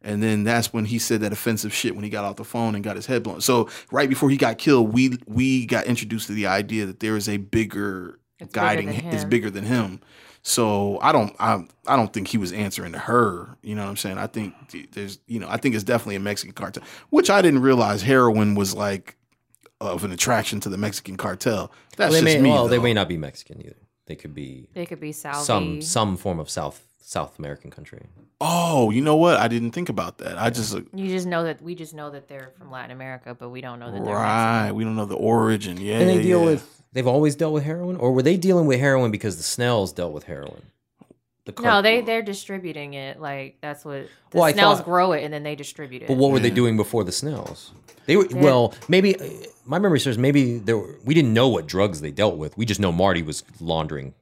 B: And then that's when he said that offensive shit when he got off the phone and got his head blown. So right before he got killed, we we got introduced to the idea that there is a bigger
D: It's bigger
B: guiding
D: than
B: is
D: him.
B: bigger than him. So I don't I I don't think he was answering to her. You know what I'm saying? I think th- there's you know I think it's definitely a Mexican cartel, which I didn't realize heroin was like of an attraction to the Mexican cartel. That's
C: they
B: just
C: may,
B: me.
C: well, they
B: though.
C: may not be Mexican either. They could be
D: They could be Salvi.
C: some some form of South South American country.
B: Oh, you know what? I didn't think about that. I just
D: you just know that we just know that they're from Latin America, but we don't know that they're Mexican.
B: right. We don't know the origin. Yeah,
C: And they deal
B: yeah.
C: with they've always dealt with heroin, or were they dealing with heroin because the Snells dealt with heroin? The
D: No,
C: cart-
D: they they're distributing it. Like that's what the
C: Well, I
D: snails
C: thought-
D: grow it and then they distribute it.
C: But what were they doing before the Snells? They were well, maybe my memory serves. Maybe there were, we didn't know what drugs they dealt with. We just know Marty was laundering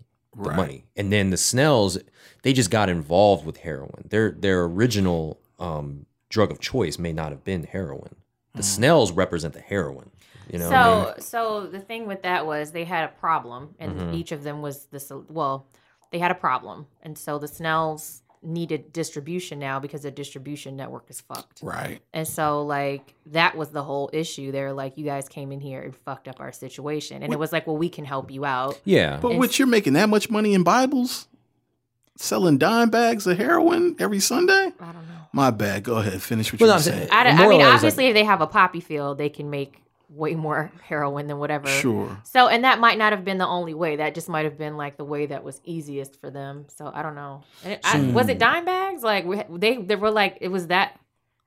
C: the money, and then the Snells they just got involved with heroin. Their their original um, drug of choice may not have been heroin. The Snells represent the heroin. You know,
D: so
C: Mm-hmm.
D: so the thing with that was they had a problem and each of them was the sol- well they had a problem, and so the Snells needed distribution now because their distribution network is fucked.
B: Right.
D: And so like that was the whole issue. They're like, you guys came in here and fucked up our situation, and it was like, well, we can help you out.
C: Yeah.
B: But which you're making that much money in Bibles, selling dime bags of heroin every Sunday.
D: I don't know.
B: My bad. Go ahead. Finish what
C: Well,
B: you
C: I'm
B: were
C: saying-
B: saying.
D: I, don't- I
C: Moral
D: mean,
C: is, like-
D: obviously, if they have a poppy field, they can make way more heroin than whatever.
B: Sure.
D: So, and that might not have been the only way. That just might have been like the way that was easiest for them. So I don't know. And it, I, was
E: Hmm.
D: it dime bags? Like we, they, they were like it was that.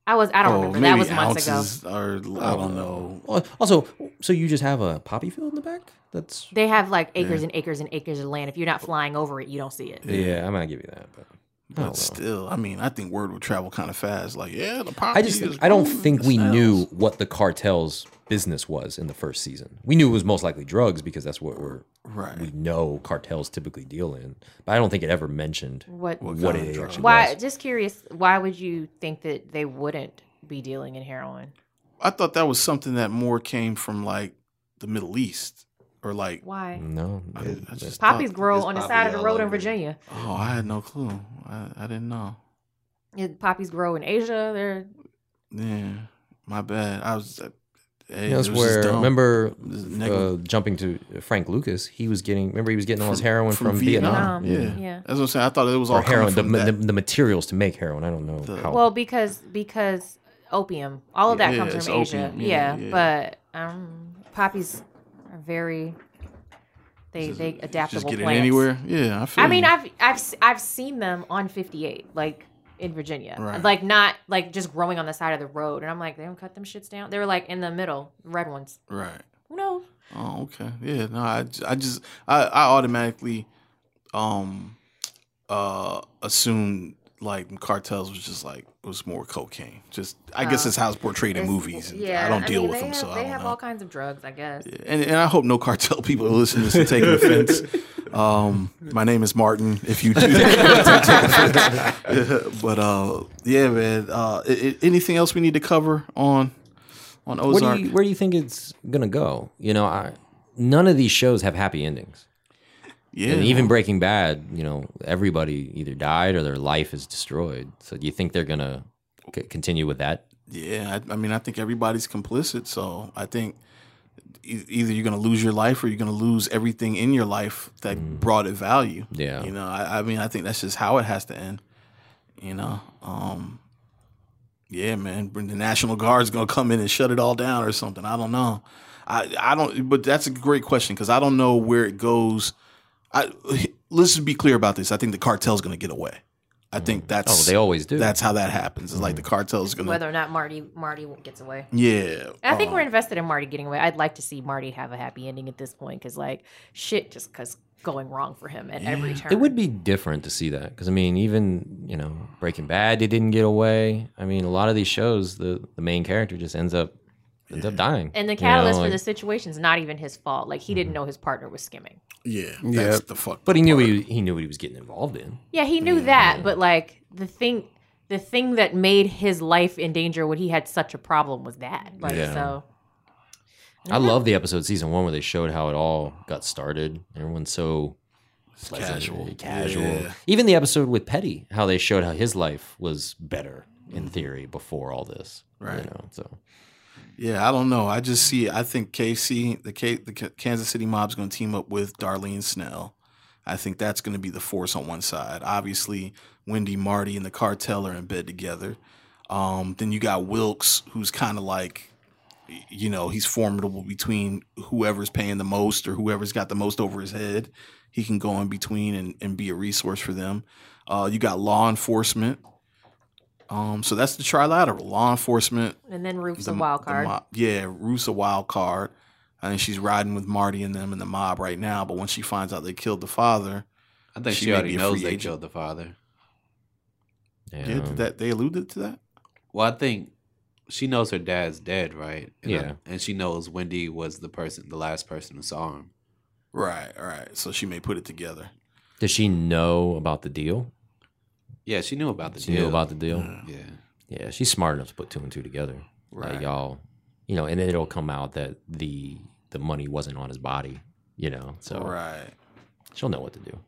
D: I was. I don't
E: Oh,
B: Oh,
D: remember. That was months ago.
B: or I don't know.
C: Al- Also, so you just have a poppy field in the back? That's
D: They have like acres and acres and acres of land. If you're
E: Oh.
D: not flying over it, you don't see it.
C: yeah. I might give you that, but I
B: But
C: don't know.
B: still, I mean, I think word will travel kind of fast. Like, yeah, the pop.
C: I just think, I don't think we knew what the cartel's business was in the first season. We knew it was most likely drugs because that's what we're
B: Right.
C: we know cartels typically deal in. But I don't think it ever mentioned
D: What?
B: Oh,
C: what it actually
D: Why?
C: was.
D: Just curious. Why would you think that they wouldn't be dealing in heroin?
B: I thought that was something that more came from like the Middle East or like.
D: Why?
C: No,
B: I,
C: it-
B: I just
D: Poppies
B: thought-
D: grow
E: Mm. it's
D: on the
E: poppy
D: side of the
E: all
D: road in
E: over.
D: Virginia.
B: Oh, I had no clue. I, I didn't know.
D: Yeah, poppies grow in Asia. They're
B: Yeah, my bad. I was. Uh, hey,
C: that's
B: it was just
C: where
B: dumb.
C: remember
B: This is
C: uh,
B: negative.
C: jumping to Frank Lucas. He was getting remember he was getting all his heroin from,
D: Vietnam.
C: Vietnam,
B: Yeah.
D: Um, Yeah.
B: that's what I'm saying. I thought it was all
C: or
B: coming
C: heroin the,
B: from that.
C: the, the materials to make heroin. I don't know how.
D: well because because opium. All of that
B: Oh. Yeah,
D: comes
B: it's
D: from Asia.
B: opium.
D: Yeah,
B: Yeah,
D: but um, poppies are very they they adaptable
B: just get it
D: plants.
B: anywhere. Yeah, I feel.
D: I mean,
B: you.
D: I've I've s- I've seen them on 58, like in Virginia,
B: Right.
D: like not like just growing on the side of the road. And I'm like, they don't cut them shits down. They were like in the middle, red ones.
B: right.
D: Who knows?
B: Oh, okay. Yeah, no, I, j- I just I, I automatically um uh assumed like cartels was just like was more cocaine. Just I
D: Uh,
B: guess it's how it's portrayed in movies. And I don't deal
D: mean,
B: with
D: they
B: them,
D: have,
B: so
D: they
B: I
D: have
B: don't
D: all
B: know.
D: kinds of drugs, I guess.
B: And, and I hope no cartel people are listening to this and taking offense. Um, my name is Martin. If you do, but uh, yeah, man. Uh, i- i- anything else we need to cover on on Ozark?
C: Where do you where do you think it's gonna go? You know, I, none of these shows have happy endings.
B: yeah,
C: And even Breaking Bad, you know, everybody either died or their life is destroyed. So do you think they're gonna c- continue with that?
B: Yeah, I, I mean, I think everybody's complicit. So I think e- either you're going to lose your life or you're going to lose everything in your life that brought it value.
C: Mm. Yeah.
B: You know, I, I mean, I think that's just how it has to end. You know, um, yeah, man, when the National Guard's going to come in and shut it all down or something. I don't know. I, I don't, but that's a great question because I don't know where it goes. I, let's just be clear about this. I think the cartel's going to get away. I think that's
C: Oh, they always do. Mm.
B: that's how that happens. It's like the cartel's going to
D: Whether or not Marty Marty gets away.
B: yeah.
D: I think
B: uh,
D: we're invested in Marty getting away. I'd like to see Marty have a happy ending at this point because, like, shit just cause going wrong for him at every turn.
C: it would be different to see that because I mean, even you know, Breaking Bad, they didn't get away. I mean, a lot of these shows, the the main character just ends up ends up dying.
D: And the
C: You know,
D: catalyst
C: like-
D: for
C: Mm-hmm.
D: the situation's not even his fault. Like, he didn't know his partner was skimming.
B: Yeah, that's
E: Yeah.
B: the fuck.
C: But he knew what he he knew what he was getting involved in.
D: Yeah, he knew that, but like the thing, the thing that made his life in danger when he had such a problem was that. Like,
C: Yeah.
D: so
C: I love the episode season one where they showed how it all got started. Everyone's so pleasant,
B: casual.
C: casual.
B: Yeah.
C: Even the episode with Petty, how they showed how his life was better in theory before all this.
B: Right.
C: You know, so
B: Yeah, I don't know. I just see. I think KC, the K, the K- Kansas City mob's going to team up with Darlene Snell. I think that's going to be the force on one side. Obviously, Wendy, Marty, and the cartel are in bed together. Um, then you got Wilkes, who's kind of like, y- you know, he's formidable between whoever's paying the most or whoever's got the most over his head. He can go in between and, and be a resource for them. Uh, you got law enforcement. Um, so that's the trilateral: law enforcement,
D: and then Roof's a wild
B: the
D: card.
B: mob- yeah, Ruth's a wild card. I think she's riding with Marty and them in the mob right now. But when she finds out they killed the father,
F: I think
B: She
F: she,
B: may be
F: already
B: a
F: knows
B: free
F: they
B: agent.
F: killed the father.
C: yeah.
B: yeah, did that they alluded to that.
F: Well, I think she knows her dad's dead, right? And I-
C: Yeah.
F: and she knows Wendy was the person, the last person who saw him.
B: Right, right. So she may put it together.
C: Does she know about the deal?
F: Yeah, she knew about the
C: She
F: deal.
C: knew about the deal.
F: yeah.
C: Yeah, she's smart enough to put two and two together. Right.
B: Right.
C: y'all, you know, and then it'll come out that the the money wasn't on his body. You know, so
B: Right.
C: she'll know what to do.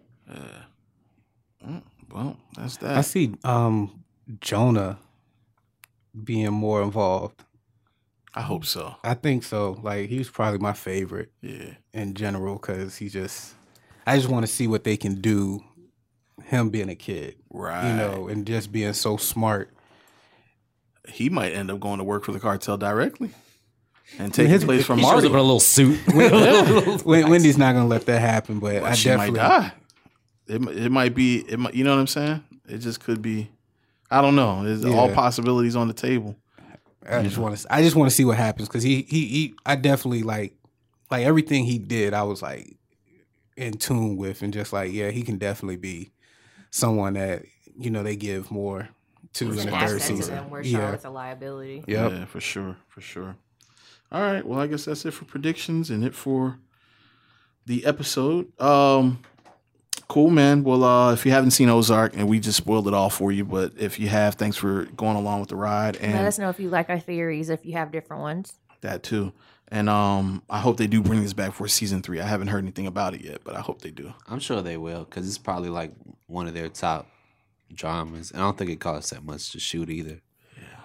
B: Mm, Well, that's that.
E: I see um, Jonah being more involved.
B: I hope so.
E: I think so. Like he was probably my favorite
B: Yeah.
E: in general because he just. I just want to see what they can do. Him being a kid,
B: Right.
E: you know, and just being so smart.
B: he might end up going to work for the cartel directly and taking
E: his-
B: place
E: he
B: from
C: He shows
B: Marty.
C: up in a little suit.
E: Wen- Wendy's not gonna let that happen, but I
B: she
E: definitely.
B: might die. It, mi- it might be. It might, you know what I'm saying? It just could be. I don't know. There's all
E: Yeah.
B: possibilities on the table.
E: I just want to. I just want to see what happens because he, he he I definitely like like everything he did. I was like in tune with and just like yeah, he can definitely be someone that you know they give more to in
D: An
E: the
D: asset
E: third
D: to
E: season.
D: them where
E: Yeah,
D: Charlotte's a liability.
E: yep.
B: Yeah, for sure, for sure. All right. Well, I guess that's it for predictions and it for the episode. Um, cool, man. Well, uh, if you haven't seen Ozark, and we just spoiled it all for you, but if you have, thanks for going along with the ride. And
D: Let us know if you like our theories, if you have different ones.
B: That too. And um, I hope they do bring this back for season three. I haven't heard anything about it yet, but I hope they do.
F: I'm sure they will because it's probably like one of their top dramas. And I don't think it costs that much to shoot either.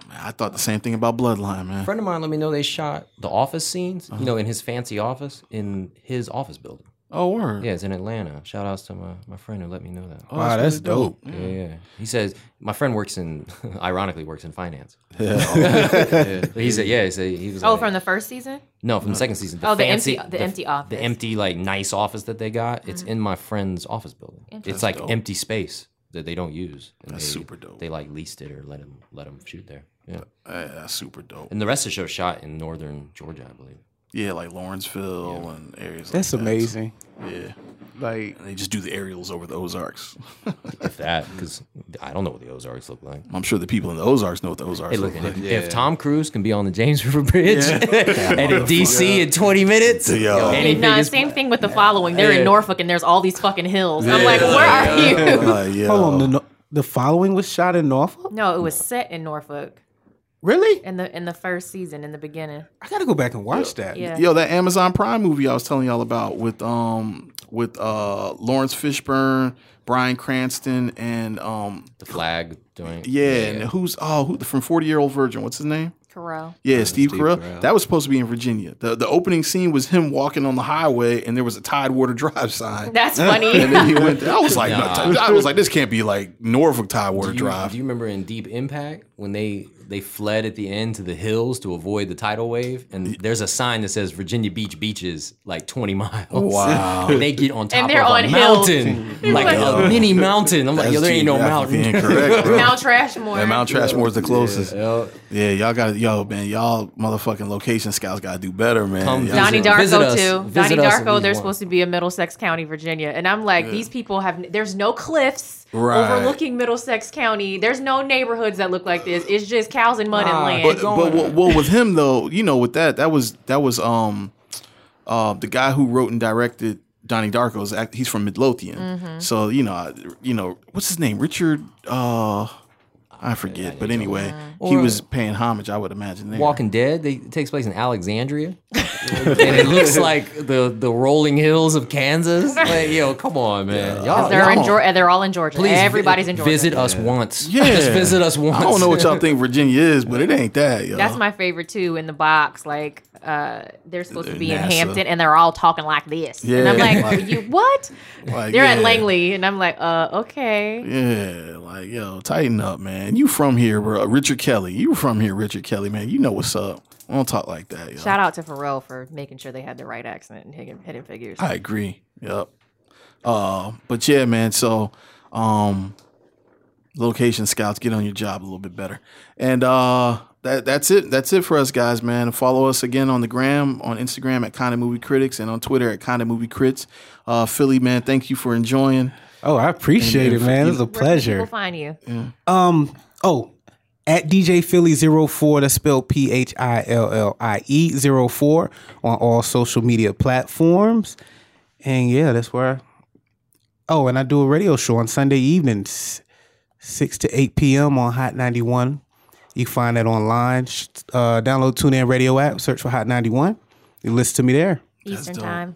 B: Man, I thought the same thing about Bloodline,
C: A
B: man.
C: friend of mine let me know they shot the office scenes, you know, in his fancy office in his office building.
B: Oh, word.
C: Yeah, it's in Atlanta. Shout outs to my, my friend who let me know that.
B: Oh,
E: Wow, that's
B: really
E: dope.
D: Mm.
C: Yeah, yeah. He says my friend works in, ironically, works in finance.
B: Oh,
F: Yeah.
C: But he said, yeah, he said he was.
D: Oh,
C: like-
D: from the first season?
C: no, from the second season.
D: Oh, the
C: fancy-
D: empty- the empty office. Mm-hmm.
C: the empty like nice office that they got. It's in my friend's office building. It's like empty space that they don't use. and
B: That's
C: they-
B: super dope.
C: They like leased it or let him let him shoot there. Yeah,
B: Yeah, that's super dope.
C: and the rest of the show shot in northern Georgia, I believe.
B: Yeah, like Lawrenceville and areas.
E: That's
B: like that.
E: amazing.
B: Yeah,
E: Like
B: and they just do the aerials over the Ozarks.
C: If that, because I don't know what the Ozarks look like.
B: I'm sure the people in the Ozarks know what the Ozarks
C: Hey, look,
B: look like.
C: if, if Tom Cruise can be on the James River Bridge and in DC in 20 minutes,
B: Yo.
C: anything
D: no,
C: is
D: same thing with the following. They're
C: Yeah.
D: in Norfolk and there's all these fucking hills. I'm like, where are you?
B: Like, yo.
E: hold on, the, no- the following was shot in Norfolk.
D: No, it was set in Norfolk
E: Really?
D: in the in the first season in the beginning.
E: I gotta go back and watch that.
D: Yeah.
B: Yo, that Amazon Prime movie I was telling y'all about with um with uh Lawrence Fishburne, Brian Cranston, and um
C: the flag doing.
B: yeah, and who's oh who from Forty Year Old Virgin? What's his name?
D: Corral.
B: Yeah, Steve,
F: Steve
B: Carell.
F: Carell.
B: That was supposed to be in Virginia. The the opening scene was him walking on the highway, and there was a Tidewater Drive sign.
D: That's funny.
B: and then he went. There. I was like, no, I was like, this can't be like Norfolk Tidewater
C: Do you,
B: Drive.
C: do you remember in Deep Impact when they they fled at the end to the hills to avoid the tidal wave? And there's a sign that says Virginia Beach beaches like 20 miles. Wow! and they get on top
D: they're
C: of
D: on
C: a
D: hills. "Oh."
C: mountain, like a
B: Yo.
C: mini mountain. I'm like, yo, there ain't no mountain.
B: geographically Incorrect, bro.
D: Mount Trashmore.
B: And Mount Trashmore's the closest. Yeah,
C: Yo,
B: y'all got yo, man. Y'all motherfucking location scouts got to do better, man.
C: Come
B: Y'all-
D: Donnie
C: Visit-
D: Darko
C: visit us.
D: too.
C: Visit
D: Donnie
C: us if
D: Darko,
C: you
D: they're
C: want.
D: supposed to be in Middlesex County, Virginia, and I'm like, these people have. There's no cliffs
B: Right.
D: overlooking Middlesex County. There's no neighborhoods that look like this. It's just cows and mud and land.
B: But, but what, what with him though, you know, with that, that was that was um, uh, the guy who wrote and directed Donnie Darko's act. He's from Midlothian,
C: Mm-hmm.
B: so you know, I, you know, what's his name? Richard. Uh, I forget, but anyway, he
C: Or-
B: was paying homage. I would imagine. There.
C: Walking Dead, they, it takes place in Alexandria, and it looks like the the rolling hills of Kansas. Like, yo, come on, man, y'all.
D: they're in
B: y'all-
D: Georgia. They're all in Georgia.
C: please vi-
D: Everybody's in Georgia.
C: Visit us once.
B: Yeah,
C: just visit us once.
B: I don't know what y'all think Virginia is, but it ain't that. Yo.
D: That's my favorite too. In the box, like uh, they're supposed to be in
B: NASA.
D: Hampton, and they're all talking like this. and I'm
B: Yeah,
D: like,
B: like-
D: you what?
B: Like,
D: They're at
B: yeah.
D: Langley, and I'm like, uh, okay.
B: Yeah, like yo, tighten up, man. You from here, bro? Richard Kelly. You from here, Richard Kelly, man? You know what's up? I don't talk like that, yo.
D: Shout out to Pharrell for making sure they had the right accent in Hidden, Hidden Figures.
B: I agree. Yep. Uh, but yeah, man. So, um, location scouts, get on your job a little bit better. And uh, that that's it. That's it for us, guys, man. Follow us again on the gram, on Instagram at Kind of Movie Critics, and on Twitter at Kind of Movie Crits. Uh, Philly, man, thank you for enjoying.
E: Oh, I appreciate it, man. It was a
D: Where can
E: pleasure.
D: People find you.
E: Um. Oh, at DJ Philly 04, that's spelled P H I L L I E 04 on all social media platforms. And yeah, that's where. I, oh, and I do a radio show on Sunday evenings, 6 to 8 p.m. on Hot 91. You can find that online. Sh- Uh, download TuneIn Radio app, search for Hot 91. You listen to me there.
D: Eastern
B: dope.
D: time.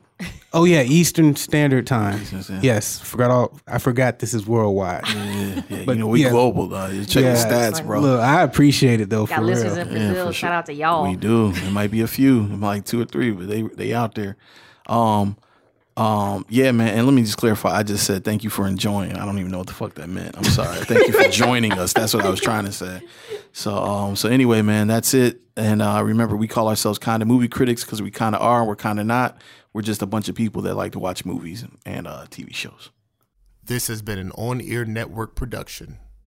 E: Oh yeah, Eastern Standard Time.
B: Standard.
E: Yes, forgot all. I forgot this is worldwide.
B: Yeah, yeah,
E: But,
B: you know, we
E: yeah.
B: global though. You check
E: Yeah.
B: the stats, bro.
E: Look, I appreciate it though.
D: Got
E: for
D: listeners
E: real.
D: in
B: Yeah,
D: Brazil.
B: for
D: Shout
B: sure.
D: out to y'all.
B: We do. It might be a few, it might like two or three, but they they out there. Um, um, yeah, man. And let me just clarify. I just said thank you for enjoying. I don't even know what the fuck that meant. I'm sorry. thank you for joining us. That's what I was trying to say. So, um, so anyway, man, that's it. And uh, remember, we call ourselves kind of movie critics because we kind of are. and We're kind of not. We're just a bunch of people that like to watch movies and uh, TV shows.
G: This has been an on air network production.